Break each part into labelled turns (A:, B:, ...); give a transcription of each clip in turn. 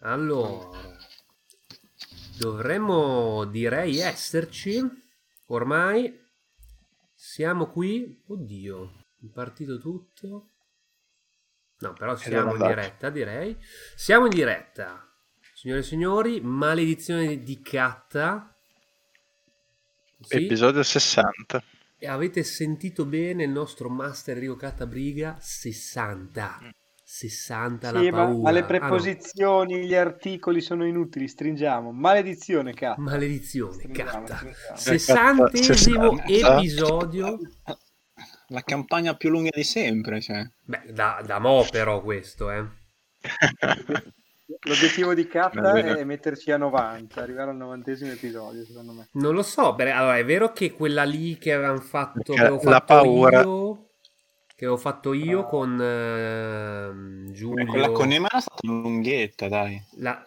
A: Allora, dovremmo direi esserci. Ormai siamo qui. Oddio, è partito tutto. No, però siamo in
B: andato.
A: diretta, direi. Siamo in diretta. Signore e signori, maledizione di Catta. Sì?
B: Episodio 60.
A: E avete sentito bene il nostro master Rio Cattabriga 60. 60 la
C: Mm. Sì, ma,
A: paura.
C: ma le
A: Ah, no.
C: preposizioni, gli articoli sono inutili, stringiamo. Maledizione, cazzo.
A: Maledizione,
C: Stringiamo,
A: catta.
B: Eh,
C: stringiamo.
A: Sessantesimo
B: 60.
A: episodio.
D: La campagna più lunga di sempre, cioè.
A: Beh, da, da mo però questo, eh.
C: L'obiettivo di K
D: Davvero.
C: è metterci a 90, arrivare al novantesimo episodio, secondo me.
A: Non lo so, beh, allora è vero che quella lì che avevamo fatto, che
B: Perché
A: avevo
B: la
A: fatto
B: paura-
A: io, che avevo fatto io con ehm, Giulio,
D: Ah. Quella con Emma era stata lunghetta, dai.
A: la-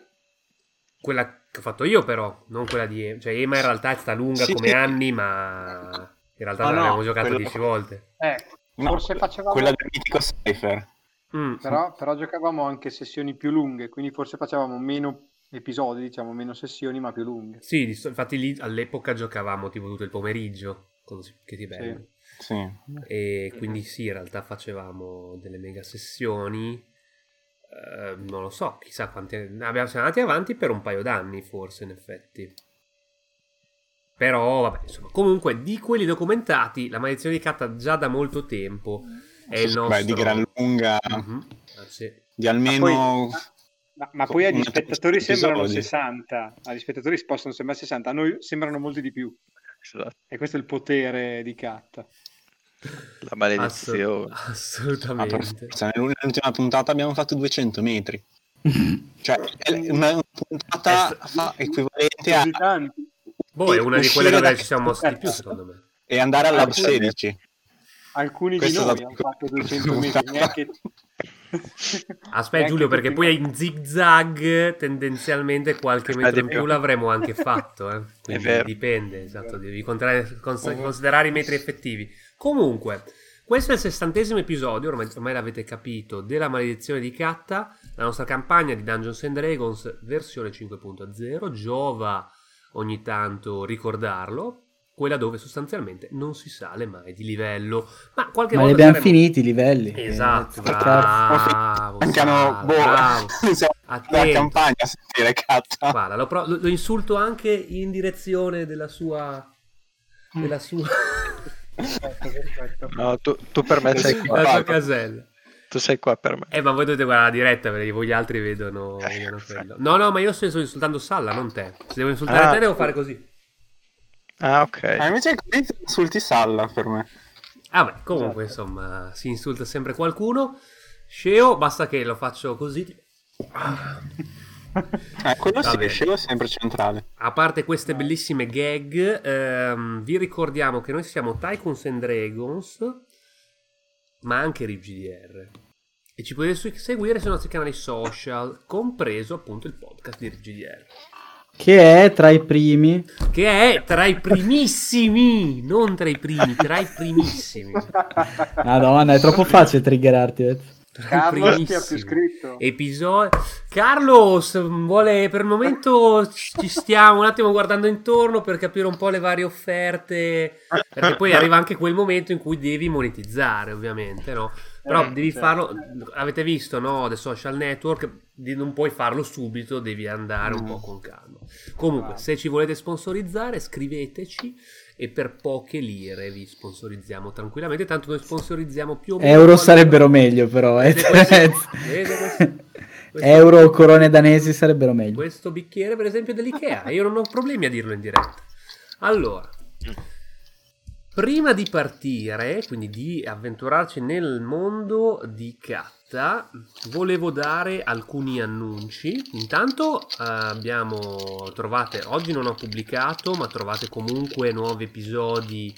A: quella che ho fatto io però, non quella di Ema, cioè Ema in realtà è stata lunga
D: Sì,
A: come
D: sì.
A: anni, ma in realtà
D: Ma no,
A: l'abbiamo giocato
D: quello-
A: dieci volte.
C: Eh,
D: No,
C: Forse facevamo-
D: quella del mitico Cypher.
A: Mm.
C: però, però giocavamo anche sessioni più lunghe, quindi forse facevamo meno episodi, diciamo, meno sessioni, ma più lunghe.
A: Sì, di so- infatti lì all'epoca giocavamo tipo tutto il pomeriggio, così, che ti bello.
D: Sì.
A: E quindi sì, in realtà facevamo delle mega sessioni, eh, non lo so, chissà quante... Abbiamo, siamo andati avanti per un paio d'anni forse, in effetti. Però, vabbè, insomma, comunque di quelli documentati, la maledizione di Katta già da molto tempo è il nostro...
D: Beh, di gran lunga,
A: Mhm, ah, sì.
D: di almeno...
C: Ma poi- Ma, ma poi agli
D: Una-
C: spettatori sembrano
D: episodi.
C: 60, agli spettatori possono sembrare 60, a noi sembrano molti di più.
B: Esatto,
C: E questo è il potere di Kat.
B: La
A: Assu-
B: maledizione.
D: Ah, Ma per
A: assolutamente.
D: forza, nell'ultima puntata abbiamo fatto 200 metri. cioè, è una puntata
A: È sta-
D: fa- equivalente a
C: Così tanti.
A: Boh, è una di
D: uscire
A: quelle dove
D: da-
A: ci siamo mossi di più, secondo me.
D: e andare alla
C: Ah,
D: 16.
C: Alcuni
D: Questo è
C: di noi
D: stato-
C: hanno fatto 200 metri, neanche...
A: Aspetta
C: neanche
A: Giulio perché
C: tutti
A: poi
C: noi.
A: in zigzag tendenzialmente qualche
B: Aspetta,
A: metro in
B: di
A: più
B: più.
A: l'avremmo anche fatto, eh. quindi
B: vero.
A: dipende, esatto, devi contra- cons- considerare i metri effettivi. Comunque, questo è il sessantesimo episodio, ormai, ormai l'avete capito, della maledizione di Katta, la nostra campagna di Dungeons and Dragons versione 5.0, giova ogni tanto ricordarlo, quella dove sostanzialmente non si sale mai di livello, ma qualche
E: Ma li
A: volta
E: abbiamo
A: saremo-
E: finiti i livelli.
A: Esatto,
E: Eh, cazzo.
A: bravo,
D: Mancano,
A: Sara,
D: boh,
A: Ah, bravo.
D: siamo la
A: Attento.
D: campagna a sentire catta.
A: Guarda, lo, pro- lo- lo insulto anche in direzione della sua... della sua...
C: Perfetto, perfetto.
B: No, tu, tu per me Mm. sei
A: della
B: qua.
A: sua casella.
B: Tu sei qua per me.
A: Eh, ma voi dovete guardare la diretta perché voi gli altri vedono, vedono quello. No, no, ma io sto sto insultando Salla, non te. Se devo insultare
B: Ah.
A: te devo fare così.
B: Ah,
D: Ah,
C: Eh,
B: ok.
D: invece così ti insulti Salla per me.
A: Ah beh, comunque,
B: Esatto.
A: insomma, si insulta sempre qualcuno. Sceo, basta che lo faccio così.
B: Ah.
D: Eh, quello
A: Va
D: sì,
A: bene.
D: scemo è sempre centrale.
A: A parte queste bellissime gag, ehm, vi ricordiamo che noi siamo Tycoons and Dragons, ma anche RigDR. E ci potete su- seguire sui nostri canali social, compreso appunto il podcast di RigDR,
E: Che è tra i primi.
A: che è tra i primissimi, non tra i primi, tra i primissimi.
E: Madonna, è troppo facile triggerarti. eh.
A: Tra i
C: Carlos ti ha più
A: primissimi.
F: Esatto.
C: scritto.
A: Eh, Episodio. Carlos vuole per il momento ci stiamo un attimo guardando intorno per capire un po' le varie offerte. Perché poi arriva anche quel momento in cui devi monetizzare, ovviamente, no? Però
C: Eh,
A: devi
C: certo.
A: farlo. Avete visto, no? The social network. di- Non puoi farlo subito, devi andare un
D: Mm.
A: po' con calma. Comunque,
C: Ah.
A: se ci volete sponsorizzare, scriveteci e per poche lire vi sponsorizziamo tranquillamente. Tanto noi sponsorizziamo più o meno.
E: Euro
A: qualunque-
E: sarebbero meglio, però.
A: Vedete
E: eh.
A: questo? Vedete questo? Questo-
E: Euro o corone danesi sarebbero meglio.
A: questo bicchiere per esempio è dell'Ikea io non ho problemi a dirlo in diretta allora prima di partire quindi di avventurarci nel mondo di Katta volevo dare alcuni annunci intanto eh, abbiamo trovate oggi non ho pubblicato ma trovate comunque nuovi episodi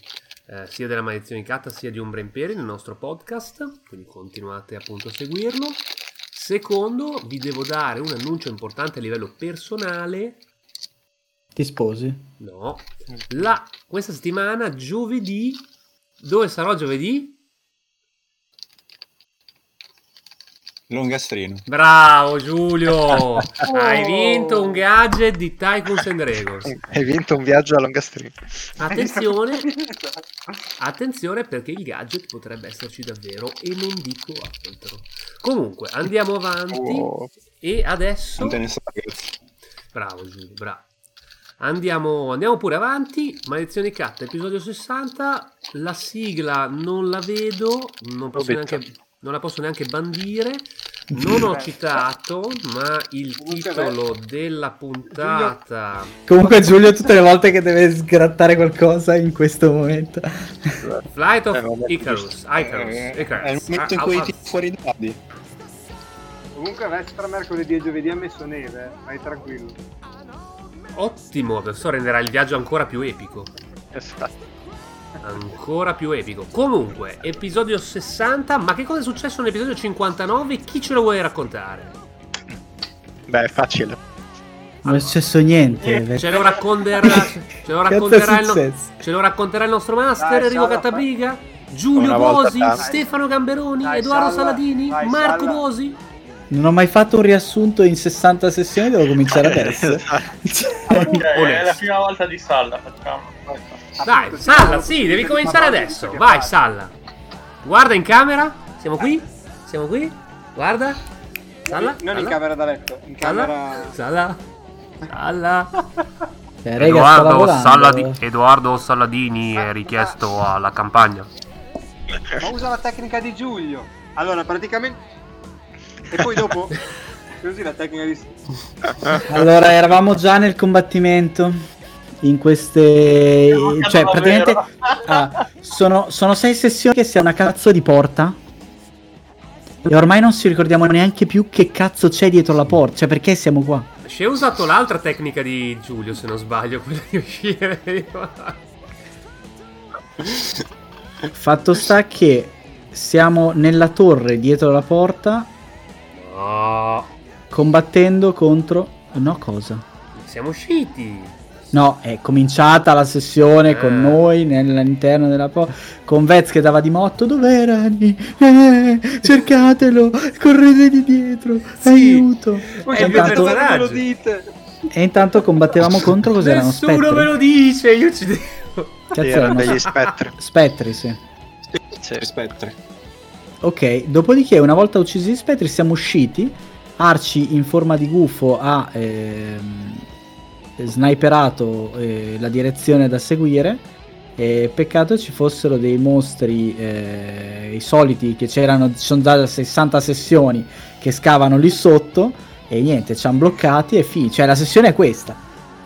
A: eh, sia della maledizione di Katta sia di Umbra Imperi nel nostro podcast, quindi continuate appunto a seguirlo. Secondo, vi devo dare un annuncio importante a livello personale.
E: Ti sposi?
A: No, la, questa settimana, giovedì, dove sarò giovedì?
D: Longastrino.
A: Bravo Giulio! Hai vinto un gadget di Tycoons and Dragons.
B: Hai vinto un viaggio a Longastrino.
A: Attenzione, attenzione perché il gadget potrebbe esserci davvero e non dico altro. Comunque, andiamo avanti
B: Oh,
A: e adesso...
D: Non te ne so, ragazzi.
A: Bravo Giulio, bravo. Andiamo, andiamo pure avanti. Maledizione Cat, episodio 60. La sigla non la vedo, non, posso
B: Robetta.
A: neanche- non la posso neanche bandire. Non ho
C: Beh.
A: citato, ma il
C: Comunque,
A: titolo della puntata.
E: Comunque Giulio tutte le volte che deve sgrattare qualcosa in questo momento.
A: Flight
B: Eh,
A: of
B: vabbè,
A: Icarus. Icarus.
D: Eh, È il
A: Icarus.
D: momento in
A: Ah,
D: cui
A: ah,
D: ti fuori dai dadi.
C: Comunque Vestra mercoledì e giovedì ha messo neve, eh, vai tranquillo.
A: Ottimo, adesso renderà il viaggio ancora più epico.
B: è stato-
C: Esatto.
A: Ancora più epico. Comunque, episodio 60. Ma che cosa è successo nell'episodio 59? Chi ce lo vuole raccontare?
B: Beh, è facile.
E: Non è successo niente.
A: Ce lo racconterà, ce lo
E: Cazzo è
A: racconterà, il, no-
E: successo?
A: ce lo racconterà il nostro master
C: Dai,
A: Enrico
C: Sala,
A: Cattabriga, Giulio
B: Una volta
A: Bosi,
B: tanto.
A: Stefano Gamberoni,
C: Dai,
A: Edoardo
C: Sala,
A: Saladini,
C: vai,
A: Marco
C: Sala.
A: Bosi.
E: Non ho mai fatto un riassunto in 60 sessioni, devo cominciare
B: Eh,
E: adesso.
B: Esatto.
E: Cioè,
G: Ok, è la
A: Onesto.
G: prima volta di Salla, facciamo.
A: Dai, Salla, sì, devi cominciare adesso. Vai, Salla. Guarda in camera. Siamo qui? Siamo qui? Guarda. Salla.
C: Non in
A: Salla.
C: camera da letto, in
A: Salla.
C: camera...
A: Salla. Salla.
E: Cioè, raga, sto lavorando.
A: Edoardo Saladini
C: è richiesto
A: alla campagna.
C: Ma usa la tecnica di Giulio. Allora, praticamente... E poi dopo... Così la tecnica di...
E: Allora, eravamo già nel combattimento. In queste. Cioè, praticamente. ah, sono, sono sei sessioni che si è una cazzo di porta. E ormai non ci ricordiamo neanche più che cazzo c'è dietro la porta. Cioè, perché siamo qua?
A: Ci ho usato l'altra tecnica di Giulio, se non sbaglio, quella di uscire.
E: Fatto sta che siamo nella torre dietro la porta.
A: No,
E: Combattendo contro. No, cosa?
A: siamo usciti.
E: No, è cominciata la sessione
A: Eh.
E: con noi nell'interno della porta. Con Vez che dava di motto. Dov'è Rani? Eh, cercatelo! Correte di dietro!
A: Sì.
E: Aiuto!
A: Voi
E: E
A: siete
E: intanto,
A: per-
C: Non me lo dite!
E: e intanto combattevamo contro cos'erano?
A: Nessuno
E: spettri?
A: me lo dice, io ci devo.
E: Cazzo,
B: erano
E: erano
B: degli spettri. Cioè,
E: spettri, sì.
B: Sì.
D: Spettri.
E: Ok, dopodiché, una volta uccisi gli spettri, siamo usciti. Arci in forma di gufo ha ehm, sniperato eh, la direzione da seguire. E peccato ci fossero dei mostri, eh, i soliti che c'erano, ci sono già da 60 sessioni che scavano lì sotto. E niente, ci hanno bloccati e fin. Cioè, la sessione è questa.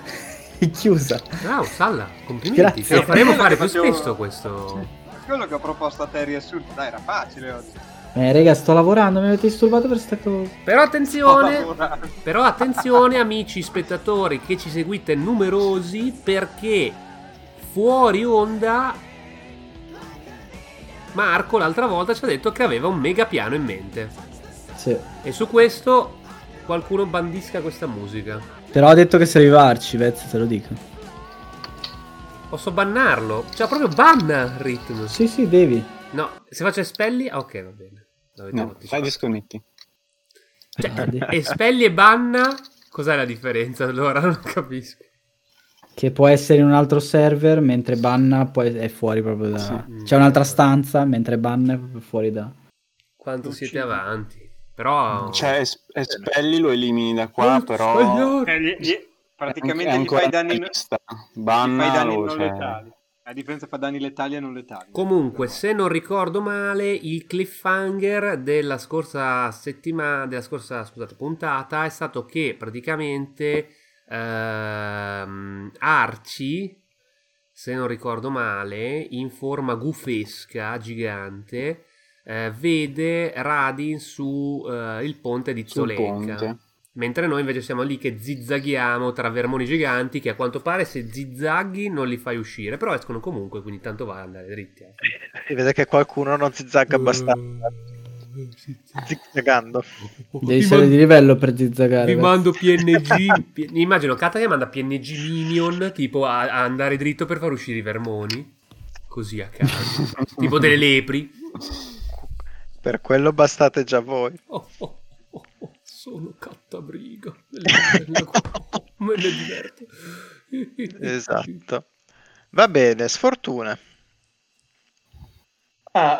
E: è chiusa.
A: Bravo, Salla, complimenti.
E: Grazie.
A: Te lo faremo
C: Quello
A: fare
C: che
A: più
C: facevo-
A: spesso questo.
C: Quello che ho proposto a te riassunto, dai, era facile oggi.
E: Eh, raga, sto lavorando, mi avete disturbato per sta cosa.
A: Però
F: Oh,
A: attenzione,
C: Ora-
A: però attenzione amici spettatori che ci seguite numerosi perché fuori onda Marco l'altra volta ci ha detto che aveva un mega piano in mente.
E: Sì.
A: E su questo qualcuno bandisca questa musica.
E: Però ho detto che serviva Arcivez, te lo dico.
A: Posso bannarlo? Cioè, proprio banna il ritmo.
E: Sì, sì, devi.
A: No, se faccio espelli, ah, ok, va bene. L'avete
D: No,
A: fatto.
D: fai disconnetti.
E: Ah,
A: Cioè, espelli e banna, cos'è la differenza? Allora non capisco.
E: Che può essere in un altro server, mentre banna può- è fuori proprio da...
A: Sì.
E: C'è un'altra stanza, mentre banna è proprio fuori da...
A: Quanto
D: Non
A: siete
D: ci-
A: avanti. Però Eh,
D: Cioè, es- espelli lo elimini da qua,
A: Oh,
D: però...
A: signore.
C: Eh, gli- gli-
D: è
C: praticamente gli
D: ancora
C: fai danni...
D: in lista.
C: Gli fai danni
D: Banna,
C: non
D: cioè...
C: letali. La differenza fa danni letali e non letali.
A: Comunque, se non ricordo male, il cliffhanger della scorsa settimana, della scorsa scusate, puntata è stato che praticamente ehm, Arci, se non ricordo male, in forma gufesca, gigante, eh, vede Radin su eh, il ponte di
D: Sul
A: Zoleka.
D: ponte.
A: Mentre noi invece siamo lì che zizzaghiamo tra vermoni giganti che a quanto pare se zizzaghi non li fai uscire, però escono comunque, quindi tanto va ad andare dritti. eh.
B: Si vede che qualcuno non zigzagga abbastanza.
A: Mm.
B: Zigzaggando.
E: Devi
A: Vi
E: essere
A: man-
E: di livello per zizzagare.
A: Vi
E: beh.
A: mando PNG. P- Immagino Kata che manda PNG Minion tipo a, a andare dritto per far uscire i vermoni. Così a caso. tipo delle lepri.
B: Per quello bastate già voi.
A: Oh, oh, oh, oh, sono cattabriga. Me ne diverto.
B: Esatto. Va bene, sfortuna.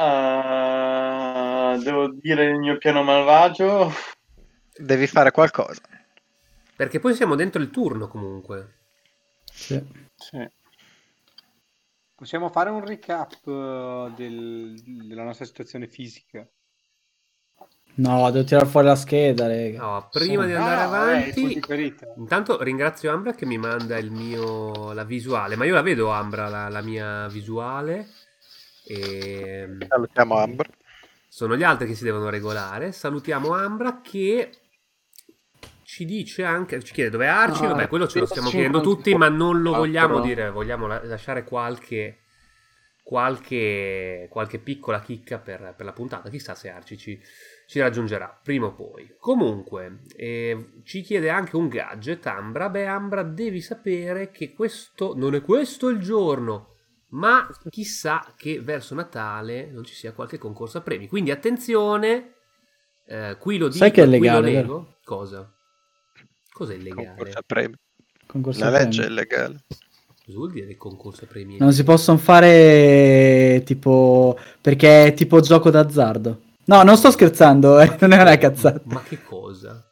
G: Ah, ah, devo dire il mio piano malvagio.
B: Devi fare qualcosa.
A: Perché poi siamo dentro il turno comunque.
E: Sì.
D: Sì.
C: Possiamo fare un recap eh, del- della nostra situazione fisica.
E: No, devo tirare fuori la scheda, raga.
A: No, prima
E: Sì.
A: di andare
C: Ah,
F: eh,
C: vabbè, i
A: avanti,
C: punti ferita.
A: intanto ringrazio Ambra che mi manda il mio, la visuale, ma io la vedo Ambra, la, la mia visuale. Ehm, E...
B: Salutiamo Ambra.
A: Sono gli altri che si devono regolare. Salutiamo Ambra che ci dice anche, ci chiede dov'è Arci,
D: Ah,
A: vabbè quello ce lo stiamo
D: 55,
A: chiedendo tutti, ma non lo vogliamo
D: altro.
A: dire, vogliamo la- lasciare qualche, qualche, qualche piccola chicca per, per la puntata, chissà se Arci ci, ci raggiungerà prima o poi. Comunque, eh, ci chiede anche un gadget Ambra, beh Ambra devi sapere che questo non è questo il giorno. Ma chissà che verso Natale non ci sia qualche concorso a premi. Quindi attenzione, eh, qui lo dico,
E: Sai che è
A: qui lo
E: legale,
A: nego. Cosa? Cos'è illegale?
B: Concorso a premi.
E: Concorso
B: La
E: a premi.
B: legge è legale.
A: Cosa vuol dire il concorso a premi?
E: Non si possono fare tipo perché è tipo gioco d'azzardo. No, non sto scherzando, eh, non è una cazzata.
A: Ma che cosa?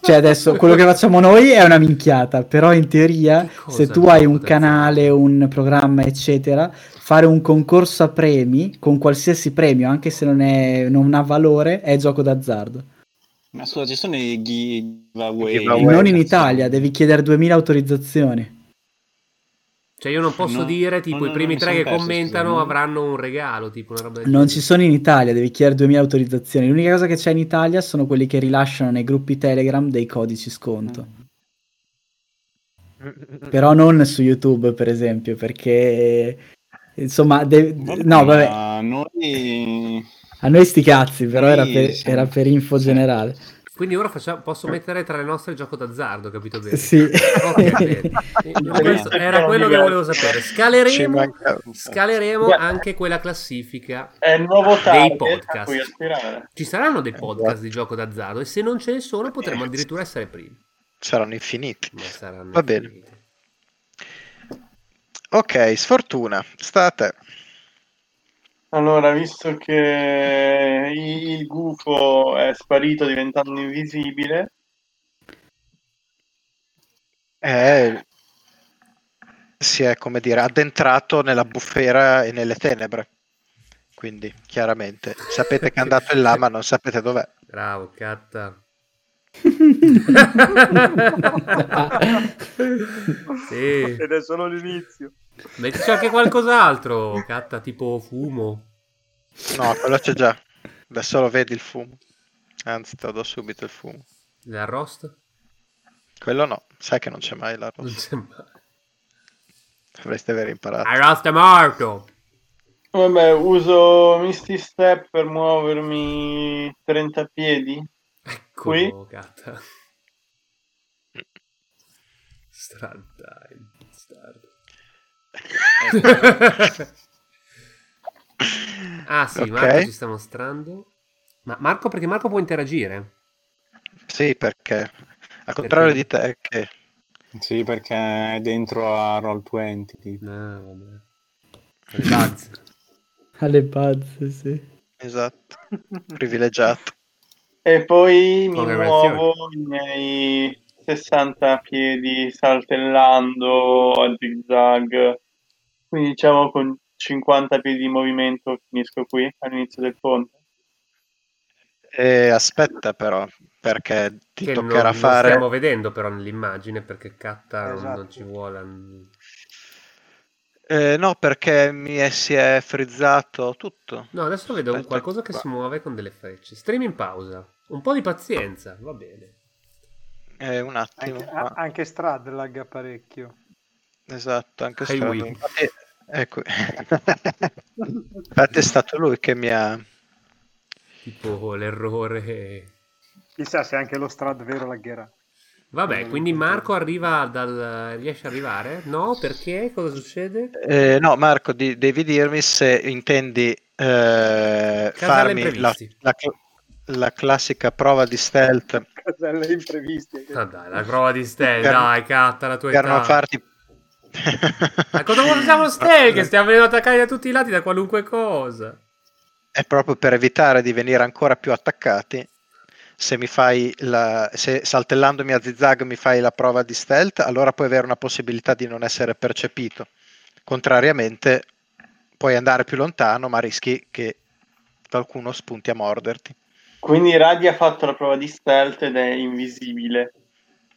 E: Cioè adesso quello che facciamo noi è una minchiata, però in teoria
A: Che cosa
E: se tu
A: gioco
E: hai un
A: d'azzardo?
E: canale, un programma, eccetera, fare un concorso a premi con qualsiasi premio, anche se non, è- non ha valore, è gioco d'azzardo.
D: Ma scusa, ci sono i giveaway.
B: Giveaway.
E: E non in Italia, devi chiedere 2000 autorizzazioni.
A: Cioè io non posso
D: No,
A: dire, tipo,
D: no, no,
A: i primi
D: mi
A: tre
D: son
A: che
D: perso,
A: commentano
D: scusa, no.
A: avranno un regalo, tipo una roba del
E: Non
A: genere.
E: ci sono in Italia, devi chiedere 2000 autorizzazioni. L'unica cosa che c'è in Italia sono quelli che rilasciano nei gruppi Telegram dei codici sconto. Però non su YouTube, per esempio, perché insomma, de- no, vabbè,
D: Ma Noi...
E: a noi sti cazzi, però era per,
D: Sì, sì.
E: era per info
D: Sì.
E: generale.
A: Quindi ora facciamo- posso mettere tra le nostre il gioco d'azzardo, capito bene?
E: Sì.
A: Ok, bene. Questo era quello che volevo sapere.
B: Ci
A: Scaleremo,
B: manca...
A: scaleremo anche quella classifica
G: È il nuovo
A: dei
G: target a cui
A: podcast.
G: aspirare. Esatto.
A: Ci saranno dei podcast di gioco d'azzardo e se non ce ne sono potremmo addirittura essere primi.
B: Saranno infiniti.
A: Ma saranno
B: Va bene.
A: finiti.
B: Ok, sfortuna. State.
G: Allora, visto che i- il gufo è sparito diventando invisibile,
B: Eh, si è, come dire, addentrato nella bufera e nelle tenebre. Quindi, chiaramente, sapete che è andato in là, ma non sapete dov'è.
A: Bravo, Catta. sì.
C: Ed è solo l'inizio.
A: Mettici anche qualcos'altro, Catta, tipo fumo.
B: No, quello c'è già. Adesso lo vedi il fumo. Anzi, te lo do subito il fumo.
A: L'arrosto?
B: Quello no, sai che non c'è mai la
A: Non
B: rossa.
A: c'è mai.
B: Dovreste aver imparato.
A: Arrosto è morto!
G: vabbè, uso Misty Step per muovermi 30 piedi.
A: Eccolo, Catta. Stradine. Stard. ah sì,
B: Ok.
A: Marco ci sta mostrando. Ma Marco, perché Marco può interagire?
B: Sì, perché al contrario di te, che
D: Sì, perché è dentro a Roll20. tipo.
A: No, vabbè. Grazie.
E: Alle pazze, sì.
B: esatto, privilegiato.
G: E poi mi
A: Come
G: muovo i miei 60 piedi saltellando a zigzag. Quindi diciamo con 50 piedi di movimento finisco qui all'inizio del ponte.
B: E aspetta, però, perché ti
A: Che non,
B: toccherà
A: non
B: fare.
A: stiamo vedendo però nell'immagine perché Catta non- non
C: Esatto.
A: ci vuole.
B: Eh, no, perché mi è- si è frizzato tutto.
A: No, adesso vedo un
B: Aspetta,
A: qualcosa che
B: qua.
A: si muove con delle frecce. Stream in pausa. Un po' di pazienza, va bene.
B: Eh, un attimo.
C: Anche,
B: qua.
C: a- anche Strad lagga parecchio.
B: Esatto, anche
A: Hey,
B: Strada.
A: Will.
B: Infatti, ecco. Infatti è stato lui che mi ha...
A: Tipo l'errore.
C: Chissà se anche lo Strad vero laggerà.
A: Vabbè,
C: Non
A: quindi
C: importa.
A: Marco arriva dal... riesce ad arrivare? No, perché? Cosa succede?
B: Eh, no, Marco, di- devi dirmi se intendi eh,
A: Casella
B: farmi la,
A: imprevisti.
B: la cl- la classica prova di stealth
C: Caselle impreviste.
A: Ah, dai, la prova di Stel,
B: Per-
A: dai, catta la tua
B: per non
A: età.
B: farti...
A: Ma cosa facciamo Stel? Che stiamo venendo attaccati da tutti i lati da qualunque cosa.
B: È proprio per evitare di venire ancora più attaccati. Se mi fai la... se saltellandomi a zigzag mi fai la prova di stealth, allora puoi avere una possibilità di non essere percepito. Contrariamente, puoi andare più lontano, ma rischi che qualcuno spunti a morderti.
G: Quindi Radi ha fatto la prova di stealth ed è invisibile.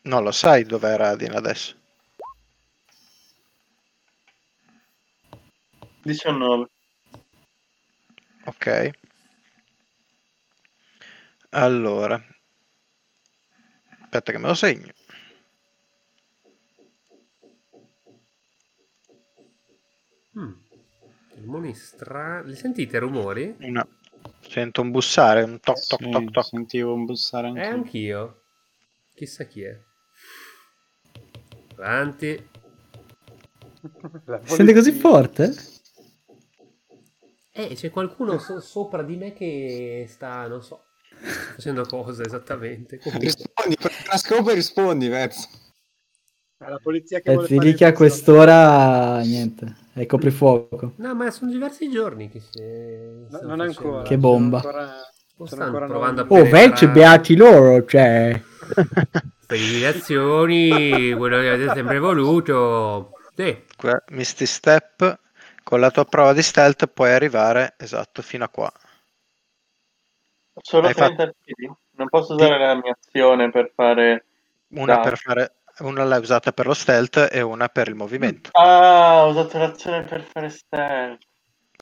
B: Non lo sai dov'è Radin adesso.
G: 19.
B: Ok. Allora. Aspetta che me lo segno.
A: Mm. Rumori strani. Li sentite i rumori?
B: Una- Sento un bussare, un toc toc
D: Sì,
B: toc toc.
D: Sentivo un bussare anche
A: Eh, anch'io. Chissà chi è. Avanti.
C: La
E: Sente così
C: polizia.
E: forte?
A: Eh, c'è qualcuno so- sopra di me che sta, non so, sta facendo cosa esattamente. Comunque.
D: Rispondi, prendi la scopa e rispondi, Verz.
C: La polizia che
E: E
C: vuole
E: ti
C: fare
E: lì che a
C: il pezzo.
E: Eh, quest'ora niente, è coprifuoco.
A: No, ma sono diversi giorni che se...
C: No,
A: stanno
C: non
A: facendo.
C: ancora.
E: Che bomba.
C: Sono ancora-
A: O
C: sono
A: stanno
C: ancora
A: provando a
C: nuovi.
E: Oh, Verge,
A: penetrare.
E: beati loro, cioè...
A: Felicitazioni, quello che avete sempre voluto. Sì,
B: Qua, Misty Step, con la tua prova di stealth puoi arrivare esatto fino a qua.
G: Solo
B: Hai
G: 30 piedi? Non posso usare la mia azione per fare...
B: Una
G: Dai.
B: per fare una l'hai usata per lo stealth e una per il movimento.
G: Ah, ho usato l'azione per fare stealth.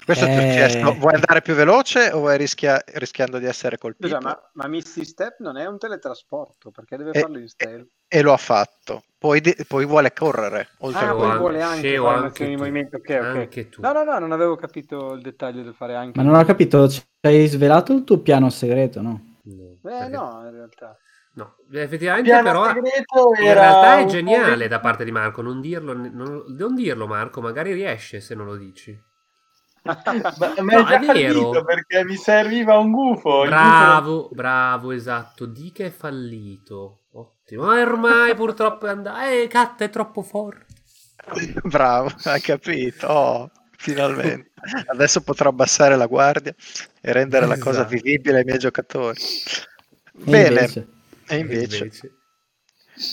B: Questo ti ho
E: Eh.
B: chiesto, vuoi andare più veloce o vuoi rischia- rischiando di essere colpito?
C: Scusa, ma, ma Misty Step non è un teletrasporto, perché deve
B: Eh,
C: farlo in stealth?
B: E lo ha fatto. Poi, di- poi vuole correre. Oltre
C: Ah,
B: a
A: o
C: poi
A: anche-
B: quello.
C: vuole anche
A: sì, o
C: fare
A: anche
C: un'azione di
A: tu.
C: movimento, ok, ok.
A: Anche tu.
C: No, no, no, non avevo capito il dettaglio del fare anche.
E: Ma non ho capito, ci hai svelato il tuo piano segreto, no?
A: No,
C: Eh
A: perché-
C: no, in realtà.
A: No, effettivamente
G: Piano
A: però
G: segreto
A: in
G: era
A: realtà è
G: un
A: geniale
G: movimento-
A: da parte di Marco non dirlo, non, non dirlo Marco, magari riesce se non lo dici.
G: Ma a me è
A: No,
G: già
A: è vero.
G: fallito perché mi serviva un gufo. il gufo-
A: Bravo, bravo, esatto, di che è fallito. Ottimo, ma ormai purtroppo è andato. Eh, Kat è troppo forte.
B: Bravo, hai capito. Oh, finalmente. Adesso potrò abbassare la guardia e rendere la cosa
A: Esatto.
B: vivibile ai miei giocatori.
E: E
B: Bene,
E: invece-
B: e invece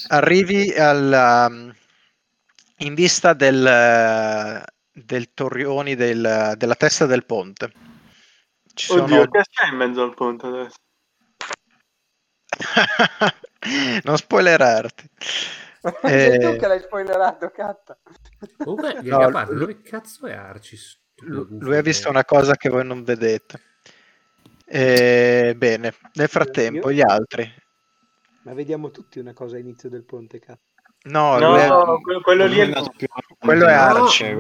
B: arrivi alla, in vista del, del torrioni del- della testa del ponte. Ci sono-
G: Oddio, che c'è in mezzo al ponte adesso?
B: non spoilerarti.
C: Sei
B: Eh,
C: tu che l'hai spoilerato, catta.
A: Comunque, di
B: No,
A: a parte,
B: lui-
A: dove cazzo è Arci?
B: Lu- Lui ha visto una cosa che voi non vedete. Eh, bene, nel frattempo gli altri.
F: Ma vediamo tutti una cosa all'inizio del ponte, cazzo.
B: No,
G: no,
B: lui è-
G: quello, quello lì è il
D: Quello
G: gufo.
D: più-
B: Quello è Arce.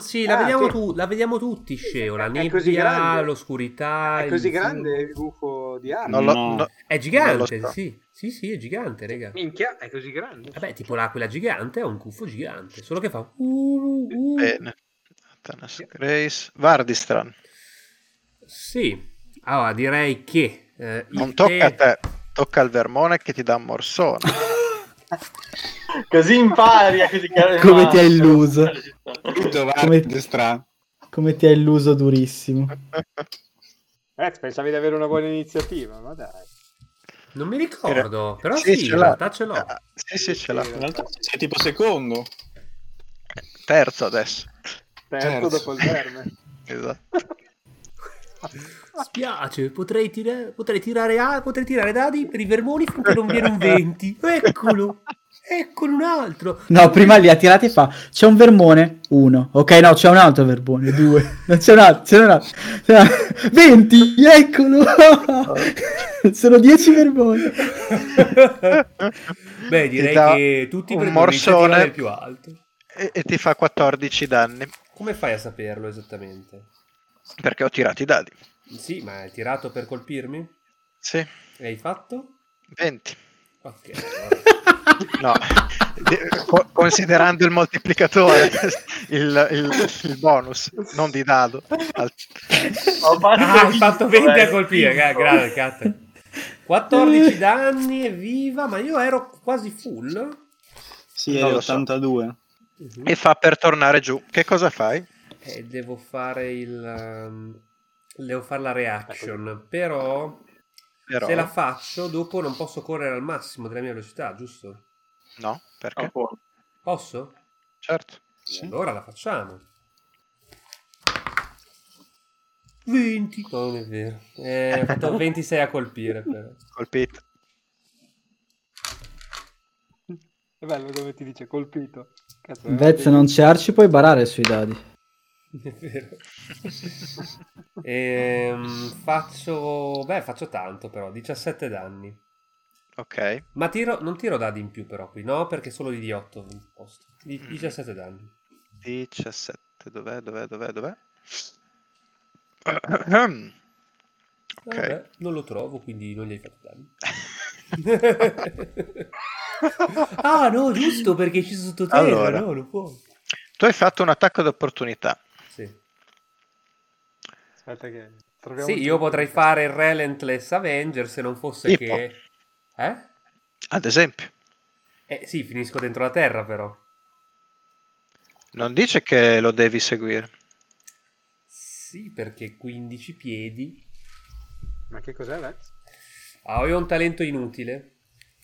A: sì, la,
C: Ah,
A: vediamo
C: sì.
A: tu- la vediamo tutti, Sceo. La
C: È così
A: nebbia,
C: grande?
A: l'oscurità.
C: È
A: il
C: così
A: fumo.
C: grande il gufo di Arno.
B: non lo-
D: No.
B: no-
A: È
B: Non
A: gigante,
B: lo so.
A: sì. Sì, sì, è gigante, raga.
F: Minchia, è così grande.
A: Vabbè, tipo l'aquila gigante è un cuffo gigante, solo che fa... uh, uh.
B: bene. Atanas Grace. Vardistran,
A: Sì. Allora, direi che... eh, il
B: non tocca a
A: tè-
B: te, tocca al vermone che ti dà un morsone.
G: Così impari a
H: Eh,
G: criticare.
E: Come
G: ma-
E: ti ha illuso.
D: Tutto va
E: Come-
D: a destra.
E: Come ti ha illuso durissimo.
C: Eh, pensavi di avere una buona iniziativa, ma dai.
A: Non mi ricordo, però
B: Sì,
A: sì,
B: ce
A: in
B: l'ha.
A: realtà ce l'ho. Eh,
B: Ah, sì, sì, ce l'ha.
C: Sì,
D: In realtà sei tipo secondo.
B: Terzo adesso.
F: Certo,
C: Terzo
D: Terzo.
C: dopo il verme.
B: Esatto.
A: Spiace, potrei, tira- potrei tirare a- potrei tirare dadi per i vermoni finché non viene un 20. Eccolo! Eccolo un altro!
E: No, prima li ha tirati e fa, c'è un vermone, uno. Ok, no, c'è un altro vermone, due. Non c'è un altro, c'è un altro. C'è un altro. 20, eccolo. Sono 10 vermoni.
A: Beh, direi
B: Ti dà
A: che tutti
B: un
A: prendono l'iniziativa
B: morsone.
A: del più alto.
B: E, e ti fa 14 danni
A: Come fai a saperlo esattamente?
B: perché ho tirato i dadi.
A: Sì, ma hai tirato per colpirmi?
B: Sì,
A: E hai fatto?
B: 20.
A: Ok. allora.
B: No, de- co- considerando il moltiplicatore, il, il- il bonus, non di dado. Al-
G: Ho fatto,
A: Ah, hai fatto 20 a
G: eh.
A: colpire, gra- grave cazzo. 14 danni, evviva, ma io ero quasi full.
D: Sì,
B: Non
D: è
B: lo so.
D: 82.
B: E fa per tornare giù. Che cosa fai?
A: E devo fare il... ehm, Devo fare la reaction, però,
B: Però-
A: se la faccio dopo non posso correre al massimo della mia velocità, giusto?
B: No, perché?
A: Oh.
G: Ah, buono.
A: Posso?
B: Certo.
D: Sì.
A: Allora la facciamo. 20. No, non è vero. Eh, ho fatto 26 a colpire, però.
B: Colpito.
F: È bello come ti dice, colpito. Cazzo,
E: Vez non c'è arci, puoi barare sui dadi.
A: È vero. Ehm, faccio... Beh, faccio tanto però, 17 danni.
B: Ok.
A: Ma tiro... non tiro dadi in più però qui, no? Perché solo di 8 posto. Di- 17 danni.
B: 17. Dov'è? Dov'è? Dov'è? Dov'è? Ok.
A: Vabbè, Eh, non lo trovo, quindi non gli hai fatto danni. ah no, giusto, perché ci sono sottoterra,
B: Allora.
A: no, non può.
B: Tu hai fatto un attacco d'opportunità.
A: Sì.
F: Aspetta che troviamo
A: Sì,
F: un
A: io
F: trucco.
A: potrei fare il Relentless Avenger se non fosse
B: Tipo.
A: che... Eh?
B: Ad esempio,
A: Eh sì, finisco dentro la terra però.
B: non dice che lo devi seguire.
A: Sì, perché 15 piedi.
F: Ma che cos'è, Vez?
A: Ah, ho un talento inutile.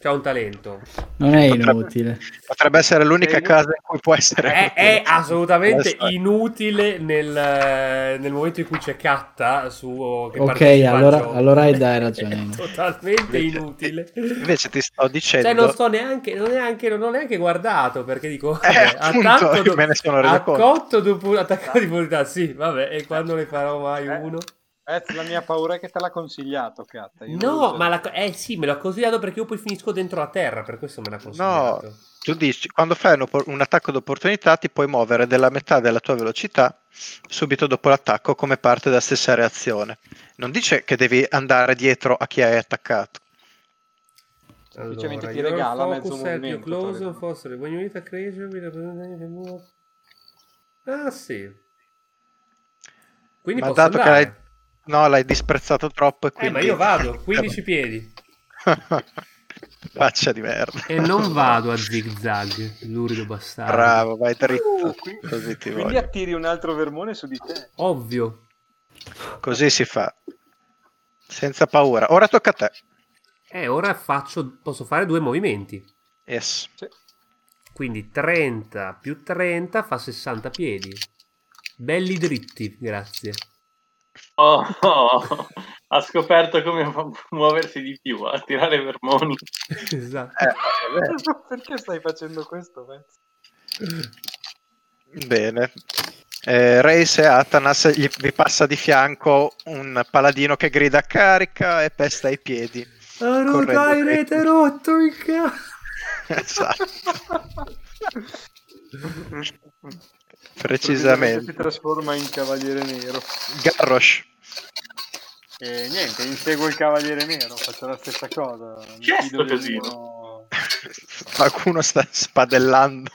A: C'è un talento.
E: Non è
B: Potrebbe-
E: inutile.
B: Potrebbe essere l'unica
G: Sei-
B: casa in cui può essere.
A: È, è assolutamente
B: Adesso-
A: inutile nel, nel momento in cui c'è Catta su che
E: Ok,
A: partecipa al
E: allora-
A: gioco.
E: allora hai dai ragione.
A: È totalmente
B: Invece-
A: inutile.
B: Invece ti sto dicendo.
A: Cioè, non sto neanche, non, neanche, non ho neanche guardato perché dico.
B: Eh,
A: vabbè, ha
B: appunto,
A: tanto do-
B: me ne sono reso
A: ha
B: conto.
A: cotto dopo attacco di volontà. Sì, vabbè, e quando ne farò mai
C: Eh.
A: uno?
C: Eh, la mia paura è che te l'ha consigliato, Catta. io non lo
A: No,
C: so.
A: ma la, co- eh sì, me l'ha consigliato perché io poi finisco dentro la terra, per questo me l'ha consigliato.
B: Tu dici, quando fai un, oppor- un attacco d'opportunità ti puoi muovere della metà della tua velocità subito dopo l'attacco come parte della stessa reazione. Non dice che devi andare dietro a chi hai attaccato.
C: Semplicemente ti
A: your
C: regala mezzo
A: focus help you
C: movimento,
A: close
C: Toledo.
A: and foster when you hit a creature with a percentage of move. Ah, sì. Quindi
B: Ma
A: posso
B: dato che
A: andare.
B: l'hai- No, l'hai disprezzato troppo e
A: Eh,
B: quindi...
A: ma io vado, 15 piedi.
B: Faccia di merda.
A: E non vado a zigzag, lurido bastardo.
B: Bravo, vai dritto.
C: Uh, qui-
B: Così ti
C: Quindi
B: voglio.
C: attiri un altro vermone su di te.
A: Ovvio.
B: Così si fa. Senza paura. Ora tocca a te.
A: Eh, ora faccio, posso fare due movimenti.
B: Yes.
A: Quindi 30 più 30 fa 60 piedi. Belli dritti, grazie.
G: Oh, oh. ha scoperto come mu- muoversi di più, a tirare vermoni.
A: esatto.
B: Eh, Ecco.
C: Perché stai facendo questo, Vez?
B: Bene. Eh, Reis e Atanas gli- vi passa di fianco un paladino che grida carica e pesta i piedi.
A: Ah,
B: Corretto.
A: dai, rete rotto il cazzo.
B: Esatto. Precisamente.
C: Si trasforma in cavaliere nero.
B: Garrosh.
C: E niente, inseguo il cavaliere nero, faccio la stessa cosa. Mi
G: Chi è
C: fido
G: sto
C: del
G: casino?
C: mio-
B: Qualcuno sta spadellando.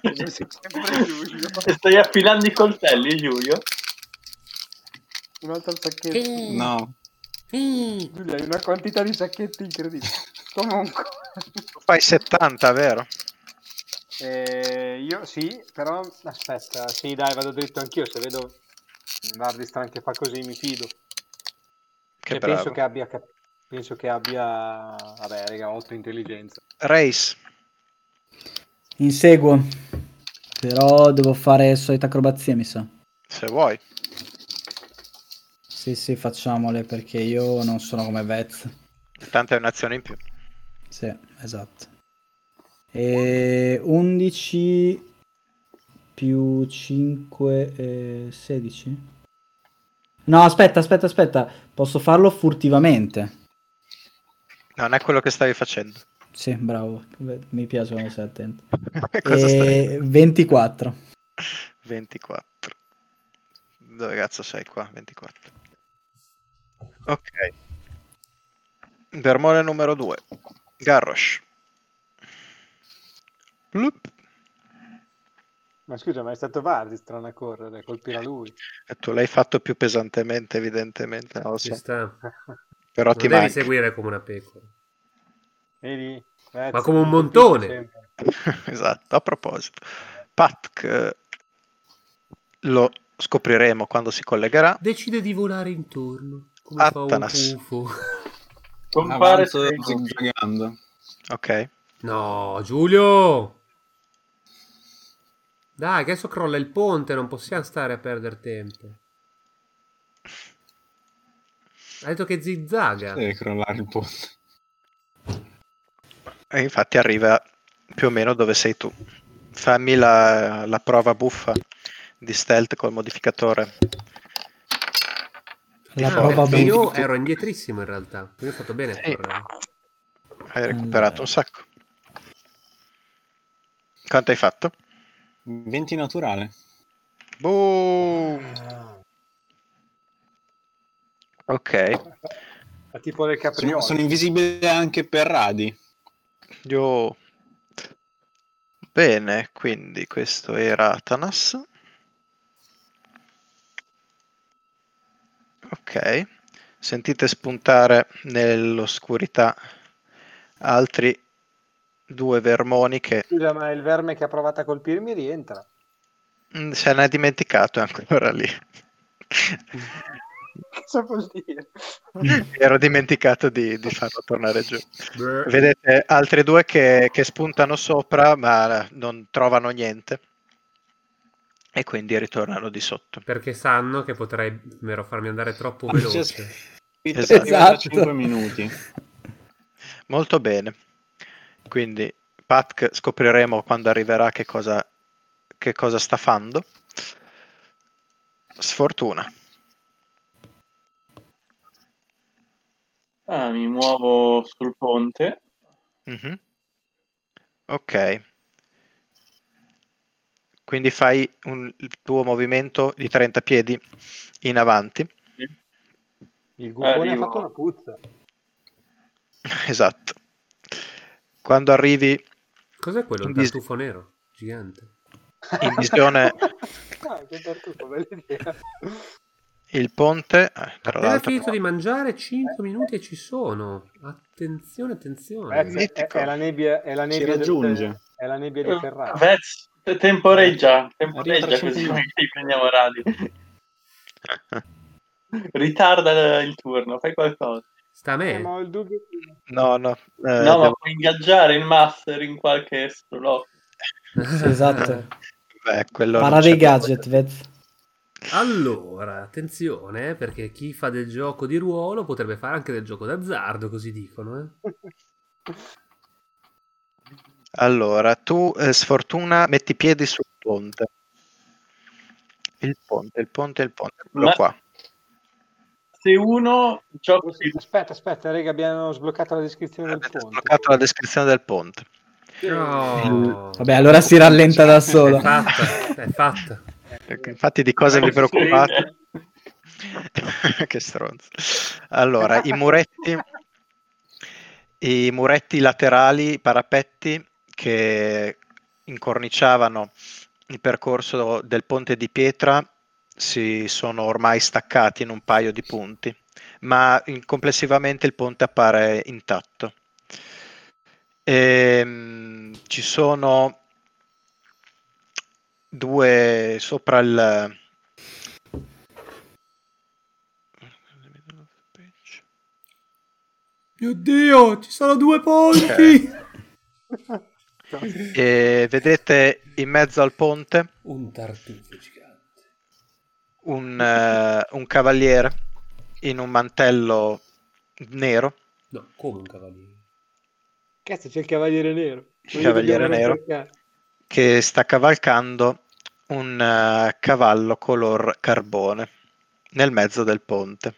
C: Sempre Giulio.
G: Stai affilando i coltelli, Giulio?
C: Un altro sacchetto.
D: No.
C: Giulia, hai una quantità di sacchetti incredibile. Comunque.
B: Fai 70, vero?
C: Eh, io sì, però aspetta, sì dai, vado dritto anch'io, se vedo Vardistran che fa così mi fido.
B: Che
C: Cioè,
B: bravo.
C: penso che abbia cap- penso che abbia vabbè, raga, molto intelligenza.
B: Reis.
E: Inseguo. Però devo fare solita acrobazia, mi sa.
B: Se vuoi.
E: Sì, sì, facciamole perché io non sono come Vez.
B: Tanto è un'azione in più.
E: Sì, esatto. E 11 più 5, 16. No, aspetta, aspetta, aspetta. Posso farlo furtivamente.
B: Non è quello che stavi facendo.
E: Sì, bravo. Mi piace quando sei attento.
B: Cosa stai?
E: E 24.
B: 24. Dove cazzo sei qua? 24. Ok. Vermone numero 2. Garrosh. Plup.
F: Ma scusa, ma è stato Vardistron a correre, colpirà lui.
B: E tu l'hai fatto più pesantemente, evidentemente. non lo
A: Ci
B: so.
A: sta.
B: Però
A: Non
B: ti
A: devi
B: manca.
A: seguire come una pecora.
F: Vedi? Eh,
A: Ma come un
F: sì,
A: montone.
F: sempre.
B: esatto, a proposito. Patk eh, lo scopriremo quando si collegherà.
A: Decide di volare intorno. Come
B: Attanas.
A: fa un pufo.
G: Compare
D: Avanzo zigzagando.
B: Ok.
A: No, Giulio! Dai, che adesso crolla il ponte, non possiamo stare a perdere tempo. Ha detto che zigzaga.
D: Deve crollare il ponte.
B: E infatti arriva più o meno dove sei tu. Fammi la, la prova buffa di stealth col modificatore.
E: La
A: Ah,
E: prova
A: perché io
E: buffa.
A: ero indietrissimo in realtà. Quindi ho fatto bene a
B: Sì.
A: correre.
B: Hai recuperato un sacco. Quanto hai fatto?
D: 20 naturale.
B: Boom! Ok.
F: Ma tipo le
D: Sono,
F: capriole.
D: sono invisibile anche per radi.
B: Io... Bene, quindi questo era Atanas. Ok, sentite spuntare nell'oscurità altri due vermoni che
F: Scusa, ma il verme che ha provato a colpirmi rientra.
B: Mm, se n'è dimenticato è ancora lì.
C: Cosa vuol dire?
E: Mm.
B: Ero dimenticato di, di farlo tornare giù.
A: Brr.
B: Vedete altri due che, che spuntano sopra ma non trovano niente e quindi ritornano di sotto.
A: Perché sanno che potrei vero, farmi andare troppo veloce.
B: Esatto.
D: 5 minuti.
B: Molto bene. Quindi Patk scopriremo quando arriverà che cosa, che cosa sta fando. Sfortuna.
G: Ah, mi muovo sul ponte.
B: Mhm. Ok. Quindi fai un- il tuo movimento di 30 piedi in avanti.
F: Il gufone ha
G: Arrivo.
F: fatto una puzza.
B: Esatto. Quando arrivi
A: Cos'è quello? Un
B: Invis-
A: tartufo nero? Gigante.
B: in visione
F: Ah, che tartufo, bella idea.
B: il ponte, eh, tra
A: Appena
B: l'altro,
A: finito di mangiare, 5 minuti e ci sono. Attenzione, attenzione.
B: Grazie.
F: Ragazzi, È,
B: Mitico.
F: è la nebbia, è la
D: Ci
F: nebbia, del,
D: raggiunge.
F: è la nebbia
H: Eh,
F: di Ferrara.
G: Eh, Vez, temporeggia,
D: Arriva tra
G: temporeggia
D: cinque
G: così
D: minuti.
G: li prendiamo radio. Ritarda il turno, fai qualcosa.
A: Sta a
F: Eh,
A: me.
F: ma ho il dubbio che-
B: no, no,
G: no,
B: eh,
G: ma
B: devo-
G: puoi ingaggiare il master in qualche strollo.
E: Sì, esatto.
B: beh, quello non
E: Parla dei
B: c'è proprio.
E: gadget, Vez.
A: Allora, attenzione, eh, perché chi fa del gioco di ruolo potrebbe fare anche del gioco d'azzardo, così dicono. eh.
B: Allora, tu eh, sfortuna metti i piedi sul ponte. Il ponte, il ponte, il ponte. Eccolo
G: Ma-
B: qua.
G: Se uno gioca
F: Aspetta, aspetta, raga, abbiamo sbloccato la descrizione del
B: Avete
F: ponte.
B: sbloccato la descrizione del ponte.
A: No. Cioè, esatto.
E: Vabbè, allora si rallenta da solo.
A: È fatta, è fatta.
G: Eh,
B: Infatti di cosa vi
G: Posso
B: preoccupate?
G: dire?
B: che stronzo. Allora, i muretti, i muretti laterali, i parapetti che incorniciavano il percorso del ponte di pietra si sono ormai staccati in un paio di punti, ma in- complessivamente il ponte appare intatto. Ehm, ci sono due sopra il
A: Mio Dio, ci sono due ponti!
B: E vedete in mezzo al ponte
A: Un tartufo gigante.
B: un, eh, un cavaliere in un mantello nero.
A: No, come un cavaliere.
F: Cazzo, c'è il cavaliere nero.
B: Il cavaliere
F: Dobbiamo
B: nero.
F: raccontare.
B: che sta cavalcando un eh, cavallo color carbone nel mezzo del ponte.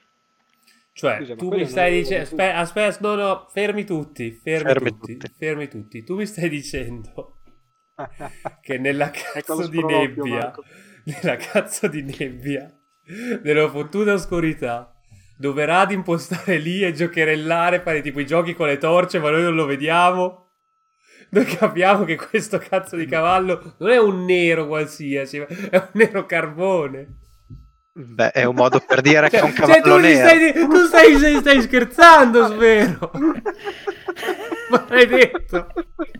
A: Cioè,
F: Scusa, ma
A: tu
F: quello
A: mi
F: non
A: stai
F: lo-
A: dicendo. Aspetta, no, no, fermi tutti, fermi,
B: Fermi
A: tutti,
B: tutti.
A: fermi tutti. Tu mi stai dicendo che nella
F: Ecco lo
A: cazzo di
F: sproloquio,
A: nebbia,
F: Marco.
A: nella cazzo di nebbia, nella fottuta oscurità, dove Rad impostare lì e giocherellare, fare tipo i giochi con le torce, ma noi non lo vediamo. noi capiamo che questo cazzo di cavallo non è un nero qualsiasi, ma è un nero carbone.
B: Beh, è un modo per dire che è un
A: Cioè, cioè,
B: cavallo
A: tu, gli
B: nero.
A: stai, tu stai, stai- stai scherzando, spero. Maledetto.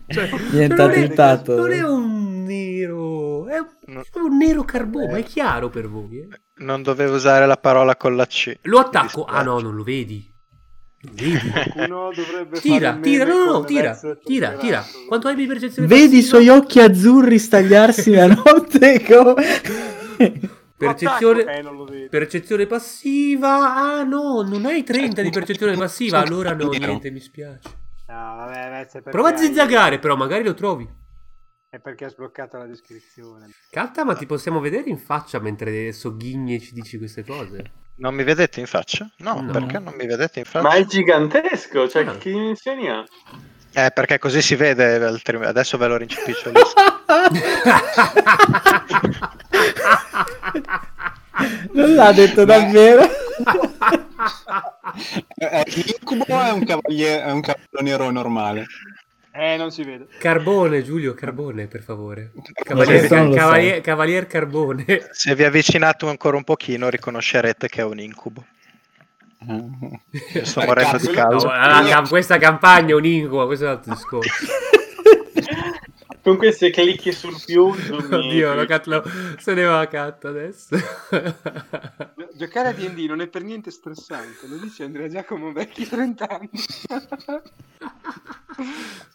A: Cioè,
E: Diventa
A: non è-
E: tentato.
A: Non è un nero, è un,
B: No.
A: è un nero carbone, ma è chiaro per voi. eh?
B: Non dovevo usare la parola con la C.
A: Lo attacco.
B: Mi
A: Ah no,
B: dispiace.
A: non lo vedi. Non lo vedi.
F: Qualcuno dovrebbe
A: Tira,
F: fare il
A: tira,
F: meme
A: no, no, no,
F: con
A: tira,
F: Lex
A: tira, tira.
F: tutelato.
A: Quanto hai di percezione?
E: Vedi i
A: passiva?
E: suoi occhi azzurri stagliarsi la notte. co-
C: Eh,
A: Percezione,
C: non lo vedo.
A: percezione passiva. Ah no, non hai 30 di percezione passiva. Allora no, niente, mi spiace.
F: No, vabbè, beh, se perché
A: Prova a
F: hai-
A: zizzagare, però magari lo trovi.
F: È perché ha sbloccato la descrizione.
A: Carta, ma ti possiamo vedere in faccia mentre sogghigni e ci dici queste cose?
B: Non mi vedete in faccia? No,
A: No.
B: perché non mi vedete in faccia?
G: Ma è gigantesco, cioè
A: Ah.
G: che dimensioni ha?
B: Eh, perché così si vede, altrim- adesso ve lo rincepiscio. lì.
E: non l'ha detto davvero.
D: Eh, L'incubo è un cavaliere, è un cavallo nero normale.
C: Eh, non si vede.
A: Carbone, Giulio, carbone, per favore.
E: Lo
A: Cavalier,
E: so, lo so.
A: cavalier- cavalier carbone.
B: Se vi avvicinate ancora un pochino riconoscerete che è un incubo. Sto
D: Eh,
B: morendo di
D: cazzo,
A: No,
B: caldo.
A: la- la- questa campagna è un incubo, questo è un altro discorso.
G: Comunque se clicchi sul più zoom
A: Oddio,
G: in.
A: lo cat- lo- se ne va a catto adesso.
C: Gio- Giocare a D&D non è per niente stressante, lo dice Andrea Giacomo vecchi 30 anni.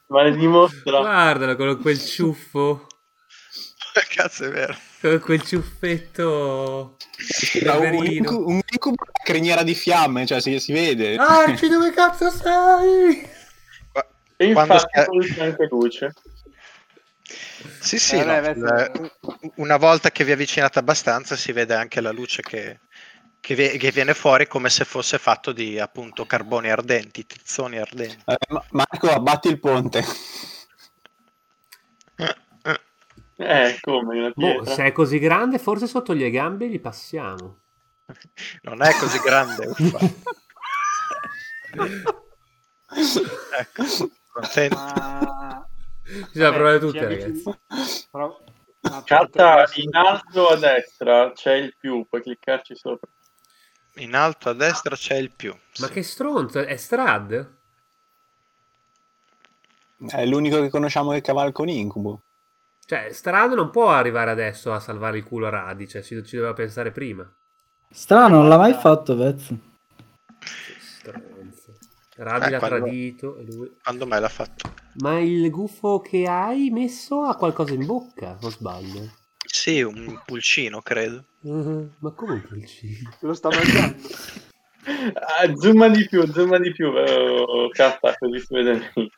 G: ma le dimostra.
A: Guardalo con quel ciuffo, eh.
B: Cazzo, è vero.
A: con quel ciuffetto
D: Ma un,
A: berberino.
D: incu- un incubo è una criniera di fiamme, cioè si, si vede.
A: Arci, dove cazzo sei?
G: E
B: Quando
G: infatti
B: sta-
G: produce anche luce.
B: Sì, sì,
F: Eh,
B: no,
F: beh, beh,
B: la- una volta che vi avvicinate abbastanza si vede anche la luce che, che ve- che viene fuori come se fosse fatto di appunto carboni ardenti, tizzoni ardenti.
D: Eh, Ma- Marco, abbatti il ponte.
G: Eh, come una
A: Boh,
G: pietra.
B: eh.
A: se è così grande, forse sotto le gambe li passiamo.
B: Non è così grande. uffa. ecco, contento.
F: Ma...
A: Bisogna
B: Eh,
F: Vabbè,
A: provare
F: Eh, ci
A: tutte,
F: avvicin-
A: ragazzi.
F: Pro- ma
G: Carta
F: purtroppo-
G: in alto a destra c'è il più, puoi cliccarci sopra.
B: In alto a destra c'è il più.
A: Ma
B: sì.
A: che stronzo, è Strad?
D: È l'unico che conosciamo che cavalca un incubo.
A: Cioè, Strad non può arrivare adesso a salvare il culo a Radice, ci, ci doveva pensare prima.
E: Strano, non l'ha mai fatto, Vez.
A: Che stronzo. Radi
B: Eh,
A: l'ha
B: quando-
A: tradito. e lui-
B: Quando mai l'ha fatto?
A: Ma il gufo che hai messo ha qualcosa in bocca, o sbaglio?
B: Sì, un pulcino, credo.
A: Eh, ma come un pulcino?
F: Lo sta mangiando.
G: Ah, zooma di più, zooma di più, eh, K, così si vede meglio.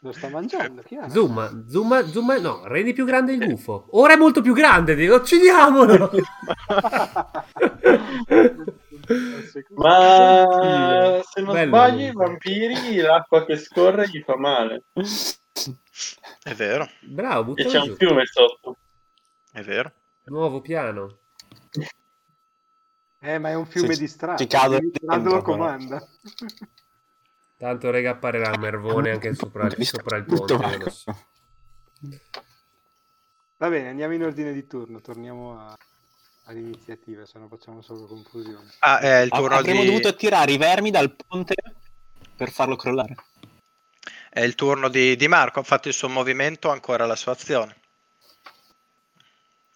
F: Lo sta mangiando, chiaro.
A: Zoom, zoom, zoom, no, rendi più grande
D: Eh.
A: il gufo. Ora è molto più grande, di- uccidiamolo!
G: Ma se non
A: Bello.
G: sbaglio i vampiri l'acqua che scorre gli fa male.
B: È vero,
A: Bravo,
G: E c'è
A: buttalo
G: un
A: giù.
G: fiume sotto.
B: è vero.
A: Nuovo piano.
F: Eh, ma è un fiume
D: Sì,
F: di strada.
D: ci cado
F: quindi
D: dentro,
F: Strada lo
D: però.
F: comanda.
A: Tanto rega apparirà un mervone anche sopra, sopra il ponte.
D: Tutto
A: io lo so.
D: Marco.
F: Va bene, andiamo in ordine di turno, torniamo a- all'iniziativa, se no facciamo solo confusione.
B: Ah, è il turno,
D: Avremmo
B: di...
D: dovuto tirare i vermi dal ponte per farlo crollare.
B: è il turno di, di Marco. Ha fatto il suo movimento, ancora la sua azione.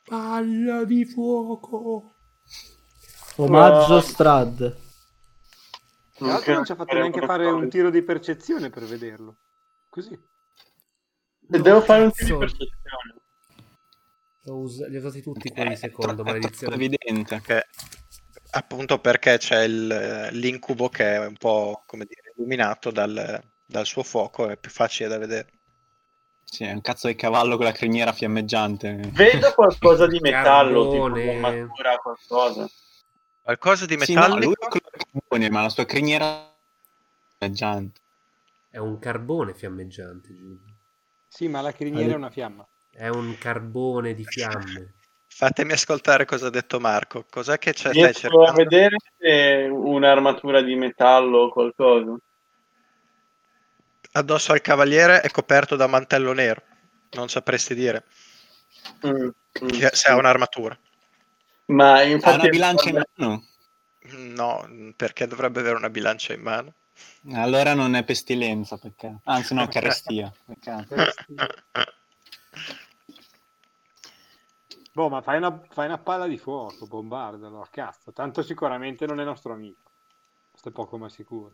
A: Palla di fuoco.
E: Omaggio Strad.
F: Tra l'altro non ci ha fatto neanche fare un tiro di percezione per vederlo. Così.
G: Devo fare un tiro di
A: Cazzo.
G: percezione.
A: L'ho us- Li ho usati tutti quelli
D: Eh,
A: secondo,
D: è troppo
A: maledizione.
D: evidente.
B: Che- appunto perché c'è il- l'incubo che è un po' come dire, illuminato dal, dal suo fuoco, è più facile da vedere.
D: Sì, è un cazzo di cavallo con la criniera fiammeggiante.
G: Vedo qualcosa di metallo,
A: Carbone.
G: tipo armatura, qualcosa.
B: Qualcosa di
D: Sì, no, lui
B: metallico?
D: è quello che pone, ma la sua criniera fiammeggiante.
A: È un carbone fiammeggiante, Giulio.
F: Sì, ma la criniera è una fiamma.
A: È un carbone di fiamme.
B: Fatemi ascoltare cosa ha detto Marco. Cos'è che c'è? Stai
G: Riesco a
B: cercando?
G: vedere se è un'armatura di metallo o qualcosa.
B: addosso al cavaliere è coperto da mantello nero. Non sapresti dire
G: Mm, mm,
B: che- se ha un'armatura.
G: Ma
D: Ha una
G: infatti
D: bilancia in mano.
B: No, perché dovrebbe avere una bilancia in mano.
D: Allora non è pestilenza, peccato. Anzi, no, carestia. Peccato.
G: Mm.
F: Boh, ma fai una, fai una palla di fuoco, bombardalo a cazzo. Tanto sicuramente non è nostro amico. Questo è poco ma sicuro.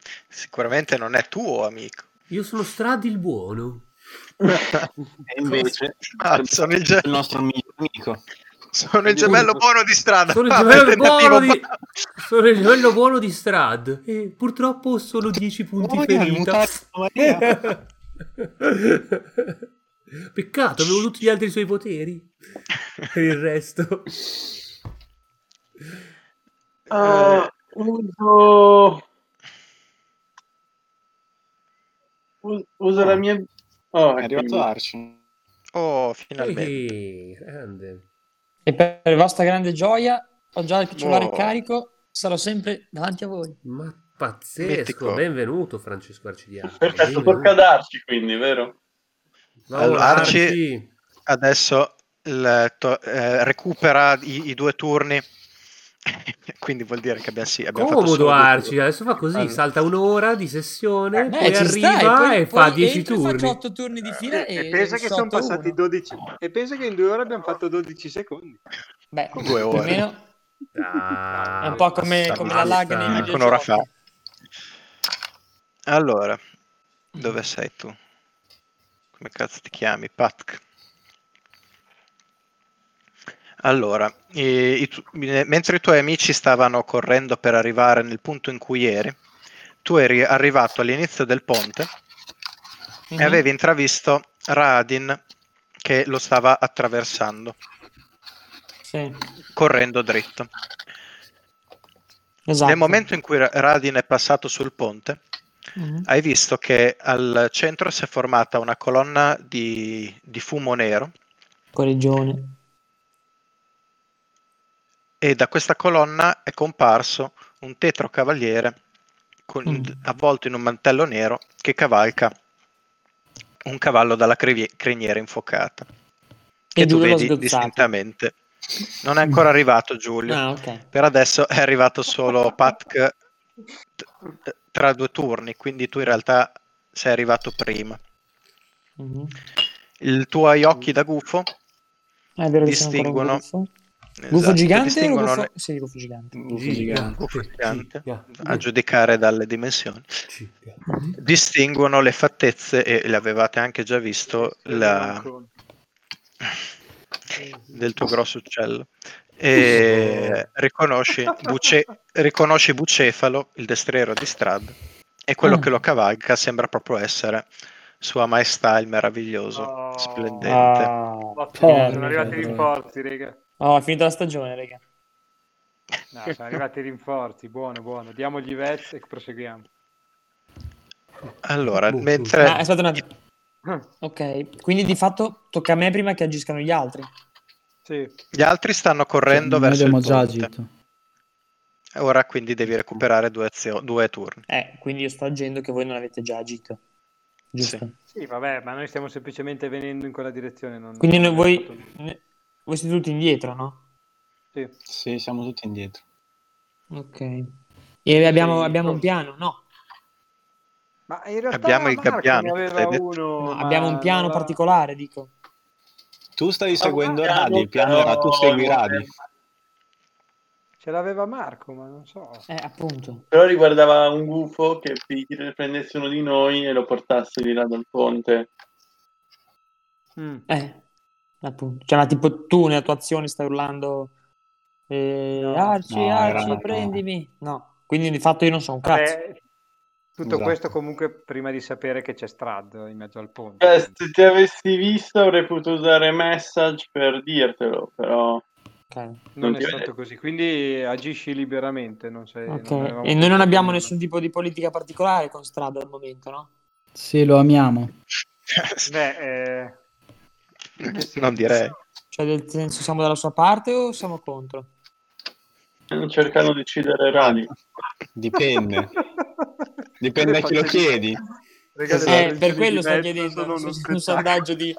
B: Sicuramente non è tuo amico.
A: Io sono Stradil buono.
D: E invece
B: Ah, sono il, ge-
D: il nostro miglior amico.
B: sono il gemello buono di strada.
A: Sono il
B: Ah,
A: gemello
B: tentativo
A: buono di...
B: ba-
A: Sono il gemello buono di Strad. E purtroppo ho solo 10 punti
D: Oh, è il
A: ferita.
D: mutato Maria.
A: Peccato, avevo tutti gli altri suoi poteri. Per il resto.
G: Ah, uso... us- uso la mia... Oh,
D: Ah. È arrivato Arci.
B: Oh, finalmente.
A: Ehi, Eh, grande.
I: E per vostra grande gioia ho già il cellulare
B: Wow.
I: carico, sarò sempre davanti a voi.
A: Ma pazzesco,
B: Mitico.
A: benvenuto Francesco Arcidiano.
G: Perfetto,
A: benvenuto.
G: tocca ad Arci quindi, vero?
A: Bravo,
B: Allora, Arci-
A: Arci.
B: Adesso il to- eh, recupera i, i due turni. Quindi vuol dire che abbiamo, sì, abbiamo fatto solo
A: Comodo
B: due
A: Arci,
B: turni.
A: adesso fa così,
B: Allora.
A: salta un'ora di sessione,
I: Eh, Beh,
A: poi
I: ci
A: arriva
I: sta, poi-
A: e
I: poi
A: fa 10
I: entro,
A: turni.
I: Faccio 8 turni di fila e,
B: Eh,
F: e pensa che
I: sotto
F: sono passati
I: uno.
F: 12 e pensa che in due ore abbiamo fatto 12 secondi.
I: Beh,
B: Due
I: più o
B: ore.
I: meno
A: Dai,
I: è un po' come,
B: basta,
I: come la lag nei
A: basta.
B: Anche
I: videogiochi.
B: un'ora fa. Allora, dove sei tu? Come cazzo ti chiami? Patk. Allora, i- i tu- ne- mentre i tuoi amici stavano correndo per arrivare nel punto in cui eri, tu eri arrivato all'inizio del ponte
I: Mhm.
B: e avevi intravisto Radin che lo stava attraversando,
I: Sì,
B: correndo dritto.
I: esatto.
B: Nel momento in cui Ra- Radin è passato sul ponte,
I: Mhm.
A: Ah.
B: hai visto che al centro si è formata una colonna di, di fumo nero
I: Correggione.
B: e da questa colonna è comparso un tetro cavaliere con-
I: Mm.
B: avvolto in un mantello nero che cavalca un cavallo dalla crevi- criniera infuocata che
I: E
B: tu
I: Giulio l'ho
B: vedi
I: sgozzato.
B: distintamente. Non è ancora arrivato Giulio.
I: Ah, ok.
B: Per adesso è arrivato solo Patk t- t- tra due turni, quindi tu in realtà sei arrivato prima.
I: Mhm.
B: I tuoi occhi da gufo
I: Ah, È vero che sono
B: distinguono...
I: ancora gufo.
B: esatto,
I: Gufo gigante o
B: distinguono
I: gufo...
B: ne-
I: Sì, gufo gigante.
D: Gufo gigante.
B: gufo gigante,
A: Giga. ah,
B: a giudicare dalle dimensioni.
A: Giga.
B: Distinguono le fattezze, e le avevate anche già visto, la- del tuo grosso uccello. E riconosci, Buce- riconosci Bucefalo, il destriero di Strad, e quello
I: Ah.
B: che lo cavalca sembra proprio essere Sua Maestà il meraviglioso,
F: Oh.
B: splendente.
I: Ah,
F: sono
E: Certo.
I: porca
F: arrivati i
I: miseria.
E: Cioè,
F: rinforzi, raga.
I: Oh, è finita la stagione, raga.
F: No, sono arrivati i rinforzi, buono, buono. Diamogli Vez e proseguiamo.
B: Allora,
A: Boh,
B: mentre...
I: Ah, aspetta un attimo. Ok, quindi di fatto tocca a me prima che agiscano gli altri.
F: Sì.
B: Gli altri stanno correndo
E: Noi
B: verso il
E: abbiamo già
B: ponte.
E: agito.
B: Ora quindi devi recuperare due, azio- due turni.
I: Eh, quindi io sto agendo che voi non avete già agito. Giusto.
F: Sì, vabbè, ma noi stiamo semplicemente venendo in quella direzione. Non...
I: Quindi noi-
F: non abbiamo
I: voi,
F: fatto-
I: ne- voi siete Eh, tutti indietro, no?
F: Sì.
D: Sì, siamo tutti indietro.
I: Ok. E abbiamo,
F: Sì,
I: abbiamo un
F: no.
I: piano? No.
F: Ma in realtà
B: Abbiamo il
F: Marco ne
B: gabbiano,
F: aveva
B: l'hai detto?
F: uno,
I: No,
F: ma
I: abbiamo un piano
F: non l'ha-
I: particolare, dico.
D: Tu stavi seguendo
G: piano,
D: Radi, il piano
G: però-
D: era tu segui Radi.
F: Ce l'aveva Marco, ma non so.
I: Eh, appunto.
G: Però riguardava un gufo che pi- prendesse uno di noi e lo portasse di là dal ponte.
F: Mm.
I: Eh, appunto. Cioè, ma tipo tu nella tua azione stai urlando eh, Arci,
D: no, era-
I: Arci,
D: no.
I: prendimi. No. Quindi di fatto io non so un cazzo.
F: Beh, tutto
D: Esatto.
F: questo comunque prima di sapere che c'è Strad in mezzo al ponte.
H: Eh,
G: Beh, Cioè, se ti avessi visto avrei potuto usare message per dirtelo, però...
D: Eh,
I: Ok.
F: non
G: non
F: è
G: ti-
F: stato così, quindi agisci liberamente. Non sei, non
I: Ok,
F: avevamo
I: e noi non abbiamo
F: problemi.
I: nessun tipo di politica particolare con Strada al momento, no?
E: Sì, lo amiamo.
F: Beh, eh,
B: non direi.
I: Cioè, nel senso, siamo dalla sua parte o siamo contro?
G: Cercano di uccidere Radi.
D: Dipende. Dipende a chi lo chiedi.
B: Ragazzi,
I: Eh,
B: eh,
I: per quello sto
F: mezzo
I: chiedendo
F: sono
I: un,
F: uno
I: un sondaggio di...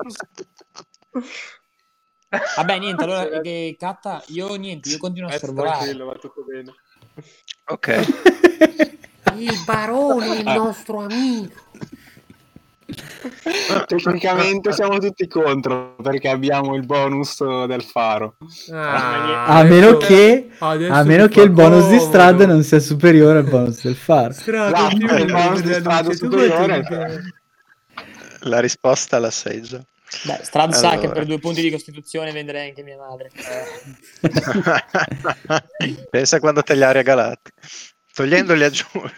I: Vabbè, niente, allora,
F: Cioè,
I: eh, Katta, io niente, io continuo a sorvolare.
F: tranquillo, va tutto bene.
B: ok.
A: Il barone, il nostro amico.
D: Tecnicamente siamo tutti contro perché abbiamo il bonus del faro.
A: Ah,
E: a meno
A: adesso-
E: che,
A: adesso
E: a
A: mi
E: meno
A: fa
E: che il bonus di
A: comodo.
E: strada non sia superiore al bonus del faro.
A: Strada
D: Esatto,
A: più
D: il
A: lunga
D: bonus di
A: della
D: strada
A: luce. Tu
D: superiore.
A: vuoi che-
B: La risposta la sei già.
I: Beh, Strad sa che
B: Allora.
I: per due punti di costituzione venderei anche mia madre.
B: Pensa quando te li ha regalati. Togliendoli a Giulio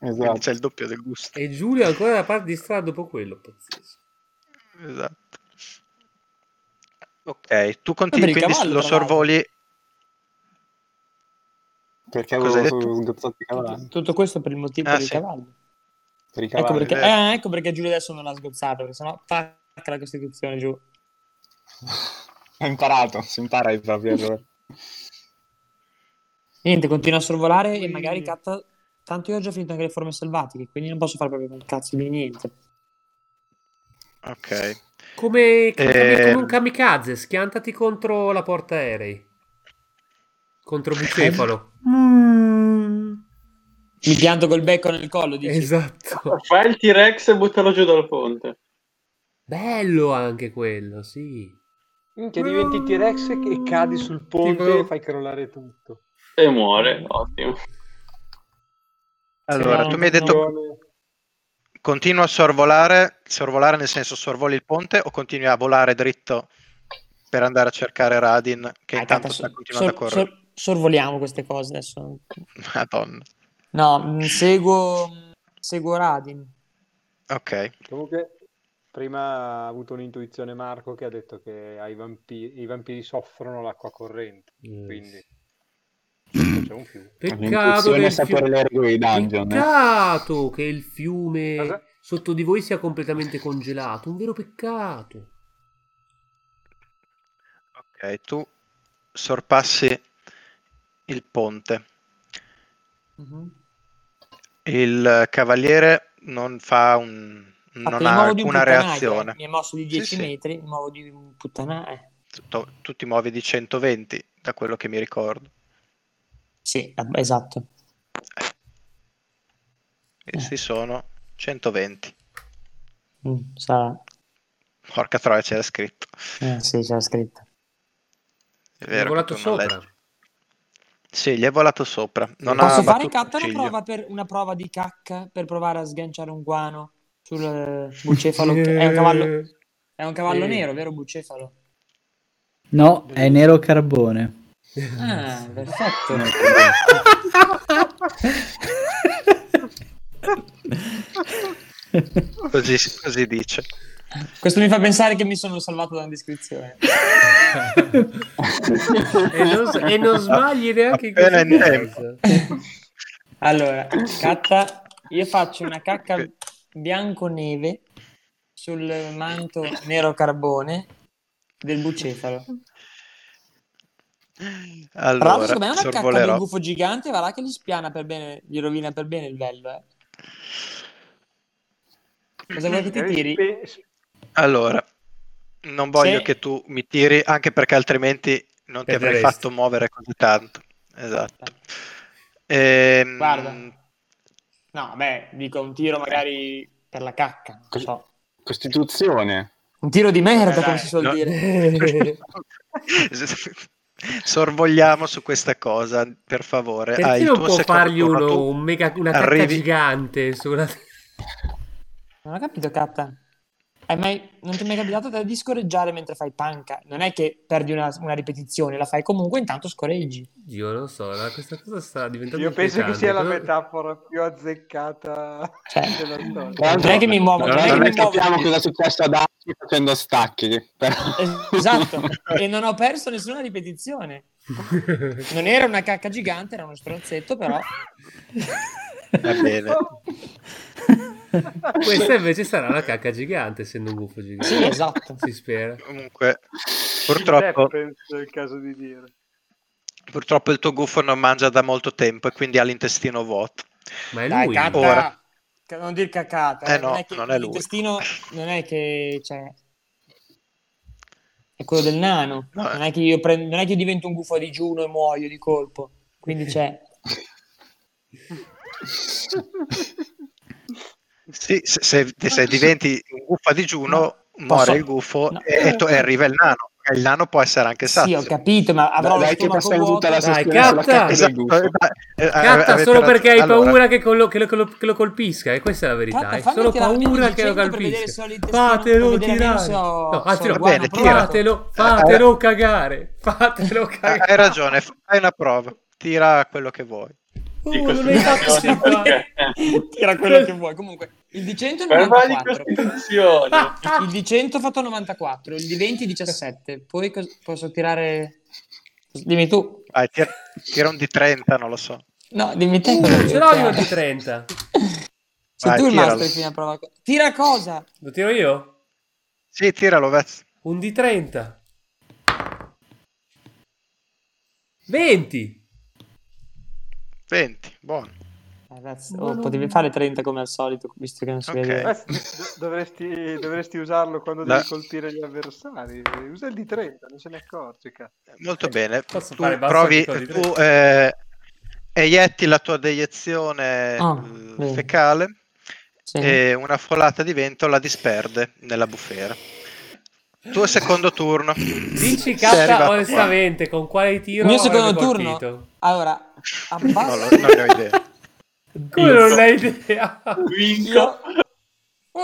B: quindi
D: Esatto.
B: c'è il doppio del gusto.
A: E Giulio ancora da parte di strada dopo quello, pazzesco.
B: Esatto. Ok, tu
I: Per
B: continui,
I: il
B: quindi
I: cavallo,
B: lo
I: tra l'altro.
B: sorvoli.
D: Perché
B: Cosa hai
D: avevo
B: detto?
D: sgozzato i cavalli.
I: Tutto, tutto questo per il motivo
B: Ah,
I: per il
B: sì.
I: cavallo.
D: Per i
I: Ecco
D: cavalli.
I: perché,
B: vero.
I: eh, ecco perché Giulio adesso non l'ha sgozzata, perché sennò tacca la costituzione giù.
D: Ho imparato, si impara ai propri errori.
I: Niente, continua a sorvolare e
A: Quindi-
I: magari Katta... Tanto io ho già finito anche le forme selvatiche, quindi non posso fare proprio un cazzo di niente.
B: Ok.
A: Come,
B: Eh.
A: come un kamikaze, schiantati contro la porta aerei.
E: Eh,
A: Contro Bucefalo.
I: Mi pianto col becco nel collo, dici? Eh,
A: Esatto.
G: Oh, Fai il T-Rex e buttalo giù dal ponte.
A: Bello anche quello, sì.
F: Minchia, diventi T-Rex e- e cadi sul ponte
A: Tipo-
F: e fai crollare tutto.
G: E muore, ottimo.
B: Allora,
I: no,
B: tu mi hai
I: no.
B: detto continua a sorvolare, sorvolare nel senso sorvoli il ponte o continui a volare dritto per andare a cercare Radin che
I: Dai,
B: intanto
I: Katta,
B: sta
I: sor-
B: continuando a
I: sor-
B: correre.
I: sor- sorvoliamo queste cose adesso.
B: Madonna.
I: No, mh, seguo, mh, seguo Radin.
B: Ok.
F: Comunque, prima ha avuto un'intuizione Marco che ha detto che ai vampiri, i vampiri soffrono l'acqua corrente,
A: Eh,
F: quindi c'è un fiume.
A: Peccato
D: L'intuizione
A: del
D: sta per
A: fiume.
D: le regole dei dungeon. eh.
A: Peccato che il
F: Cosa?
A: fiume sotto di voi sia completamente congelato. Un vero peccato.
B: Ok, tu sorpassi il ponte.
I: Mhm.
B: Il cavaliere non fa un,
I: Infatti,
B: non
I: mi
B: ha
I: muovo di un
B: alcuna
I: puttanai,
B: reazione.
I: eh. Mi è mosso di
B: Sì,
I: 10
B: sì.
I: metri, mi muovo di un eh. puttanai.
B: Tu, to- tu ti muovi di 120, da quello che mi ricordo.
I: Sì, ah, esatto. Eh.
B: Questi sono 120.
I: Mm, sarà.
B: Porca troia, c'era scritto.
I: eh, sì, c'era scritto.
B: È
A: È
B: vero che
A: volato
B: tu non
A: sopra.
B: leggi. Sì, gli è volato sopra. Non
A: Ah,
I: Posso
B: ha
I: fare
B: battuto
I: Katta una
B: ciglio.
I: prova, per, una prova di cacca per provare a sganciare un guano sul eh, bucefalo? che è un cavallo, è un cavallo
A: Eh.
I: nero, vero bucefalo?
E: No, è nero carbone.
I: Ah, perfetto.
B: Così, così dice.
I: Questo mi fa pensare che mi sono salvato da una descrizione.
A: e, non, e non sbagli neanche in
B: Appena in
A: questa cosa.
I: Allora, Katta, io faccio una cacca bianco neve sul manto nero carbone del bucefalo. Tra l'altro,
B: Allora,
I: secondo me è una cacca di un
B: sorvolerò.
I: gufo gigante, va là che gli spiana per bene, gli rovina per bene il vello, eh. Cosa vuoi che ti tiri?
F: Spe-
B: Allora, non voglio
I: Sì.
B: che tu mi tiri, anche perché altrimenti non ti avrei
A: Perderesti.
B: fatto muovere così tanto. Esatto. Ehm,
I: Guarda. No, beh, dico un tiro magari per la cacca, non so.
D: Costituzione.
I: Un tiro di merda,
D: Eh,
I: come
D: dai,
I: si suol
B: no.
A: Eh,
B: Ah,
I: dire.
B: Sorvogliamo su questa cosa, per favore. Hai
A: Perché
B: il
A: non
B: tuo
A: può
B: secondo
A: fargli
B: turno,
A: uno,
B: tu
A: un mega- una cacca
B: arrivi-
A: gigante sulla...
I: Non ho capito, Katta. Hai mai- non ti è mai capitato te di scorreggiare mentre fai panca? Non è che perdi una, una ripetizione, la fai comunque, intanto scoreggi.
A: Io non so, la- questa cosa sta diventando
F: Io penso che
A: inquietante.
F: sia la
A: Cosa-
F: metafora più azzeccata
I: Cioè.
F: della storia.
D: Tra l'altro-
I: Non è che mi muovo,
D: Allora,
I: non è che
D: non
I: mi
D: è
I: muovo.
D: capiamo cosa è successo ad Arci facendo stacchi. Però...
I: Es- Esatto, e non ho perso nessuna ripetizione. Non era una cacca gigante, era uno stronzetto, però.
B: Va bene.
A: Questa invece sarà una cacca gigante, essendo un gufo gigante.
I: Sì, esatto.
A: Si spera.
B: Comunque, purtroppo,
F: penso è il caso di dire.
B: purtroppo il tuo gufo non mangia da molto tempo e quindi ha l'intestino vuoto.
A: Ma è
I: Dai,
A: lui.
I: Katta,
B: Ora.
I: Ca- Non dir cacata.
B: Eh no, non è lui.
I: L'intestino non è che... Cioè, è quello del nano.
B: No, eh.
I: Non è che io, prendo- non è che io divento un gufo a digiuno e muoio di colpo. Quindi cioè, c'è...
B: Sì, se, se- se diventi un gufo a digiuno, muore
I: Posso-
B: il gufo
I: no.
B: e, e to- e arriva il nano. E Il nano può essere anche
I: Sì,
B: sazio.
I: ho capito, ma avrò
D: Dai
I: Ah, lo
D: che
I: stomaco
D: passiamo
I: vuoto.
D: tutta la
A: Dai,
D: sessione sulla
A: catta!
D: cacca del
B: Esatto,
D: gufo.
B: eh, eh, eh,
A: Catta
B: avete
A: solo
B: ragione.
A: perché hai
B: Allora,
A: paura che, collo- che lo, che lo- che lo colpisca, e questa è la verità.
I: Cacca,
A: hai
I: fammi
A: solo
I: tirarmi
A: paura
I: di
A: che lo
I: 100 per vedere
A: colpisca.
I: se ho l'intestino-
A: Fatelo
I: per vedere almeno
A: tirare.
I: se
A: No,
I: ho- se ho
A: anzi, no,
I: il guano
B: bene,
I: provato.
A: fatelo, fatelo cagare. Fatelo
B: Hai
A: cagare.
B: hai ragione, fai una prova, tira quello che vuoi.
I: Oh,
G: Dico,
I: non hai fatto
G: sì,
I: schifare.
G: perché?
I: Tira quello che vuoi. Comunque, il di 100 è
G: Per di
I: 94.
G: costituzione.
I: Il di 100 ho fatto 94, il di 20 17. Poi cos- posso tirare Dimmi tu.
B: Vai, tira, tira un di 30, non lo so.
I: No, dimmi te. cosa
A: Uh,
I: devi
A: ce l'ho io
I: tirare.
A: di 30.
I: Sei
B: Vai,
I: tu il
B: tiralo.
I: master fino a prova. co- Tira cosa?
A: Lo tiro io?
B: Sì, tiralo, Vez.
A: Un di 30. 20.
B: 20, buono.
I: Ragazzi, oh, potevi fare 30 come al solito, visto che non si
B: Ok.
I: vede.
F: Eh, do- Dovresti, dovresti usarlo quando
B: La-
F: devi colpire gli avversari. Usa il di 30, non se ne accorge. cazzo.
B: Molto bene.
A: Posso
B: tu
A: fare basta
B: provi,
A: di cose di
B: tu eh, eietti la tua deiezione
I: Ah,
B: eh,
I: bene.
B: fecale
I: Sì.
B: e una folata di vento la disperde nella bufera. Tuo secondo turno.
A: Dici
B: Sei arrivato
A: K
B: qua.
A: onestamente con quale tiro
I: Il mio secondo
A: avrebbe
I: turno.
A: colpito?
I: Allora,
B: Non,
I: abbassa
B: lo- non ne ho idea.
A: Come non hai idea?
G: Vinco.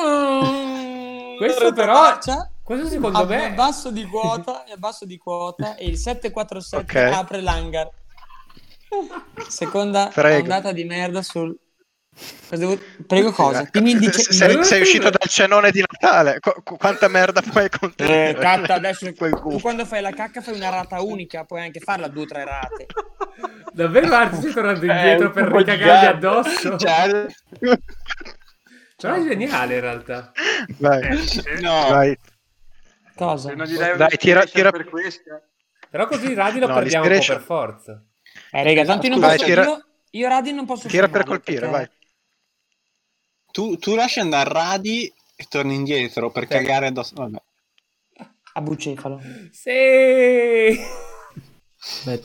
I: Mm,
A: Questo però
I: retrofaccia.
A: questo secondo
I: Ab-
A: me
I: Abbasso di quota, abbasso di quota e il 747
B: Ok.
I: apre l'hangar. Seconda
B: Prego.
I: ondata di merda sul... Cosa devo- Prego cosa? Dimmi il dice...
B: eh. Se- sei, sei uscito dal cenone di Natale. Qu- qu- quanta merda puoi contenere?
I: Eh, catta, adesso
B: in quel
I: tu
B: gufo?
I: quando fai la cacca fai una rata unica, puoi anche farla due o tre rate.
A: davvero Arti stai
D: Eh,
A: tornando indietro
G: un
A: per
G: po'
A: ricagargli
G: gigante.
A: addosso.
D: Cioè,
A: Però è geniale in realtà.
B: Vai,
D: no,
B: vai.
I: Cosa?
F: Se Cioè, non gli dai
B: Dai, tira-
F: un'inspiration
B: tira-
F: per questa,
A: Però così Radi lo
B: No,
A: perdiamo un po'
B: l'inspiration-
A: per forza.
I: Eh raga, tanto io non
B: Vai,
I: posso...
B: tira-
I: Io, io Radin non posso...
B: Tira per
I: fermarlo,
B: colpire,
I: perché-
B: vai.
D: tu, tu lasci andare Radi e torni indietro per cagare addosso. Vabbè.
I: A bucefalo.
F: Esatto.
A: Sì!
E: Beh,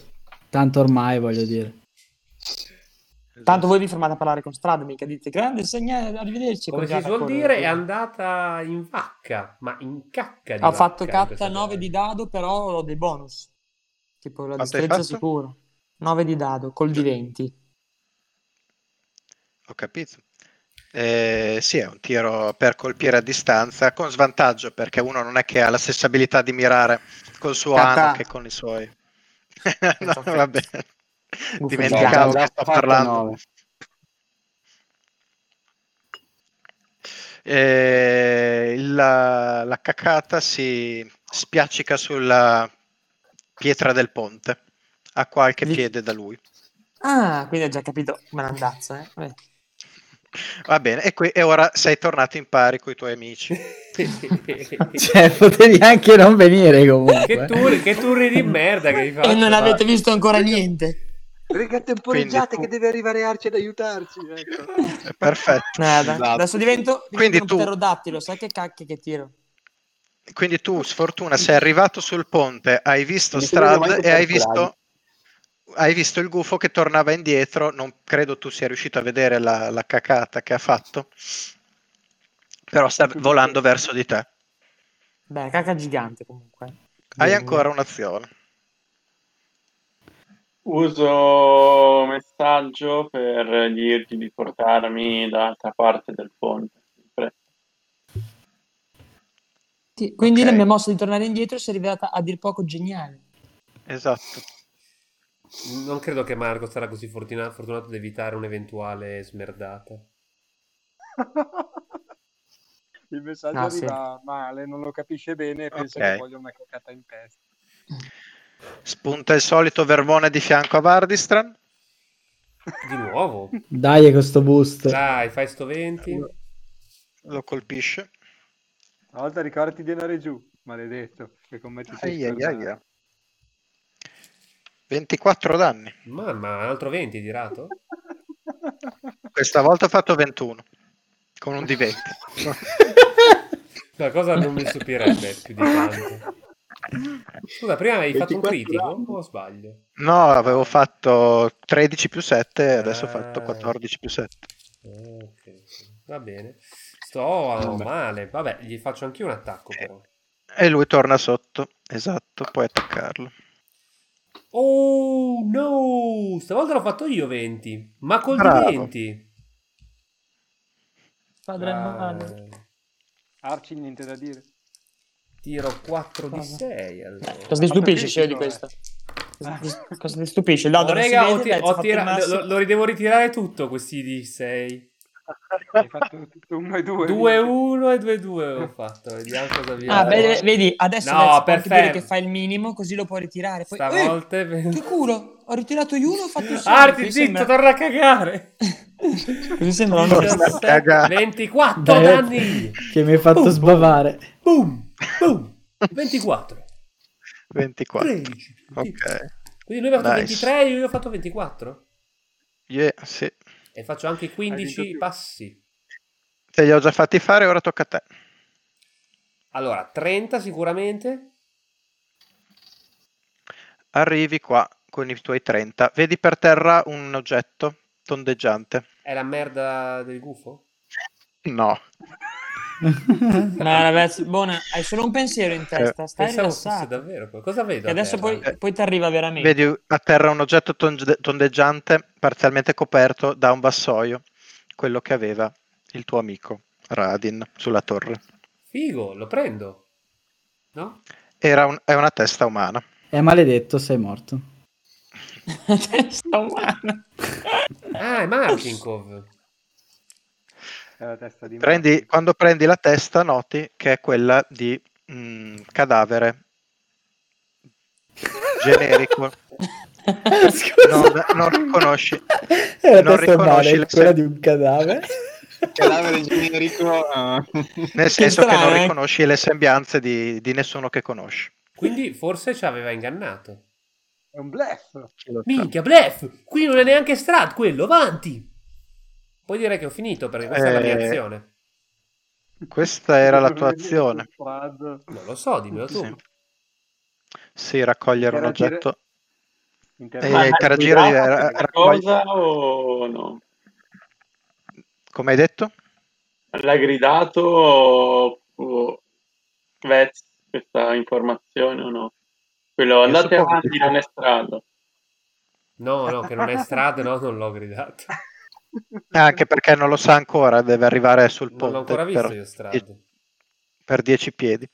E: tanto ormai voglio dire.
I: Tanto voi vi fermate a parlare con Strada, mica dite grande segnale, arrivederci.
A: Come si
I: collegata
A: suol
I: con-
A: dire è andata in vacca, ma in cacca di
I: Ho
A: vacca
I: fatto
A: in
I: catta
A: questa
I: 9 di
A: cosa.
I: dado, però ho dei bonus. Tipo la
B: Quanto hai
I: destrezza
B: fatto?
I: sicuro. 9 di dado, col di 20.
B: Ho capito. Eh, sì, è un tiro per colpire a distanza con svantaggio perché uno non è che ha la stessa abilità di mirare col suo
I: Catà.
B: ano che con i suoi. no,
I: Perfetto.
B: vabbè.
I: Buffo
B: Dimenticavo
D: Esatto. già.
B: che sto
D: Già fatto
B: parlando.
D: nove.
B: Eh, il- la, cacata si spiaccica sulla pietra del ponte a qualche
I: Gli-
B: piede da lui.
I: Ah, quindi ho già capito. Malandazza, eh. Vabbè.
B: Va bene, e, qui- e ora sei tornato in pari con i tuoi amici.
E: Cioè, potevi anche non venire comunque.
A: che, turri, che turri di merda che hai fatto.
I: E non avete visto ancora niente.
C: Raga, temporeggiate
B: Quindi Eh,
C: che deve arrivare Arci ad aiutarci. Ecco.
B: Perfetto.
I: Nada.
D: Esatto.
I: Adesso divento, divento
B: Quindi
I: un
B: tu-
I: pterodattilo, sai che cacchio che tiro.
B: Quindi tu, sfortuna, sei arrivato sul ponte, hai visto
D: Mi sembra
B: Strad
D: ormai
B: e hai
D: corporale.
B: visto, hai visto il gufo che tornava indietro. Non credo tu sia riuscito a vedere la, la cacata che ha fatto, però sta volando verso di te.
I: Beh, cacca gigante comunque.
B: Hai
I: Bene.
B: ancora un'azione.
G: Uso messaggio per dirgli di portarmi dall'altra parte del ponte.
I: Sì, Quindi
B: Ok.
I: la mia mossa di tornare indietro si è rivelata a dir poco geniale.
B: Esatto.
A: Non credo che Marco sarà così fortuna- fortunato da evitare un'eventuale smerdata.
F: il messaggio
I: Ah, sì.
F: arriva male, non lo capisce bene e pensa
B: Ok.
F: che voglia una cacata in testa.
B: Spunta il solito vermone di fianco a Vardistran.
A: Di nuovo?
E: Dai con sto boost.
A: Dai, fai sto 20.
B: Lo colpisce.
F: Una volta ricordati di andare giù, maledetto, che commetti
B: Ai, ai,
F: scordato.
B: ai, ai. 24 danni.
A: Mamma, un altro 20 tirato?
B: Questa volta ho fatto 21. con un D20.
A: La cosa non mi stupirebbe più di tanto. Scusa, prima avevi fatto un
D: 24
A: critico
D: anni.
A: o sbaglio?
B: No, avevo fatto 13 più 7, adesso ho
A: Ah.
B: fatto 14 più 7.
A: Ah, ok, Va bene. Sto male. Vabbè, gli faccio anche un attacco però.
B: E lui torna sotto, esatto, puoi attaccarlo.
A: Oh no! Stavolta l'ho fatto io 20. Ma col
B: Bravo.
A: D20.
I: Padre male.
A: Ah,
F: Arci niente da dire.
A: Tiro 4 di
I: Cosa?
A: 6 allora.
I: Cosa ti stupisce
F: critico,
I: Sceo, di
F: eh.
I: questo? Cosa ti stupisce? Il dado
A: Oh,
I: non si
A: raga, ho
I: vede,
A: ti-
I: dai,
A: ho
I: ti ha fatto
A: tira-
I: il massimo.
A: lo, lo ridevo ritirare tutto questi D6.
F: Hai fatto tutto uno e due.
A: 2-1 e 2-2 ho fatto. Vediamo cosa viene.
I: Ah, vedi, vedi, adesso
A: Eh, No,
I: Max, porti
A: perfetto.
I: quello che fa il minimo, così lo può ritirare. Poi, eh,
A: Stavolta...
I: che culo! Ho ritirato io uno, ho fatto il secondo.
A: Arti,
I: Così
A: zitto,
I: sembra-
A: torna a cagare.
I: Così sembra una
B: Torna a cagare.
A: 24
E: Dai,
A: danni.
E: Che mi hai fatto
A: Boom, boom.
E: sbavare.
A: Boom, boom. 24.
B: 24.
A: 13.
B: Ok.
A: Quindi lui ha fatto
B: Nice.
A: 23 e io ho fatto 24.
B: Yeah, sì.
A: E faccio anche 15
F: più.
A: passi.
B: Te li ho già fatti fare, ora tocca a te.
A: Allora, 30 sicuramente.
B: Arrivi qua con i tuoi 30. Vedi per terra un oggetto tondeggiante.
A: È la merda del gufo?
B: No,
I: No, ragazzi, buona, hai solo un pensiero in
B: Eh,
I: testa, stai
A: Pensavo fosse
I: rilassato. Eh,
A: davvero. quello. Cosa vedo?
I: E
A: a
I: adesso
A: terra?
I: poi, poi ti arriva veramente.
B: vedi a terra un oggetto tonge- tondeggiante parzialmente coperto da un vassoio, quello che aveva il tuo amico Radin sulla torre.
A: Figo, lo prendo. No?
B: Era un- è una testa umana.
E: È maledetto, sei morto.
I: Testa umana.
E: Eh.
A: Ah, è Markinkov.
F: È la testa di
B: Prendi- quando prendi la testa noti che è quella di mm, cadavere generico. Non, non riconosci.
E: È una
B: Non
E: testa umana,
B: riconosci
E: è
B: le
E: quella
B: se-
E: di un cadavere.
D: Cadavere generico. ah.
B: Nel senso che non
I: strano, eh?
B: riconosci le sembianze di, di nessuno che conosci.
A: Quindi forse ci aveva ingannato.
F: È un blef.
E: Ah.
A: Minchia, blef! Qui non è neanche Strat, quello, avanti! Poi direi che ho finito, perché questa è la mia
B: Eh.
A: azione.
B: Questa era la tua azione.
A: Non lo so, dimmelo tu.
B: Sì. Sì, raccogliere un
F: Interagire-
B: oggetto.
F: Interagire-
B: Eh, Interagire,
G: Ma-
B: ra- raccogli-
G: cosa o no?
B: Come hai detto?
G: L'ha gridato o- o- Vez questa informazione o no? Quello andate
B: suppongo
G: avanti,
B: di
G: non è strada.
A: No, no, che non è Strad, no, non l'ho gridato.
B: Eh, Anche perché non lo sa ancora, deve arrivare sul
A: Non l'ho
B: ponte
A: ancora visto
B: per,
A: io Strad.
B: per 10 piedi.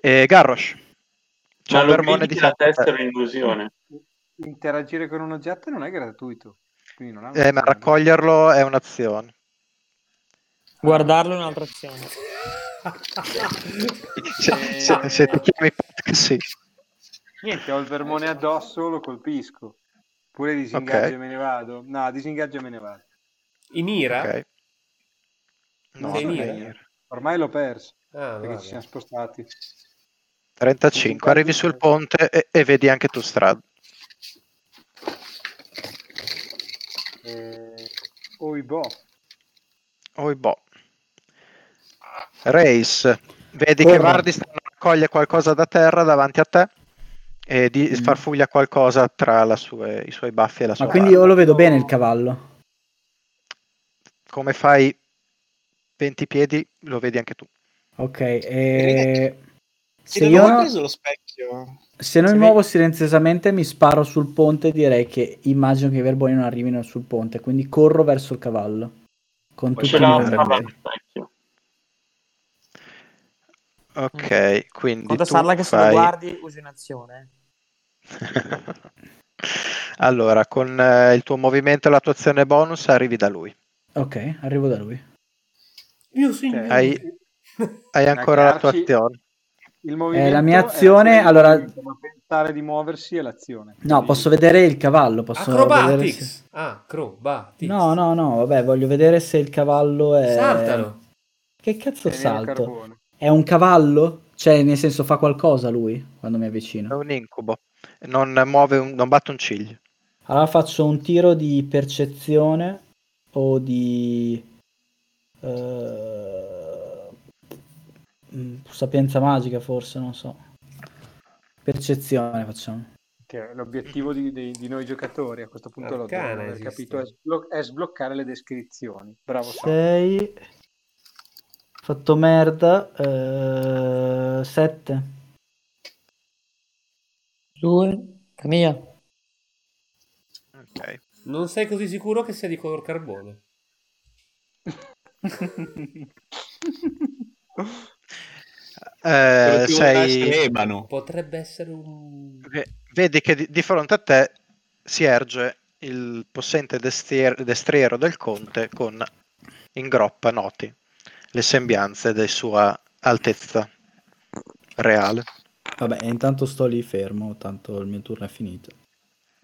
B: E Garrosh. C'è
G: Ma
B: un
G: lo
B: vermone
G: gridi
B: di
G: la
B: Santa
G: testa è
B: Fe-
G: un'illusione.
F: Interagire con un oggetto non è gratuito. Quindi non ha
B: Eh, ma raccoglierlo è un'azione.
I: Guardarlo è un'altra azione.
B: Se, se- se ti chiami Pat, sì.
F: Niente, ho il vermone addosso, lo colpisco. Pure disingaggio
B: Ok.
F: e me ne vado. No, disingaggio e me ne vado.
A: In ira?
B: ok. No,
A: Sei
B: non è
A: nero.
B: nero.
F: Ormai l'ho perso
A: Ah,
F: perché
A: vabbè.
F: ci siamo spostati.
B: 35, arrivi sul ponte e, e vedi anche tu strada.
F: Eh, oi boh.
B: Oi boh. Race, vedi
E: Corro.
B: che Vardi sta- raccoglie qualcosa da terra davanti a te e di, sfarfuglia qualcosa tra la sue- i suoi baffi e la sua
E: Mm. Ma quindi
B: barba.
E: io lo vedo bene il cavallo.
B: Come fai 20 piedi lo vedi anche tu.
E: Ok, e...
D: Se
E: se
D: non
E: io
D: ho
E: no-
D: preso lo specchio.
E: se non
D: se
E: mi
D: ve-
E: muovo silenziosamente mi sparo sul ponte direi che immagino che i verboni non arrivino sul ponte, quindi corro verso il cavallo. Con tutti
G: Ce
E: i
G: l'ha
E: miei
G: un cavallo
E: verboni.
G: specchio.
B: Ok, quindi
I: Mm. Conta
B: tu
I: Sarla che se lo
B: fai-
I: guardi usi un'azione.
B: allora, con eh, il tuo movimento e la tua azione bonus arrivi da lui.
E: Ok, arrivo da lui.
A: Mio signore.
B: Hai, hai ancora la tua
F: Arci-
B: azione.
F: Il movimento
E: Eh, la mia azione,
F: è solo il
E: allora-
F: movimento, ma pensare di muoversi è l'azione.
E: No,
F: Quindi-
E: posso vedere il cavallo, posso vedere se-
A: Acrobatics. Ah, Acrobatics.
E: No, eh, no, no, vabbè, voglio vedere se il cavallo è...
A: Saltalo.
E: Che cazzo
F: È nero
E: salto?
F: carbone.
E: È un cavallo? Cioè, nel senso, fa qualcosa lui quando mi avvicino?
B: È un incubo. Non muove, un- non batte un ciglio.
E: Allora faccio un tiro di percezione o di eh, mm, sapienza magica forse, non so. Percezione facciamo.
F: Che è l'obiettivo di, di- di noi giocatori a questo punto l'ho
A: Arcana
F: aver
A: esiste.
F: capito è, sblo- è sbloccare le descrizioni. Bravo. Sam.
E: 6 fatto merda eh, 7
I: Su, Camilla.
B: Ok.
A: Non sei così sicuro che sia di color carbone.
B: Eh,
D: Quello più
B: Eh, sei-
D: nasce Ebano.
A: Potrebbe essere un...
B: Ve- Vedi che di, di fronte a te si erge il possente destier- destriero del conte con in groppa noti le sembianze della sua altezza reale
E: vabbè intanto sto lì fermo tanto il mio turno è finito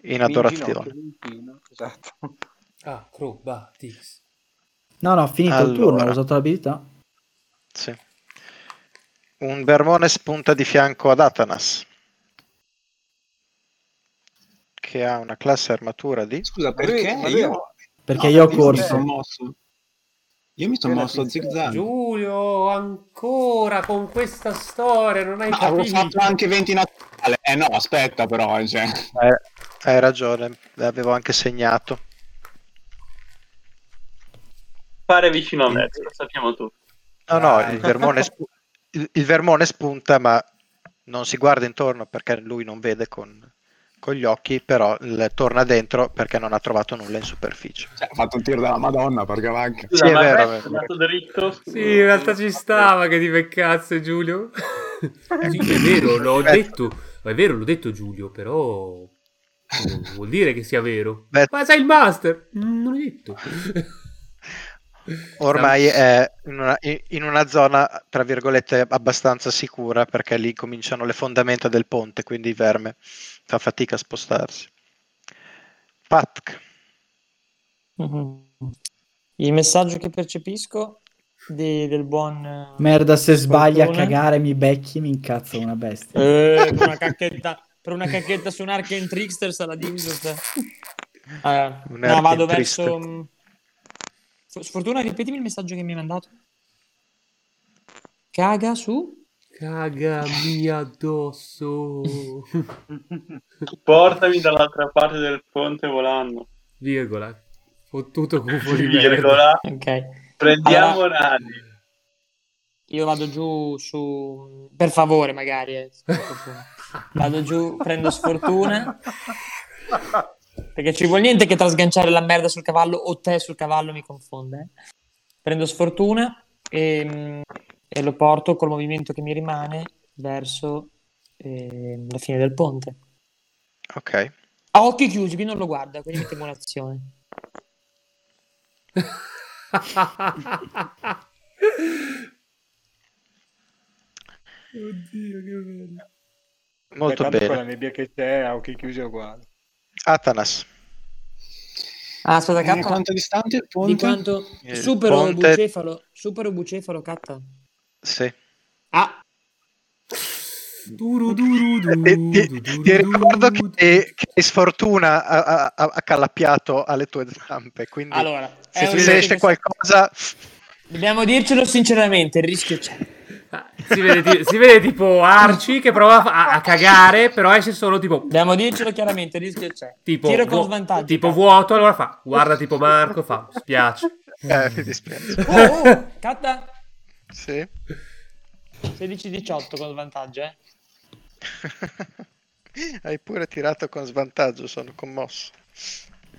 B: in
F: Mi
B: adorazione.
F: inginocchio, mi inchino, Esatto.
A: Ah, Acrobatics.
E: no no ho finito il
B: Allora.
E: turno ho usato l'abilità
B: Sì. Un Bermone spunta di fianco ad Atanas che ha una classe armatura di
D: Scusa,
F: lui-
D: perché
F: ma lui è-
D: io...
E: perché
B: Ah,
D: no,
E: io ho
D: mi
E: corso.
D: sono mosso. Io mi sono
F: Era
D: mosso a
F: pizza.
D: zigzag.
A: Giulio, ancora con questa storia, non hai
D: Ah, avevo
A: capito.
D: fatto anche 20 Natale. Eh no, aspetta però, cioè.
B: Hai, hai ragione, l'avevo anche segnato.
G: Pare vicino a me, lo sappiamo tutti.
B: No, no,
A: Dai.
B: il vermone, spu- il- il vermone spunta, ma non si guarda intorno perché lui non vede con, con gli occhi, però il- torna dentro perché non ha trovato nulla in superficie.
D: Cioè, ha fatto un tiro della Madonna, porca vacca.
B: Sì, è
G: ma il
B: vero,
G: resto
B: è vero.
G: è andato dritto.
A: Sì, in realtà ci stava che ti peccazze Giulio.
B: Eh,
A: sì, è vero, l'ho detto. È vero, l'ho detto Giulio, però non vuol dire che sia vero.
B: Beh.
A: Ma sei il master! Mm, Non l'ho detto.
B: Ormai è in una, in una zona, tra virgolette, abbastanza sicura perché lì cominciano le fondamenta del ponte, quindi il verme fa fatica a spostarsi. Patk,
I: Mhm. Il messaggio che percepisco di- del buon... eh,
E: merda se sbagli a
I: Fortuna.
E: cagare mi becchi mi incazzo una bestia
I: Eh, per una cacchetta, per una cacchetta su un Arken Trickster sarà di uso, te. Eh,
B: Un
I: no, vado
B: Arcane
I: verso...
B: Trickster.
I: mh, f- Sfortuna, ripetimi il messaggio che mi hai mandato. Caga su...
A: Cagami addosso.
G: Portami dall'altra parte del ponte volando.
A: Virgola. Fottuto cuffo di merda.
G: Virgola.
I: Ok.
G: Prendiamo
I: Allora-
G: Nani.
I: Io vado giù su... Per favore, magari. eh. Vado giù, prendo sfortuna. Perché ci vuole niente che tra sganciare la merda sul cavallo o te sul cavallo mi confonde. eh. Prendo sfortuna e, mm, e lo porto col movimento che mi rimane verso eh, la fine del ponte.
B: ok.
I: A occhi chiusi, quindi non lo guarda, quindi mettiamo un'azione.
A: Oddio, che bello.
B: Molto
F: Beh, tanto Con la
B: bene.
F: nebbia che c'è, a occhi chiusi è uguale.
B: Atanas.
I: Ah, aspetta,
D: Eh,
I: K.
D: quanto è distante il ponte?
I: Di quanto...
B: Il
I: Supero
B: ponte-
I: Bucefalo, supero Bucefalo, K.
B: Sì.
I: Ah,
A: Duru duru
B: Eh,
A: duru,
B: ti, ti-
A: duru,
B: ti ricordo
A: duru.
B: che, che sfortuna ha, ha- ha- ha calappiato alle tue zampe, quindi
I: Allora,
B: se,
I: è un
B: se
I: rischio
B: esce
I: che-
B: qualcosa... eh,
I: Dobbiamo dircelo sinceramente, il rischio c'è.
A: Ah, Si vede, ti- si vede tipo Arci che prova a, a cagare, però esce solo tipo,
I: Dobbiamo dircelo chiaramente, il rischio c'è.
A: tipo,
I: Tiro con
A: vuo-
I: svantaggio.
A: tipo vuoto, allora fa, guarda tipo Marco, fa, spiace.
B: Eh, mi dispiace.
I: Oh, oh, Catta,
B: Sì.
I: 16-18 con svantaggio, eh.
B: Hai pure tirato con svantaggio, sono commosso.